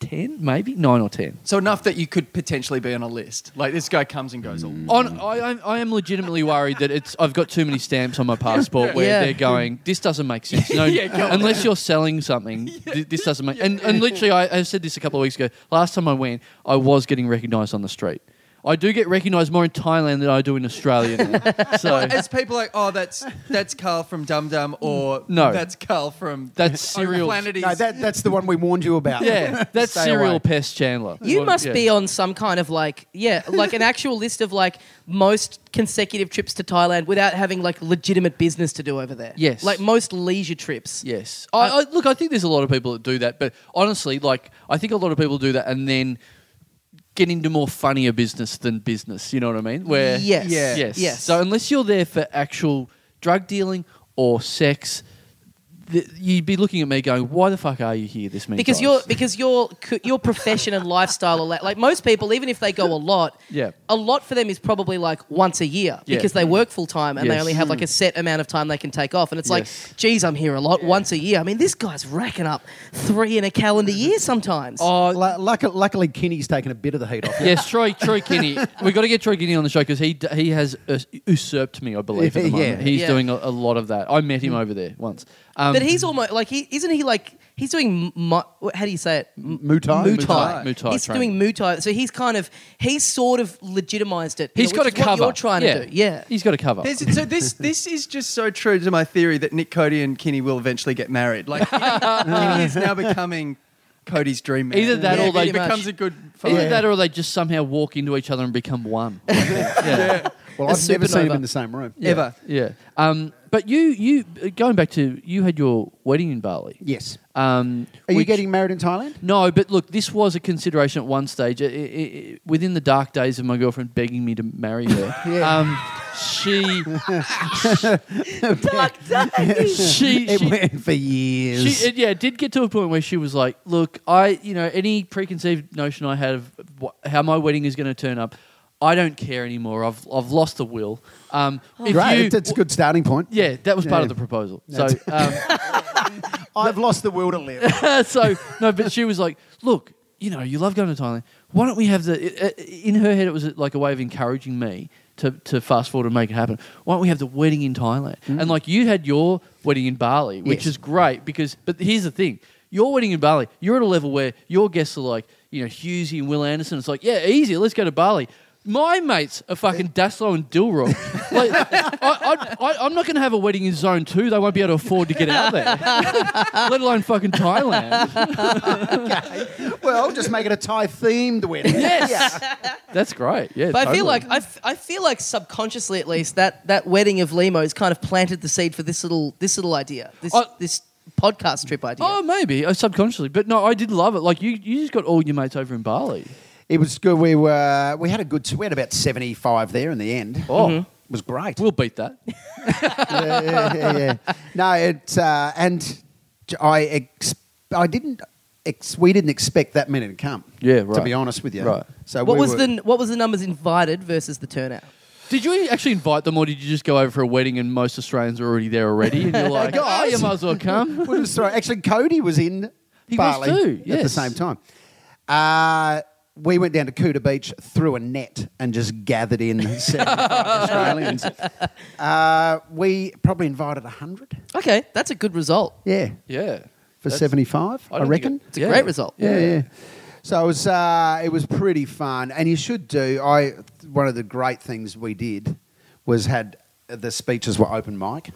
Speaker 1: 10 maybe nine or ten.
Speaker 4: So enough that you could potentially be on a list. Like this guy comes and goes. all
Speaker 1: On, I, I'm- I am legitimately worried that it's I've got too many stamps on my passport where
Speaker 2: Yeah.
Speaker 1: they're going. This doesn't make sense. No,
Speaker 4: Yeah, go on.
Speaker 1: unless you're selling something, th- this doesn't make. And, and literally, I, I said this a couple of weeks ago. Last time I went, I was getting recognised on the street. I do get recognised more in Thailand than I do in Australia. Now. So
Speaker 4: As people like, oh, that's that's Carl from Dum Dum, or
Speaker 1: No.
Speaker 4: that's Carl from
Speaker 1: That's cereal.
Speaker 4: Planet
Speaker 3: No, that, that's the one we warned you about.
Speaker 1: yeah, that's
Speaker 3: Stay
Speaker 1: serial
Speaker 3: away.
Speaker 1: pest Chandler.
Speaker 2: You
Speaker 1: Well,
Speaker 2: must
Speaker 1: yeah.
Speaker 2: be on some kind of like yeah, like an actual list of like most consecutive trips to Thailand without having like legitimate business to do over there.
Speaker 1: Yes.
Speaker 2: like most leisure trips.
Speaker 1: Yes. I, I, look, I think there's a lot of people that do that, but honestly, like, I think a lot of people do that and then get into more funnier business than business. You know what I mean? Where
Speaker 2: Yes.
Speaker 4: Yeah.
Speaker 1: yes,
Speaker 2: Yes.
Speaker 1: So unless you're there for actual drug dealing or sex, th- you'd be looking at me going, "Why the fuck are you here this many?"
Speaker 2: because
Speaker 1: times?"
Speaker 2: your because your c- your profession and lifestyle allow, like most people even if they go a lot
Speaker 1: Yeah.
Speaker 2: a lot for them is probably like once a year
Speaker 1: Yeah.
Speaker 2: because they work full time and they
Speaker 1: Yes. Mm.
Speaker 2: only have like a set amount of time they can take off and it's
Speaker 1: Yes.
Speaker 2: like geez I'm here a lot once a year I mean this guy's racking up three in a calendar year sometimes
Speaker 1: oh.
Speaker 3: Lu- luck- luckily, Kinney's taken a bit of the heat off.
Speaker 1: Yes, Troy, Troy Kinney. We've got to get Troy Kinney on the show because he d- he has uh, usurped me, I believe, at the
Speaker 3: Yeah.
Speaker 1: moment. He's
Speaker 2: Yeah. Mm.
Speaker 1: doing a, a lot of that. I met him over there once. Um,
Speaker 2: but he's almost like he isn't he like he's doing mu- how do you say it
Speaker 3: Muay Thai?
Speaker 2: Muay
Speaker 1: Muay
Speaker 2: Thai.
Speaker 1: Thai. Muay Thai
Speaker 2: he's
Speaker 1: training.
Speaker 2: doing Muay Thai, so he's kind of he's sort of legitimized it.
Speaker 1: He's
Speaker 2: He's
Speaker 1: got a cover.
Speaker 2: What you're trying
Speaker 1: yeah.
Speaker 2: to do, yeah.
Speaker 1: He's got a cover.
Speaker 4: There's, so this this is just so true to my theory that Nick Cody and Kinney will eventually get married. Like Kinney is now becoming Cody's dream man.
Speaker 1: Either that
Speaker 2: Yeah,
Speaker 1: or they
Speaker 2: pretty
Speaker 4: he becomes
Speaker 2: much.
Speaker 4: a good.
Speaker 1: Either
Speaker 4: Father.
Speaker 1: that or they just somehow walk into each other and become one. yeah.
Speaker 3: Well,
Speaker 2: A
Speaker 3: I've never seen him
Speaker 2: supernova.
Speaker 3: in the same room.
Speaker 1: Yeah.
Speaker 4: Ever.
Speaker 1: Yeah. Um, but you, you going back to you had your wedding in Bali.
Speaker 3: Yes.
Speaker 1: Um,
Speaker 3: Are you
Speaker 1: which-
Speaker 3: getting married in Thailand?
Speaker 1: No, but look, this was a consideration at one stage. I- I- I- within the dark days of my girlfriend begging me to marry her,
Speaker 3: Yeah.
Speaker 1: um, she,
Speaker 2: Dark days.
Speaker 1: she,
Speaker 3: it
Speaker 1: she
Speaker 3: went for years.
Speaker 1: She, it, yeah, it did get to a point where she was like, "Look, I, you know, any preconceived notion I had of wh- how my wedding is going to turn up, I don't care anymore. I've, I've lost the will." Um, if
Speaker 3: Great.
Speaker 1: you-
Speaker 3: that's a good starting point.
Speaker 1: Yeah, that was part of the
Speaker 3: Yeah.
Speaker 1: proposal. So,
Speaker 3: That's-
Speaker 1: um,
Speaker 3: I've lost the will to live.
Speaker 1: so no, but she was like, "Look, you know, you love going to Thailand. Why don't we have the?" i- i- In her head, it was like a way of encouraging me to to fast forward and make it happen. Why don't we have the wedding in Thailand? And like you had your wedding in Bali, which
Speaker 3: Yes.
Speaker 1: is great because. But here's the thing: your wedding in Bali, you're at a level where your guests are like, you know, Hughesy and Will Anderson. It's like, yeah, easy. Let's go to Bali. My mates are fucking Daslow and Dilroy. Like, I, I, I, I'm not going to have a wedding in Zone 2. They won't be able to afford to get out there let alone fucking Thailand.
Speaker 3: well, just make it a Thai themed wedding.
Speaker 1: yes, that's great. Yeah,
Speaker 2: But I
Speaker 1: totally.
Speaker 2: feel like I, f- I feel like subconsciously at least that that wedding of Limo's kind of planted the seed for this little this little idea this
Speaker 1: Oh.
Speaker 2: this podcast trip idea.
Speaker 1: oh maybe uh, subconsciously, but no, I did love it. Like you, you just got all your mates over in Bali.
Speaker 3: It was good. We were we had a good. We had about seventy five there in the end.
Speaker 1: Oh,
Speaker 3: It was great.
Speaker 1: we'll beat that.
Speaker 3: yeah, yeah, yeah, yeah. No, it uh, and I ex- I didn't. Ex- we didn't expect that many to come.
Speaker 1: Yeah,
Speaker 3: To
Speaker 1: right.
Speaker 3: be honest with you,
Speaker 1: Right.
Speaker 3: So
Speaker 2: What
Speaker 3: we
Speaker 2: was
Speaker 3: were-
Speaker 2: the what was the numbers invited versus the turnout?
Speaker 1: Did you actually invite them, or did you just go over for a wedding and most Australians are already there already? And you're like, oh,
Speaker 3: Guys.
Speaker 1: you might as well come.
Speaker 3: We'll just throw- Actually, Cody was in
Speaker 1: He was
Speaker 3: Bali
Speaker 1: too,
Speaker 3: at the
Speaker 1: yes.
Speaker 3: same time. Uh, we went down to Cooter Beach, threw a net, and just gathered in seven Australians. Uh, we probably invited 100.
Speaker 2: Okay, that's a good result.
Speaker 3: Yeah,
Speaker 1: yeah.
Speaker 3: for
Speaker 1: That's-
Speaker 3: 75, I,
Speaker 1: don't think
Speaker 3: reckon.
Speaker 1: it-
Speaker 2: It's a great result.
Speaker 3: yeah, yeah. So it was, uh, it was pretty fun, and you should do. I one of the great things we did was had the speeches were open mic.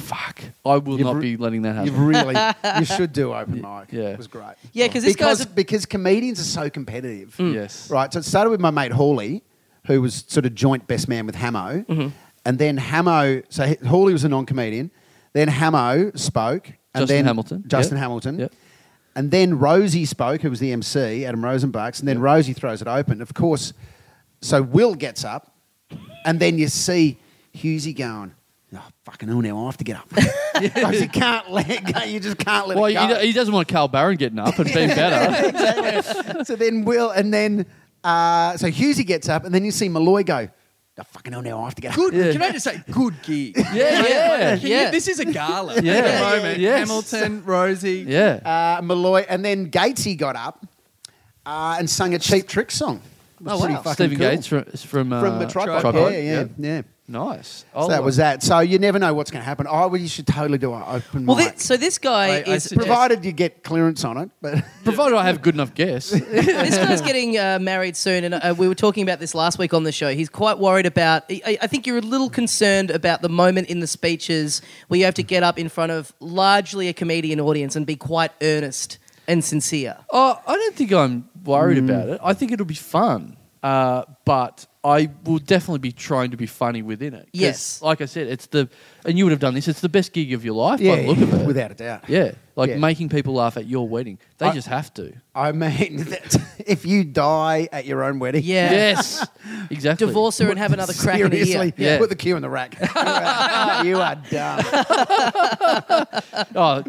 Speaker 1: Fuck. I will
Speaker 3: You've
Speaker 1: not be
Speaker 3: re-
Speaker 1: letting that
Speaker 3: You
Speaker 1: happen.
Speaker 3: really, you should do open mic.
Speaker 1: yeah.
Speaker 3: it was great.
Speaker 2: Yeah, 'cause this
Speaker 3: because
Speaker 2: guy's a- Mm.
Speaker 3: because comedians are so competitive.
Speaker 1: Yes.
Speaker 3: Right. So it started with my mate Hawley, who was sort of joint best man with Hamo,
Speaker 2: Mm-hmm.
Speaker 3: and then Hamo. So he- Hawley was a non-comedian. Then Hamo spoke, and
Speaker 1: Justin
Speaker 3: then
Speaker 1: Hamilton,
Speaker 3: Justin
Speaker 1: yeah.
Speaker 3: Hamilton.
Speaker 1: Yeah.
Speaker 3: And then Rosie spoke, who was the MC, Adam Rosenbach's, and then Rosie throws it open. Of course, so Will gets up, and then you see Husey going, oh, fucking hell, now I have to get up. Like, you can't let it go. You just can't let
Speaker 1: Well,
Speaker 3: it
Speaker 1: he,
Speaker 3: go.
Speaker 1: he doesn't want Carl Barron getting up and being better.
Speaker 3: Exactly. so then Will, and then, uh, so Husey gets up, and then you see Malloy go, oh, fucking hell, now I have to get up.
Speaker 4: Good.
Speaker 1: Yeah.
Speaker 4: Can I just say, good gig.
Speaker 1: Yeah, yeah,
Speaker 4: Can
Speaker 2: yeah.
Speaker 4: You, this is a gala.
Speaker 1: Yeah.
Speaker 4: At
Speaker 1: Yeah,
Speaker 4: the
Speaker 1: yeah,
Speaker 4: moment,
Speaker 1: yes.
Speaker 4: Hamilton, Rosie.
Speaker 1: yeah.
Speaker 3: Uh, Malloy, and then Gatesy got up uh, and sung a Cheap Trick song. It was
Speaker 2: Oh,
Speaker 3: pretty
Speaker 2: wow.
Speaker 3: fucking
Speaker 1: Stephen
Speaker 3: cool.
Speaker 1: Gates from from, uh,
Speaker 3: From the tripod.
Speaker 1: tripod.
Speaker 3: Yeah, yeah, yeah.
Speaker 1: Nice.
Speaker 3: So that was that. So you never know what's going to happen. I well, you should totally do an open
Speaker 2: Well,
Speaker 3: mic,
Speaker 2: thi- so this guy
Speaker 4: I- I
Speaker 2: is
Speaker 4: suggest-
Speaker 3: provided you get clearance on it. But
Speaker 1: Provided I have good enough guess.
Speaker 2: this guy's getting uh, married soon, and uh, we were talking about this last week on the show. He's quite worried about. I, I think you're a little concerned about the moment in the speeches where you have to get up in front of largely a comedian audience and be quite earnest and sincere.
Speaker 1: Oh, I don't think I'm worried
Speaker 2: Mm.
Speaker 1: about it. I think it'll be fun, uh, but I will definitely be trying to be funny within it. 'Cause,
Speaker 2: Yes.
Speaker 1: like I said, it's the and you would have done this. It's the best gig of your life by the
Speaker 3: yeah,
Speaker 1: look of it.
Speaker 3: without a doubt.
Speaker 1: yeah, like
Speaker 3: Yeah.
Speaker 1: making people laugh at your wedding. They
Speaker 3: I-
Speaker 1: just have to.
Speaker 3: I mean, that, if you die at your own wedding,
Speaker 2: Yeah.
Speaker 1: Yes, exactly.
Speaker 2: Divorce her and have another crack in a
Speaker 3: seriously,
Speaker 2: year.
Speaker 1: Yeah.
Speaker 3: put the queue in the rack. You are- you are dumb.
Speaker 1: Oh,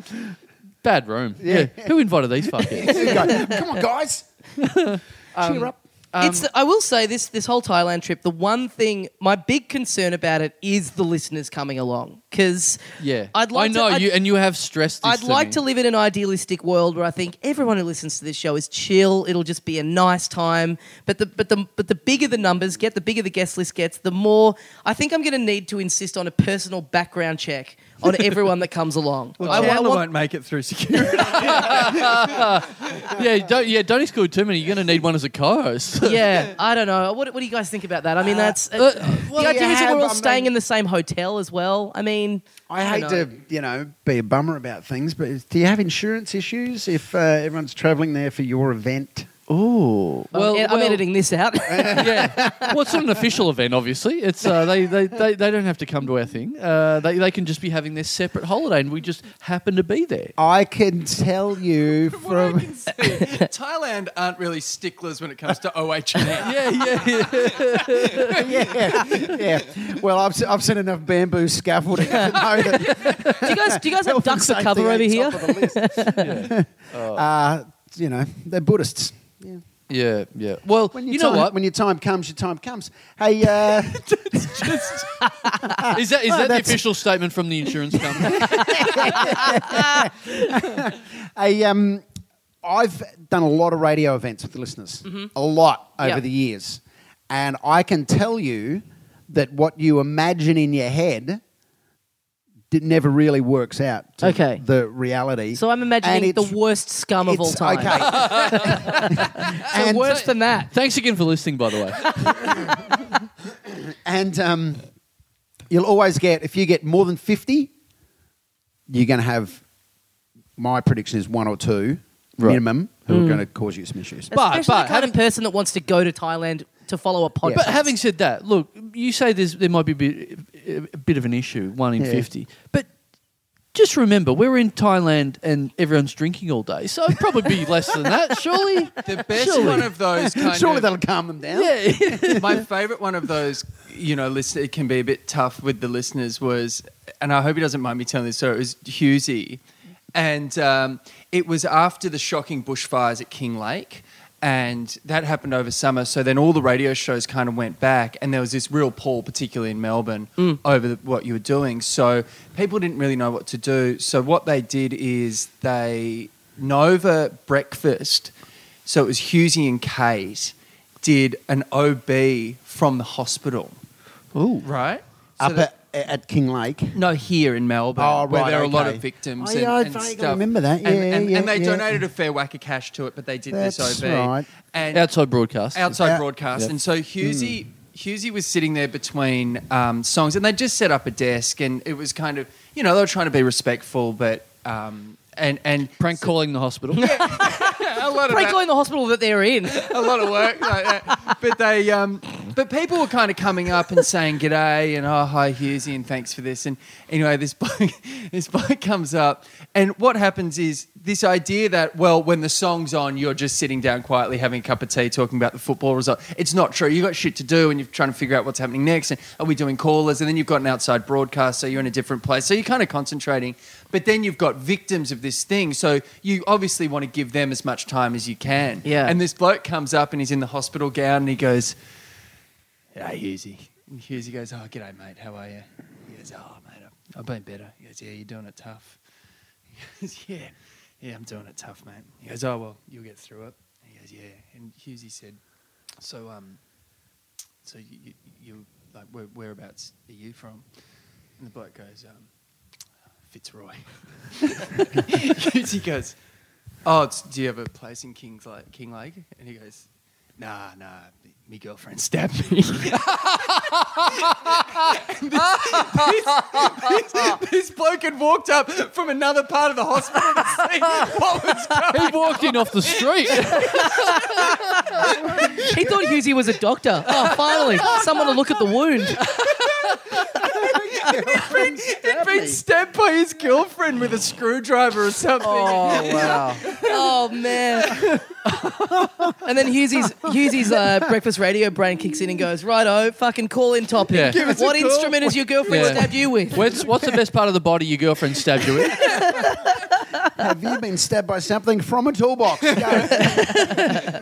Speaker 1: bad room. Yeah. Who invited these fuckers?
Speaker 3: You go, Come on, guys, cheer up.
Speaker 2: it's. I will say this. This whole Thailand trip. The one thing, my big concern about it is the listeners coming along because
Speaker 1: yeah,
Speaker 2: I'd like
Speaker 1: I know
Speaker 2: to, I'd-
Speaker 1: you, and you have stressed. This
Speaker 2: I'd like to live in an idealistic world where I think everyone who listens to this show is chill. It'll just be a nice time. But the but the but the bigger the numbers get, the bigger the guest list gets, the more I think I'm going to need to insist on a personal background check on everyone that comes along.
Speaker 4: Well,
Speaker 2: I, I
Speaker 4: Chandler
Speaker 2: want-
Speaker 4: won't make it through security.
Speaker 1: yeah, don't yeah, don't exclude too many. You're going to need one as a co-host.
Speaker 2: yeah, I don't know. What, what do you guys think about that? I mean, that's
Speaker 1: Uh,
Speaker 2: the
Speaker 3: well,
Speaker 2: idea
Speaker 3: you
Speaker 2: is that we're
Speaker 3: have,
Speaker 2: all
Speaker 3: I
Speaker 2: staying
Speaker 3: mean-
Speaker 2: in the same hotel as well. I mean,
Speaker 3: I
Speaker 2: I
Speaker 3: hate
Speaker 2: know.
Speaker 3: to, you know, be a bummer about things, but is- do you have insurance issues if uh, everyone's travelling there for your event?
Speaker 1: Oh,
Speaker 2: well, I'm editing this out.
Speaker 1: yeah. Well, it's not an official event, obviously. It's uh, they, they, they, they don't have to come to our thing. Uh, they, they can just be having their separate holiday, and we just happen to be there.
Speaker 3: I can tell you
Speaker 4: What I
Speaker 3: from
Speaker 4: can see, Thailand aren't really sticklers when it comes to OHN.
Speaker 1: Yeah, yeah, yeah.
Speaker 3: yeah, yeah. Well, I've, se- I've seen enough bamboo scaffolding to know that
Speaker 2: do you guys do you guys have
Speaker 3: health and
Speaker 2: ducks to
Speaker 3: safety
Speaker 2: cover over
Speaker 3: ain't
Speaker 2: here?
Speaker 3: top of the list. Uh, you know, they're Buddhists.
Speaker 1: yeah, yeah. Well,
Speaker 3: When
Speaker 1: you,
Speaker 3: your
Speaker 1: know
Speaker 3: time,
Speaker 1: what?
Speaker 3: When your time comes, your time comes. Hey, uh,
Speaker 1: Is that is that the
Speaker 3: that's-
Speaker 1: official statement from the insurance company?
Speaker 3: hey, um, I've done a lot of radio events with the listeners,
Speaker 2: Mm-hmm.
Speaker 3: a lot over
Speaker 2: Yep.
Speaker 3: the years, and I can tell you that what you imagine in your head. It never really works out. to
Speaker 2: Okay.
Speaker 3: The reality.
Speaker 2: So I'm
Speaker 3: And
Speaker 2: imagining the
Speaker 3: it's-
Speaker 2: worst scum of all
Speaker 3: it's-
Speaker 2: time.
Speaker 3: Okay.
Speaker 2: So
Speaker 3: and
Speaker 2: worse than that.
Speaker 1: Thanks again for listening, by the way.
Speaker 3: and um, you'll always get if you get more than fifty, you're going to have. My prediction is one or two
Speaker 1: Right.
Speaker 3: minimum who
Speaker 2: Mm.
Speaker 3: are going to cause you some issues.
Speaker 1: But-
Speaker 2: Especially
Speaker 1: but
Speaker 2: the kind of person that wants to go to Thailand to follow a podcast.
Speaker 1: But having said that, look, you say there's, there might be a bit, a bit of an issue, one in
Speaker 3: Yeah.
Speaker 1: 50. But just remember, we're in Thailand and everyone's drinking all day. So it'd probably be less than that, surely?
Speaker 4: The best
Speaker 1: Surely.
Speaker 4: one of those kind
Speaker 3: Surely
Speaker 4: of
Speaker 3: that'll calm them down.
Speaker 1: Yeah.
Speaker 4: my favorite one of those, you know, listen, it can be a bit tough with the listeners was, and I hope he doesn't mind me telling this. So it was Husey, and um, it was after the shocking bushfires at King Lake. And that happened over summer. So then all the radio shows kind of went back, and there was this real pull, particularly in Melbourne, over the, what you were doing. So people didn't really know what to do. So what they did is they, Nova Breakfast, so it was Husey and Kate, did an OB from the hospital,
Speaker 3: Ooh.
Speaker 4: right? So
Speaker 3: Up
Speaker 4: that-
Speaker 3: at, at King Lake.
Speaker 4: no, here in Melbourne,
Speaker 3: Oh,
Speaker 4: where
Speaker 3: right,
Speaker 4: there are a lot
Speaker 3: okay.
Speaker 4: of victims.
Speaker 3: Oh,
Speaker 4: and,
Speaker 3: yeah, I
Speaker 4: and
Speaker 3: vaguely
Speaker 4: stuff.
Speaker 3: remember that.
Speaker 4: And,
Speaker 3: Yeah,
Speaker 4: and,
Speaker 3: yeah,
Speaker 4: and they
Speaker 3: yeah.
Speaker 4: donated a fair whack of cash to it, but they did
Speaker 3: That's
Speaker 4: this OB
Speaker 3: right.
Speaker 4: and
Speaker 1: Outside broadcast.
Speaker 4: outside
Speaker 3: Yeah. Hmm.
Speaker 4: broadcast.
Speaker 1: Yeah.
Speaker 4: And so Husey, Husey was sitting there between um, songs, and they just set up a desk, and it was kind of you know they were trying to be respectful, but um, and and
Speaker 1: Prank calling the hospital.
Speaker 4: a lot of
Speaker 2: Probably
Speaker 4: that-
Speaker 2: calling the hospital that they're in.
Speaker 4: a lot of work like that. But they, um, but people were kind of coming up and saying g'day and oh hi Hughesy and thanks for this. And anyway, this bloke, this bloke comes up, and what happens is this idea that well, when the song's on, you're just sitting down quietly having a cup of tea, talking about the football result. It's not true. You've got shit to do, and you're trying to figure out what's happening next. And are we doing callers? And then you've got an outside broadcast, so you're in a different place. So you're kind of concentrating. But then you've got victims of this thing, so you obviously want to give them as much time as you can.
Speaker 2: Yeah.
Speaker 4: And this bloke comes up and he's in the hospital gown and he goes, Hey, Hughesy. And Hughesy goes, Oh, g'day, mate. How are you? He goes, Oh, mate, I've- I've been better. He goes, Yeah, you're doing it tough. He goes, Yeah, yeah, I'm doing it tough, mate. He goes, Oh, well, you'll get through it. And he goes, Yeah. And Hughesy said, So, um, so you, you, you like, where, whereabouts are you from? And the bloke goes, um, Fitzroy. he goes, "Oh, it's, do you have a place in King's Lake, King Lake?" And he goes, "Nah, nah, me, me girlfriend stabbed me." And this, this, this bloke had walked up from another part of the hospital to see what was going.
Speaker 1: he walked in off the street.
Speaker 2: he thought Husey was a doctor. Oh, finally, someone to look at the wound.
Speaker 4: He'd been stabbed by his girlfriend with a screwdriver or something.
Speaker 2: Oh wow! oh man! and then Hughesy's Hughesy's uh, breakfast radio brain kicks in and goes, "Righto, fucking call in topic.
Speaker 1: Yeah. Give
Speaker 2: What instrument has your girlfriend
Speaker 1: Yeah.
Speaker 2: stabbed you with?"
Speaker 1: What's, what's the best part of the body your girlfriend stabbed you with?
Speaker 3: Have you been stabbed by something from a toolbox? Go.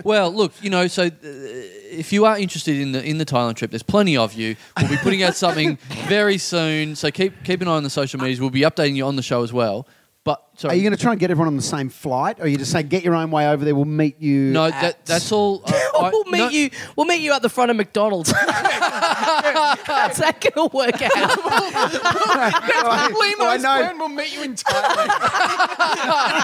Speaker 1: Well, look, you know, so uh, if you are interested in the in the Thailand trip, there's plenty of you. We'll be putting out something very soon, so keep keep an eye on the social medias. We'll be updating you on the show as well. But sorry,
Speaker 3: are you going to try and get everyone on the same flight, or are you just saying get your own way over there? We'll meet you.
Speaker 1: no,
Speaker 3: at-
Speaker 1: that, that's all. uh, I-
Speaker 2: we'll meet
Speaker 1: no-
Speaker 2: you. We'll meet you at the front of McDonald's. How's that gonna work out?
Speaker 4: Probably
Speaker 3: Well, I
Speaker 4: nice
Speaker 3: know-
Speaker 4: plan. We'll meet you in Thailand.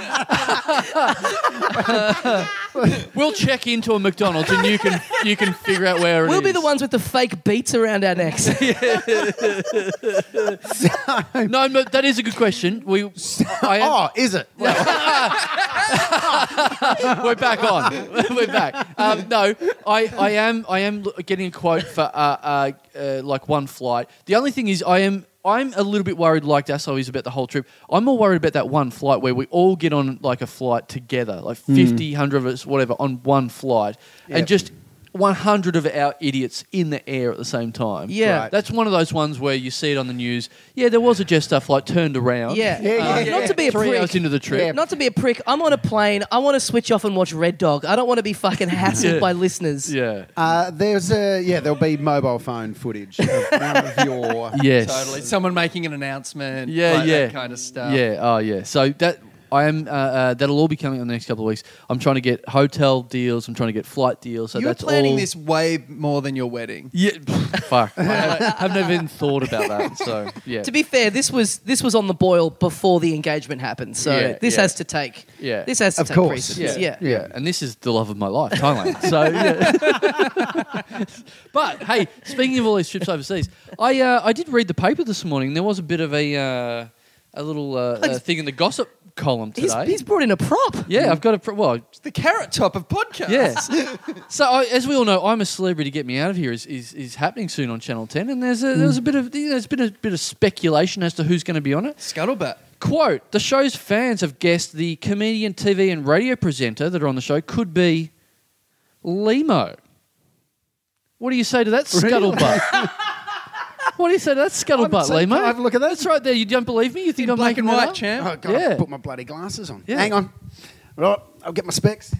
Speaker 1: We'll check into a McDonald's, and you can you can figure out where it
Speaker 2: We'll be
Speaker 1: is.
Speaker 2: the ones with the fake beats around our necks.
Speaker 1: No, but that is a good question. We I am-
Speaker 3: Oh, is it?
Speaker 1: We're back on. We're back. Um, no, I, I am I am l- getting a quote for uh, uh, uh, like one flight. The only thing is, I am I'm a little bit worried, like Dasso is about the whole trip. I'm more worried about that one flight where we all get on like a flight together, like 50, 100 of us, whatever, on one flight,
Speaker 3: Yep.
Speaker 1: and just. 100 of our idiots in the air at the same time.
Speaker 2: Yeah. Right.
Speaker 1: That's one of those ones where you see it on the news. Yeah, there was a Jester flight turned around.
Speaker 2: Yeah.
Speaker 3: Yeah, yeah,
Speaker 2: Uh,
Speaker 3: yeah.
Speaker 2: Not to be a
Speaker 1: Three
Speaker 2: prick.
Speaker 1: hours into the trip.
Speaker 3: Yeah.
Speaker 2: Not to be a prick. I'm on a plane. I want to switch off and watch Red Dog. I don't want to be fucking hassled
Speaker 1: Yeah.
Speaker 2: by listeners.
Speaker 1: Yeah.
Speaker 3: Uh, there's a yeah. There'll be mobile phone footage of one of your.
Speaker 1: Yes.
Speaker 4: totally. Someone making an announcement.
Speaker 1: yeah,
Speaker 4: like
Speaker 1: yeah,
Speaker 4: That kind of stuff.
Speaker 1: Yeah, oh yeah. So that I am. Uh, uh, that'll all be coming in the next couple of weeks. I'm trying to get hotel deals. I'm trying to get flight deals. So
Speaker 4: you were
Speaker 1: that's
Speaker 4: planning
Speaker 1: all-
Speaker 4: this way more than your wedding.
Speaker 1: Yeah, fuck. I, I've never even thought about that. So yeah,
Speaker 2: To be fair, this was this was on the boil before the engagement happened. So
Speaker 1: Yeah,
Speaker 2: this
Speaker 1: yeah.
Speaker 2: has to take.
Speaker 1: Yeah.
Speaker 2: This has to
Speaker 3: Of
Speaker 2: take
Speaker 3: course.
Speaker 2: precedence. Yeah.
Speaker 1: yeah, And this is the love of my life, Thailand. so yeah. but hey, speaking of all these trips overseas, I uh, I did read the paper this morning. There was a bit of a uh, a little uh, uh, thing in the gossip column
Speaker 2: He's,
Speaker 1: today.
Speaker 2: he's brought in a prop.
Speaker 1: yeah, I've got a pr- well,
Speaker 4: It's the carrot top of podcasts.
Speaker 1: Yes. so I, as we all know, I'm a celebrity. Get me out of here is, is, is happening soon on Channel Ten, and there's a, there's a bit of you know, there's been a bit of speculation as to who's going to be on it.
Speaker 4: Scuttlebutt.
Speaker 1: Quote: The show's fans have guessed the comedian, TV, and radio presenter that are on the show could be Limo. What do you say to that scuttlebutt? What do you say? That's
Speaker 3: haven't
Speaker 1: scuttlebutt,
Speaker 3: seen-
Speaker 1: Lemo.
Speaker 3: can I have a look at that?
Speaker 1: That's right there. You don't believe me? You think I'm
Speaker 4: black
Speaker 1: making
Speaker 4: and
Speaker 1: that
Speaker 4: white,
Speaker 1: up?
Speaker 4: champ.
Speaker 3: Oh, God,
Speaker 1: Yeah.
Speaker 3: I put my bloody glasses on.
Speaker 1: Yeah.
Speaker 3: Hang on. Right, I'll get my specs.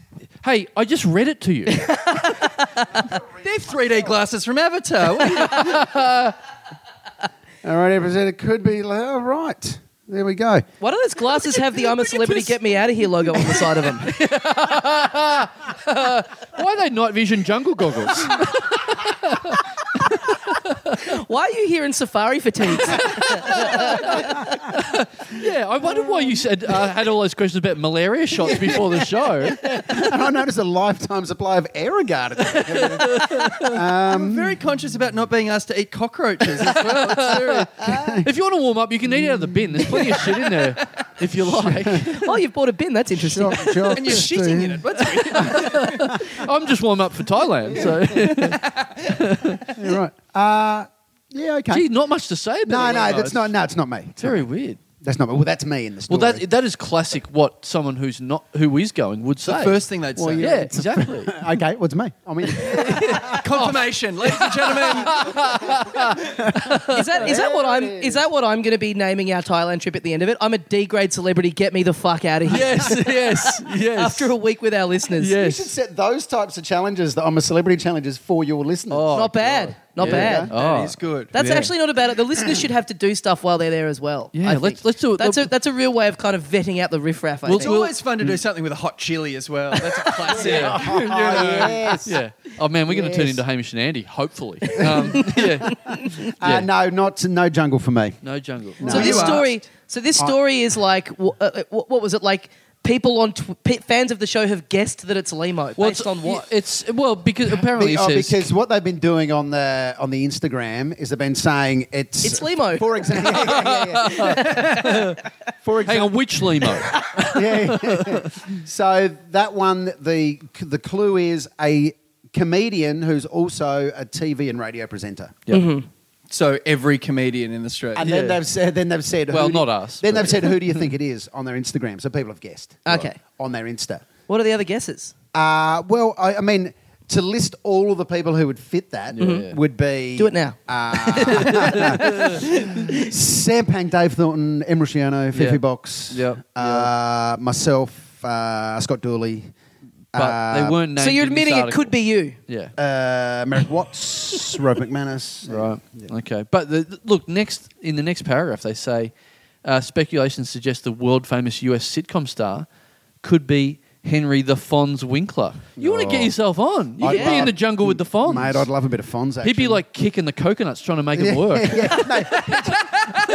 Speaker 1: Hey, I just read it to you.
Speaker 4: They're 3D glasses from Avatar. What are you-
Speaker 3: All right, everyone, it could be. like, All right. There we go.
Speaker 2: Why do those glasses have the I'm a celebrity, get me out of here logo on the side of them?
Speaker 1: Why are they night vision jungle goggles?
Speaker 2: Why are you here in safari fatigues?
Speaker 1: yeah, I wondered why you said uh, had all those questions about malaria shots before the show.
Speaker 3: And I noticed a lifetime supply of Um, Aerogard.
Speaker 4: I'm very conscious about not being asked to eat cockroaches as well. It's very-
Speaker 1: if you want to warm up, you can eat out of the bin. There's plenty of shit in there if you like.
Speaker 2: oh, you've bought a bin. That's interesting.
Speaker 4: and you're shitting in it. What's
Speaker 1: I'm just warm up for Thailand. So,
Speaker 3: You're right. Uh, yeah, okay.
Speaker 1: gee, not much to say about
Speaker 3: no,
Speaker 1: it.
Speaker 3: no,
Speaker 1: Lemo.
Speaker 3: that's not. No, it's not me. It's
Speaker 1: It's
Speaker 3: not
Speaker 1: very
Speaker 3: me.
Speaker 1: weird.
Speaker 3: That's not me. Well, that's me in the
Speaker 1: Well,
Speaker 3: story.
Speaker 1: that that is classic. What someone who's not who is going would say.
Speaker 4: the first thing they'd
Speaker 1: Well,
Speaker 4: say?
Speaker 1: yeah, exactly.
Speaker 3: okay, what's me? I mean,
Speaker 4: Confirmation, ladies and gentlemen.
Speaker 2: Is that is that what I'm is that what I'm going to be naming our Thailand trip at the end of it? I'm a D grade celebrity. Get me the fuck out of here.
Speaker 1: yes, yes, yes.
Speaker 2: After a week with our listeners,
Speaker 1: Yes.
Speaker 3: you should set those types of challenges that I'm a celebrity challenges for your listeners. Uh,
Speaker 1: Oh,
Speaker 2: not bad, not
Speaker 1: Yeah.
Speaker 2: bad.
Speaker 1: Oh.
Speaker 4: That is good.
Speaker 2: That's
Speaker 1: Yeah.
Speaker 2: actually not a bad. The listeners should have to do stuff while they're there as well.
Speaker 1: Yeah,
Speaker 2: I think.
Speaker 1: let's- let's do it.
Speaker 2: That's a that's a real way of kind of vetting out the riffraff. I
Speaker 1: We'll
Speaker 4: It's
Speaker 1: do
Speaker 2: think.
Speaker 1: it.
Speaker 4: always fun to do something with a hot chili as well. That's a classic.
Speaker 1: Yeah.
Speaker 3: Oh, yes.
Speaker 1: yeah. Oh man, we're going to turn
Speaker 3: Yes.
Speaker 1: into Hamish and Andy. Hopefully. Um, yeah. Yeah.
Speaker 3: Uh, no, not no jungle for me.
Speaker 1: No jungle.
Speaker 2: So
Speaker 4: No.
Speaker 2: this
Speaker 4: You
Speaker 2: story, so this
Speaker 3: I-
Speaker 2: story is like, wh- uh, uh, what, what was it like? People on tw- pe- fans of the show have guessed that it's Limo
Speaker 1: Well,
Speaker 2: based
Speaker 1: it's-
Speaker 2: on what?
Speaker 1: It's well because apparently
Speaker 3: Be-
Speaker 1: it
Speaker 3: oh,
Speaker 1: says
Speaker 3: because what they've been doing on the on the Instagram is they've been saying it's
Speaker 2: It's Limo.
Speaker 3: For example,
Speaker 1: Hang
Speaker 3: for example,
Speaker 1: on, which limo?
Speaker 3: yeah. yeah. so that one, the the clue is a comedian who's also a TV and radio presenter.
Speaker 1: Yeah.
Speaker 4: So every comedian in Australia.
Speaker 3: And then
Speaker 1: Yeah.
Speaker 3: they've said, then they've said,
Speaker 1: Well,
Speaker 3: who do-
Speaker 1: not us,
Speaker 3: Then
Speaker 1: but-
Speaker 3: they've said, who do you think it is on their Instagram? So people have guessed.
Speaker 2: Okay.
Speaker 3: On their Insta.
Speaker 2: what are the other guesses?
Speaker 3: Uh, well, I, I mean, to list all of the people who would fit that
Speaker 1: Mhm.
Speaker 3: would be.
Speaker 2: Do it now.
Speaker 3: Sampang, Dave Thornton, Em Rusciano, Fifi
Speaker 1: Yeah.
Speaker 3: Box,
Speaker 1: Yep.
Speaker 3: Uh, myself, uh, Scott Dooley,
Speaker 1: But
Speaker 3: uh,
Speaker 1: they weren't named.
Speaker 2: so you're
Speaker 1: in this
Speaker 2: admitting it
Speaker 1: article.
Speaker 2: could be you.
Speaker 1: Yeah.
Speaker 3: uh, Merrick Watts, Rob McManus.
Speaker 1: Right. Okay. But the, the- look, next in the next paragraph, they say uh, speculation suggests the world famous U.S. sitcom star could be Henry the Fonz Winkler. You want to get
Speaker 3: Oh.
Speaker 1: yourself on? You
Speaker 3: I'd
Speaker 1: could be in
Speaker 3: love-
Speaker 1: the jungle with the Fonz.
Speaker 3: Mate, I'd love a bit of Fonz. Actually.
Speaker 1: He'd be like kicking the coconuts trying to make it work.
Speaker 3: yeah, no,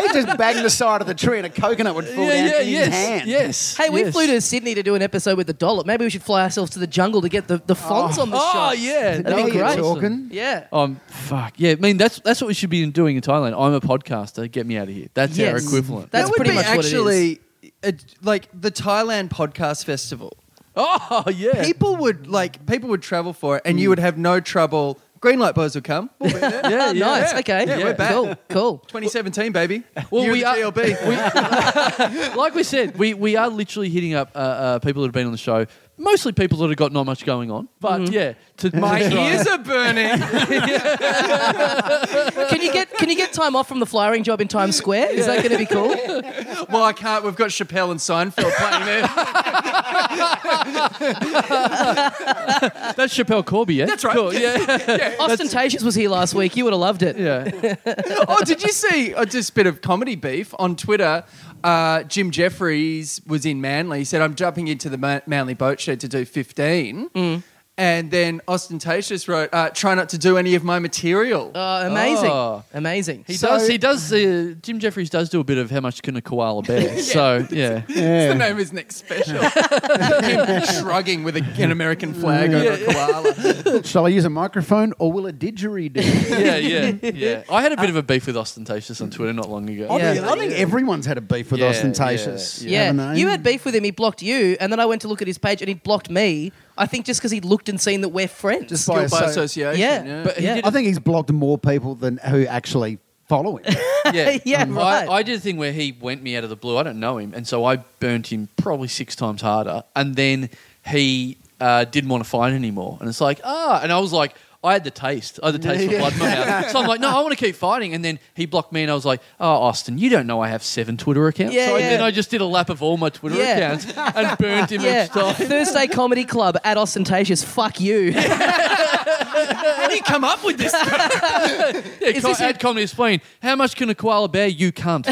Speaker 3: he'd just bang the side of the tree and a coconut would fall down in his
Speaker 1: yes,
Speaker 3: hand.
Speaker 1: yes.
Speaker 2: Hey, we
Speaker 1: yes.
Speaker 2: flew to Sydney to do an episode with the dollop. Maybe we should fly ourselves to the jungle to get the, the fonts on the
Speaker 1: Oh
Speaker 2: shot.
Speaker 1: yeah,
Speaker 3: Now
Speaker 1: that'd be
Speaker 3: you're
Speaker 1: great.
Speaker 3: talking.
Speaker 2: Yeah.
Speaker 1: Um, fuck yeah. I mean, that's that's what we should be doing in Thailand. I'm a podcaster. Get me out of here. That's our
Speaker 2: Yes.
Speaker 1: equivalent.
Speaker 2: That's
Speaker 4: that would
Speaker 2: pretty
Speaker 4: be
Speaker 2: much what it is.
Speaker 4: actually A, like the Thailand Podcast Festival.
Speaker 1: oh yeah.
Speaker 4: People would like people would travel for it, and you would have no trouble. Green light boys would come. We'll be there.
Speaker 1: yeah, yeah.
Speaker 2: Ah, nice.
Speaker 4: yeah.
Speaker 2: Okay.
Speaker 4: Yeah, we're back.
Speaker 2: Cool. Cool.
Speaker 4: 2017, baby.
Speaker 1: Well,
Speaker 4: Year of
Speaker 1: we
Speaker 4: the
Speaker 1: are-
Speaker 4: GLB.
Speaker 1: like we said, we, we are literally hitting up uh, uh, people that have been on the show, mostly people that have got not much going on. But yeah, to
Speaker 4: Mm-hmm. My
Speaker 1: to try-
Speaker 4: ears are burning.
Speaker 2: Can you get can you get time off from the flyering job in Times Square? Is that going to be cool?
Speaker 4: well, I can't. We've got Chappelle and Seinfeld playing there.
Speaker 1: That's Chappelle Corby, yeah?
Speaker 4: That's right.
Speaker 1: Cool, yeah.
Speaker 2: Ostentatious was here last week. You would have loved it.
Speaker 1: yeah.
Speaker 4: oh, did you see? Oh, just a bit of comedy beef on Twitter. Uh, Jim Jeffries was in Manly. He said, "I'm jumping into the Ma- Manly boat shed to do 15." And then ostentatious wrote, uh, "Try not to do any of my material."
Speaker 2: Uh, amazing.
Speaker 1: Oh.
Speaker 2: Amazing.
Speaker 1: He
Speaker 3: So-
Speaker 1: does, he does, uh, Jim Jeffries does do a bit of how much can a koala bear. So, yeah.
Speaker 4: That's the name of his next special. Him shrugging with a, an American flag over a koala.
Speaker 3: Shall I use a microphone or will a didgeridoo?
Speaker 1: Yeah, yeah, yeah. I had a bit of a beef with Ostentatious on Twitter not long ago.
Speaker 3: I,
Speaker 2: Yeah.
Speaker 3: think, I think everyone's had a beef with
Speaker 1: Yeah,
Speaker 3: ostentatious.
Speaker 1: yeah,
Speaker 2: yeah,
Speaker 3: haven't they?
Speaker 2: you had beef with him. He blocked you, and then I went to look at his page, and he blocked me. I think just because he looked and seen that we're friends.
Speaker 3: Just
Speaker 4: Guilt by
Speaker 3: So-
Speaker 4: association.
Speaker 2: Yeah.
Speaker 1: But he
Speaker 2: Yeah.
Speaker 1: did
Speaker 3: I think he's blocked more people than who actually follow him.
Speaker 1: Yeah, um,
Speaker 2: Yeah, right.
Speaker 1: I, I did a thing where he went me out of the blue. I don't know him, and so I burnt him probably six times harder. And then he uh, didn't want to fight anymore, and it's like ah, and I was like. I had the taste. I had the taste for blood in my mouth. So I'm like, no, I want to keep fighting. And then he blocked me, and I was like, oh, Austin, you don't know I have seven Twitter accounts.
Speaker 2: Yeah,
Speaker 1: so
Speaker 2: yeah.
Speaker 1: then I just did a lap of all my Twitter
Speaker 2: Yeah.
Speaker 1: accounts and burnt him
Speaker 2: Yeah,
Speaker 1: each time.
Speaker 2: Thursday Comedy Club at Ostentatious. Fuck you.
Speaker 4: How do you come up with this?
Speaker 1: Yeah,
Speaker 2: Is
Speaker 1: co-
Speaker 2: this a-
Speaker 1: ad comedy explain how much can a koala bear? You cunt.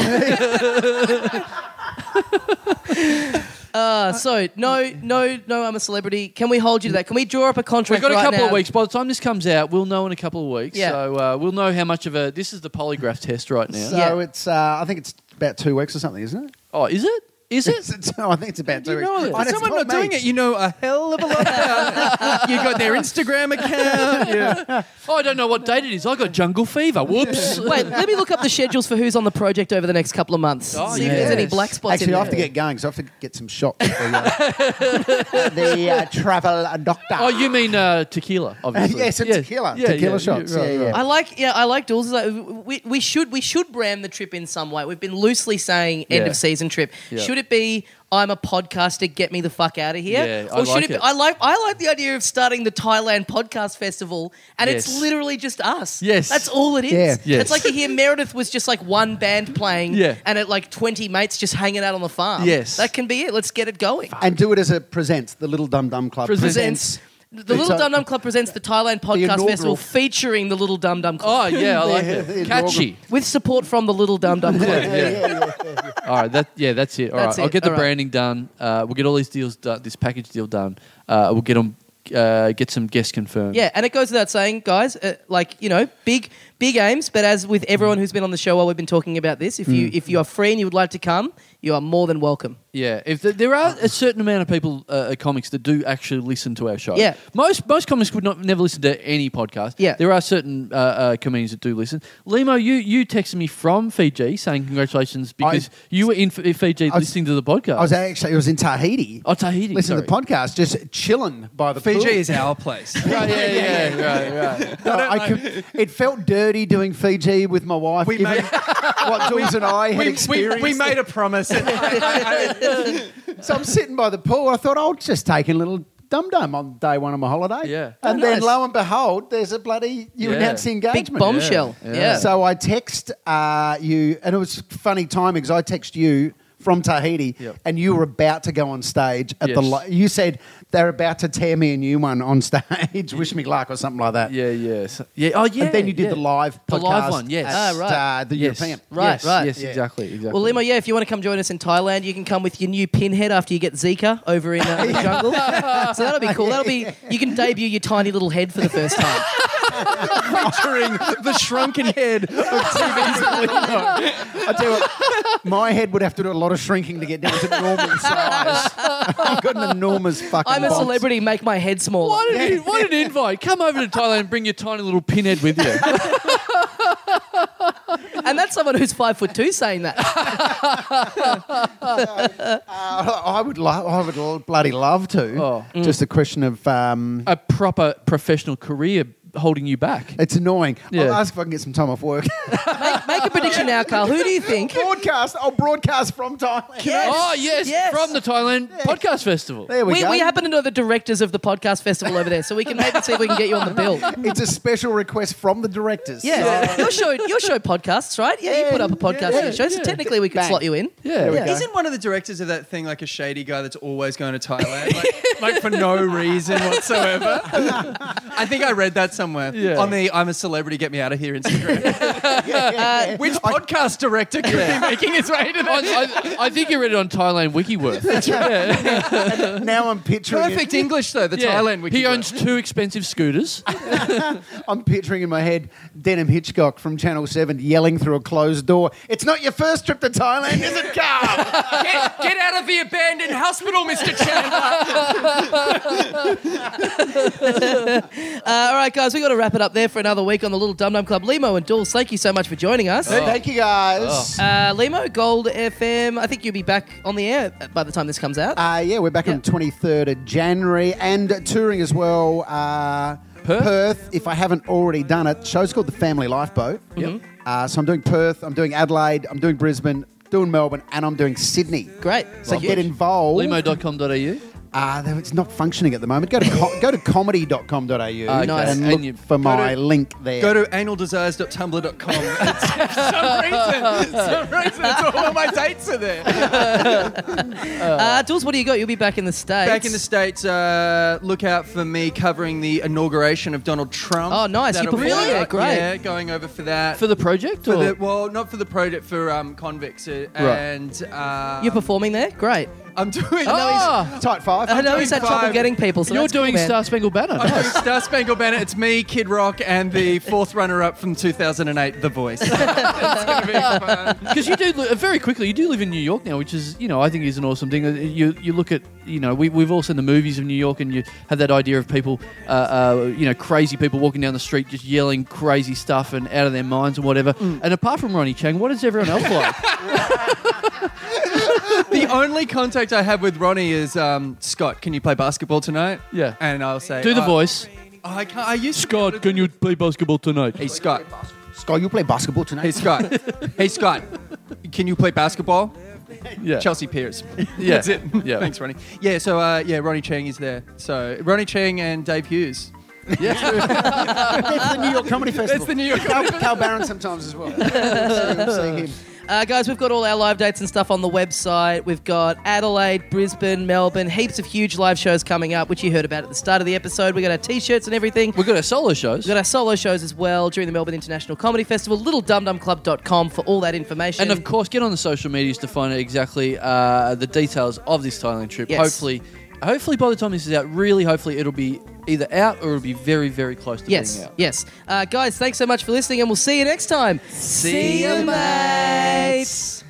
Speaker 2: Uh, so no, no, no. I'm a celebrity. Can we hold you to that? Can we draw up a
Speaker 1: We've
Speaker 2: contract?
Speaker 1: got a
Speaker 2: right
Speaker 1: couple
Speaker 2: now?
Speaker 1: of weeks. By the time this comes out, we'll know in a couple of weeks.
Speaker 2: Yeah.
Speaker 1: So uh, we'll know how much of a. This is the polygraph test right now.
Speaker 3: So
Speaker 2: Yeah.
Speaker 3: it's, uh, I think it's about two weeks or something, isn't it?
Speaker 1: oh, is it? Is
Speaker 3: It's,
Speaker 1: it?
Speaker 3: it's, no, I think it's about two
Speaker 1: You
Speaker 3: weeks.
Speaker 1: know it.
Speaker 3: I
Speaker 1: It's
Speaker 3: know,
Speaker 4: Someone
Speaker 3: it's
Speaker 4: not doing
Speaker 3: me.
Speaker 4: it, you know a hell of a lot about. you got their Instagram account.
Speaker 1: Oh, I don't know what date it is. I got jungle fever. Whoops.
Speaker 2: Wait, let me look up the schedules for who's on the project over the next couple of months.
Speaker 1: Oh,
Speaker 2: see if there's
Speaker 1: yes.
Speaker 2: any black spots
Speaker 3: Actually,
Speaker 2: in there.
Speaker 3: I have to get going because I have to get some shots. at the uh, the, uh, travel doctor.
Speaker 1: Oh, you mean uh, tequila, obviously.
Speaker 3: yes, it's
Speaker 1: Yeah.
Speaker 3: tequila.
Speaker 1: Yeah,
Speaker 3: tequila
Speaker 1: yeah,
Speaker 3: shots.
Speaker 1: yeah, right,
Speaker 3: yeah, yeah.
Speaker 2: I like, yeah, I like duels. Like, we, we should we should brand the trip in some way. We've been loosely saying end
Speaker 1: Yeah.
Speaker 2: of season trip.
Speaker 1: Yeah.
Speaker 2: Should it be I'm a podcaster, get me the fuck out of here?
Speaker 1: Yeah, I
Speaker 2: or should
Speaker 1: like
Speaker 2: it, be,
Speaker 1: it.
Speaker 2: I like I like the idea of starting the Thailand podcast festival, and
Speaker 1: Yes.
Speaker 2: it's literally just us.
Speaker 1: Yes.
Speaker 2: that's all it is.
Speaker 3: Yeah.
Speaker 1: Yes.
Speaker 2: It's like you hear Meredith was just like one band playing,
Speaker 1: Yeah.
Speaker 2: and it like twenty mates just hanging out on the farm.
Speaker 1: Yes.
Speaker 2: that can be it. Let's get it going.
Speaker 3: And do it as a presents, the Little Dum Dum Club.
Speaker 1: Presents.
Speaker 2: Presents. The
Speaker 3: It's
Speaker 2: Little
Speaker 3: a-
Speaker 2: Dum Dum Club presents the Thailand Podcast
Speaker 3: inaugural-
Speaker 2: Festival featuring the Little Dum Dum Club.
Speaker 1: Oh, yeah, I like
Speaker 3: Yeah,
Speaker 1: it. Catchy.
Speaker 2: With support from the Little Dum Dum Club.
Speaker 1: Yeah, yeah. all right, that yeah, that's it. All
Speaker 2: That's
Speaker 1: right, I'll
Speaker 2: it.
Speaker 1: get the
Speaker 2: All right.
Speaker 1: branding done. Uh, we'll get all these deals done. This package deal done. Uh, we'll get on. Uh, get some guests confirmed.
Speaker 2: Yeah, and it goes without saying, guys, uh, like, you know, big big aims, but as with everyone who's been on the show while we've been talking about this, if you if you are free and you would like to come, you are more than welcome.
Speaker 1: Yeah, if th there are a certain amount of people, uh, uh, comics that do actually listen to our show.
Speaker 2: Yeah.
Speaker 1: most most comics would not never listen to any podcast.
Speaker 2: Yeah.
Speaker 1: there are certain uh, uh, comedians that do listen. Limo, you you texted me from Fiji saying congratulations because you were in F- Fiji
Speaker 3: I was-
Speaker 1: listening to the podcast.
Speaker 3: I was actually, it was in Tahiti.
Speaker 1: oh, Tahiti.
Speaker 3: Listen to the
Speaker 1: sorry.
Speaker 3: podcast, just chilling by the pool.
Speaker 4: Fiji is our place.
Speaker 1: Right, yeah, yeah, yeah, right, right.
Speaker 3: No, I could, it felt dirty doing Fiji with my wife.
Speaker 4: We
Speaker 3: given
Speaker 4: made-
Speaker 3: what Jules and I had
Speaker 4: We, we,
Speaker 3: experienced.
Speaker 4: we made a promise.
Speaker 3: so I'm sitting by the pool. I thought I'll just take a little dum dum on day one of my holiday.
Speaker 1: Yeah.
Speaker 3: and
Speaker 2: Oh,
Speaker 3: then
Speaker 2: nice.
Speaker 3: lo and behold, there's a bloody you
Speaker 1: Yeah.
Speaker 3: announce the engagement.
Speaker 2: Big bombshell.
Speaker 1: Yeah,
Speaker 2: Yeah.
Speaker 1: yeah.
Speaker 3: So I text uh, you, and it was funny timing because I text you from Tahiti,
Speaker 1: Yep.
Speaker 3: and you were about to go on stage at the.
Speaker 1: Yes.
Speaker 3: Li- you said they're about to tear me a new one on stage. Wish me luck or something like that.
Speaker 1: Yeah, yeah, so- yeah. Oh, yeah.
Speaker 3: and then you did
Speaker 1: yeah.
Speaker 3: the live
Speaker 1: The
Speaker 3: podcast.
Speaker 1: live one, yes.
Speaker 2: Ah,
Speaker 3: at,
Speaker 2: right.
Speaker 3: uh, the
Speaker 1: Yes.
Speaker 3: European.
Speaker 2: Right,
Speaker 1: yes,
Speaker 2: right.
Speaker 1: Yes,
Speaker 3: Yeah.
Speaker 1: exactly, exactly.
Speaker 2: Well, Limo, yeah, if you want to come join us in Thailand, you can come with your new pinhead after you get Zika over in uh, the jungle. so that'll be cool. That'll be you can debut your tiny little head for the first time.
Speaker 4: Featuring the shrunken head.
Speaker 3: I tell you what, my head would have to do a lot of shrinking to get down to normal size. I've got an enormous fucking.
Speaker 2: I'm a
Speaker 3: box.
Speaker 2: celebrity. Make my head smaller.
Speaker 1: What an, in- what an invite. Come over to Thailand and bring your tiny little pinhead with you.
Speaker 2: And that's someone who's five foot two saying that.
Speaker 3: Uh, I would love. I would lo- bloody love to.
Speaker 1: Oh.
Speaker 3: Just a question of. Um,
Speaker 1: A proper professional career holding you back.
Speaker 3: It's annoying.
Speaker 1: Yeah.
Speaker 3: I'll ask if I can get some time off work.
Speaker 2: Make, make a prediction now, Carl. Who do you think?
Speaker 3: broadcast. I'll broadcast from Thailand.
Speaker 2: Yes.
Speaker 1: Oh yes,
Speaker 2: Yes.
Speaker 1: from the Thailand Podcast Festival.
Speaker 3: There we,
Speaker 2: We,
Speaker 3: go.
Speaker 2: we happen to know the directors of the podcast festival over there, so we can maybe see if we can get you on the bill.
Speaker 3: it's a special request from the directors.
Speaker 2: Yeah, your show, your show podcasts, right? Yeah, you put up a podcast
Speaker 3: yeah,
Speaker 2: on your show, so
Speaker 1: yeah.
Speaker 2: technically we could
Speaker 3: Bang.
Speaker 2: slot you in.
Speaker 1: Yeah, there we
Speaker 2: Yeah.
Speaker 1: go.
Speaker 4: Isn't one of the directors of that thing like a shady guy that's always going to Thailand, like, like for no reason whatsoever? I think I read that somewhere
Speaker 1: Yeah.
Speaker 4: on the "I'm a celebrity, get me out of here" Instagram.
Speaker 2: Uh,
Speaker 4: Which podcast director could be making his way to that?
Speaker 1: I, I, I think you read it on Thailand WikiWorth.
Speaker 3: So now I'm picturing. it-
Speaker 4: Perfect English though. The
Speaker 1: Yeah.
Speaker 4: Thailand. Wiki
Speaker 1: He owns two expensive scooters.
Speaker 3: I'm picturing in my head Denham Hitchcock from Channel Seven yelling through a closed door. It's not your first trip to Thailand, is it, Carl?
Speaker 4: get, get out of the abandoned hospital, Mr. Chandler.
Speaker 2: uh, all right, guys, we got to wrap it up there for another week on the Little Dum Dum Club. Limo and Duels, thank you so much for joining us.
Speaker 3: Thank you guys.
Speaker 2: Uh, Limo, Gold FM, I think you'll be back on the air by the time this comes out.
Speaker 3: Uh, yeah, we're back on the 23rd of January and touring as well. Uh,
Speaker 1: Perth?
Speaker 3: if I haven't already done it. Show's called The Family Lifeboat.
Speaker 1: Yep.
Speaker 3: Uh, so I'm doing Perth, I'm doing Adelaide, I'm doing Brisbane, doing Melbourne, and I'm doing Sydney.
Speaker 2: Great.
Speaker 3: So get involved.
Speaker 1: Limo.com.au.
Speaker 3: Ah, there- it's not functioning at the moment. Go to co- go to comedy.com.au and,
Speaker 2: nice.
Speaker 3: and
Speaker 1: And
Speaker 3: look
Speaker 1: you-
Speaker 3: for my
Speaker 4: to-
Speaker 3: link there.
Speaker 4: Go to analdesires.tumblr.com. It's- for some reason, for some reason, it's all, all my dates are there.
Speaker 2: Uh, Jules, what do you got? You'll be back in the States.
Speaker 4: Back in the States, uh, look out for me covering the inauguration of Donald Trump.
Speaker 2: Oh, nice. You
Speaker 4: That'll be
Speaker 2: performed
Speaker 4: out.
Speaker 2: there. Great.
Speaker 4: Yeah, going over for that.
Speaker 1: for the project
Speaker 4: For
Speaker 1: or
Speaker 4: the- well, not for the project, for um, convicts. Uh,
Speaker 1: Right.
Speaker 4: And um,
Speaker 2: You're performing there? Great.
Speaker 4: I'm doing.
Speaker 1: Ah,
Speaker 3: Tight five.
Speaker 2: I know
Speaker 4: doing
Speaker 2: he's had trouble
Speaker 4: five.
Speaker 2: getting people, so
Speaker 1: you're
Speaker 2: that's cool,
Speaker 1: doing
Speaker 2: man.
Speaker 1: Star Spangled Banner.
Speaker 4: I'm
Speaker 1: Nice.
Speaker 4: doing Star Spangled Banner. It's me, Kid Rock, and the fourth runner-up from 2008, The Voice. it's gonna be fun.
Speaker 1: Because you do li- uh, very quickly, you do live in New York now, which is you know I think is an awesome thing. Uh, You you look at you know we we've all seen the movies of New York, and you have that idea of people, uh, uh, you know, crazy people walking down the street just yelling crazy stuff and out of their minds and whatever. And apart from Ronnie Chang, what is everyone else like?
Speaker 4: The only contact I have with Ronnie is um, Scott. Can you play basketball tonight?
Speaker 1: Yeah.
Speaker 4: And I'll say,
Speaker 1: do the
Speaker 4: "Oh,
Speaker 1: voice,
Speaker 4: oh, I can't. I used to be able
Speaker 1: Scott.
Speaker 4: to
Speaker 1: Can
Speaker 4: do
Speaker 1: you play basketball tonight?
Speaker 4: Hey Scott.
Speaker 3: Scott, you play basketball tonight?
Speaker 4: Hey Scott. hey Scott. Can you play basketball?
Speaker 1: Yeah.
Speaker 4: Chelsea Pierce.
Speaker 1: Yeah.
Speaker 4: That's it.
Speaker 1: Yeah.
Speaker 4: Thanks, Ronnie. Yeah. So uh, yeah, Ronnie Chang is there. So Ronnie Chang and Dave Hughes.
Speaker 3: That's the New York Comedy Festival.
Speaker 4: That's the New York
Speaker 3: Cal, Cal Barron sometimes as well. See him.
Speaker 2: Uh, guys, we've got all our live dates and stuff on the website. We've got Adelaide, Brisbane, Melbourne, heaps of huge live shows coming up, which you heard about at the start of the episode. We've got our t shirts and everything.
Speaker 1: We've got our solo shows
Speaker 2: We've got our solo shows as well during the Melbourne International Comedy Festival. LittleDumDumClub.com for all that information.
Speaker 1: And of course, get on the social medias to find out exactly uh, the details of this Thailand trip.
Speaker 2: Yes.
Speaker 1: Hopefully, hopefully by the time this is out, really, hopefully it'll be either out or it'll be very, very close to
Speaker 2: yes,
Speaker 1: being out.
Speaker 2: yes. Uh, guys, thanks so much for listening, and we'll see you next time. See,
Speaker 1: ya,
Speaker 2: ya, mates.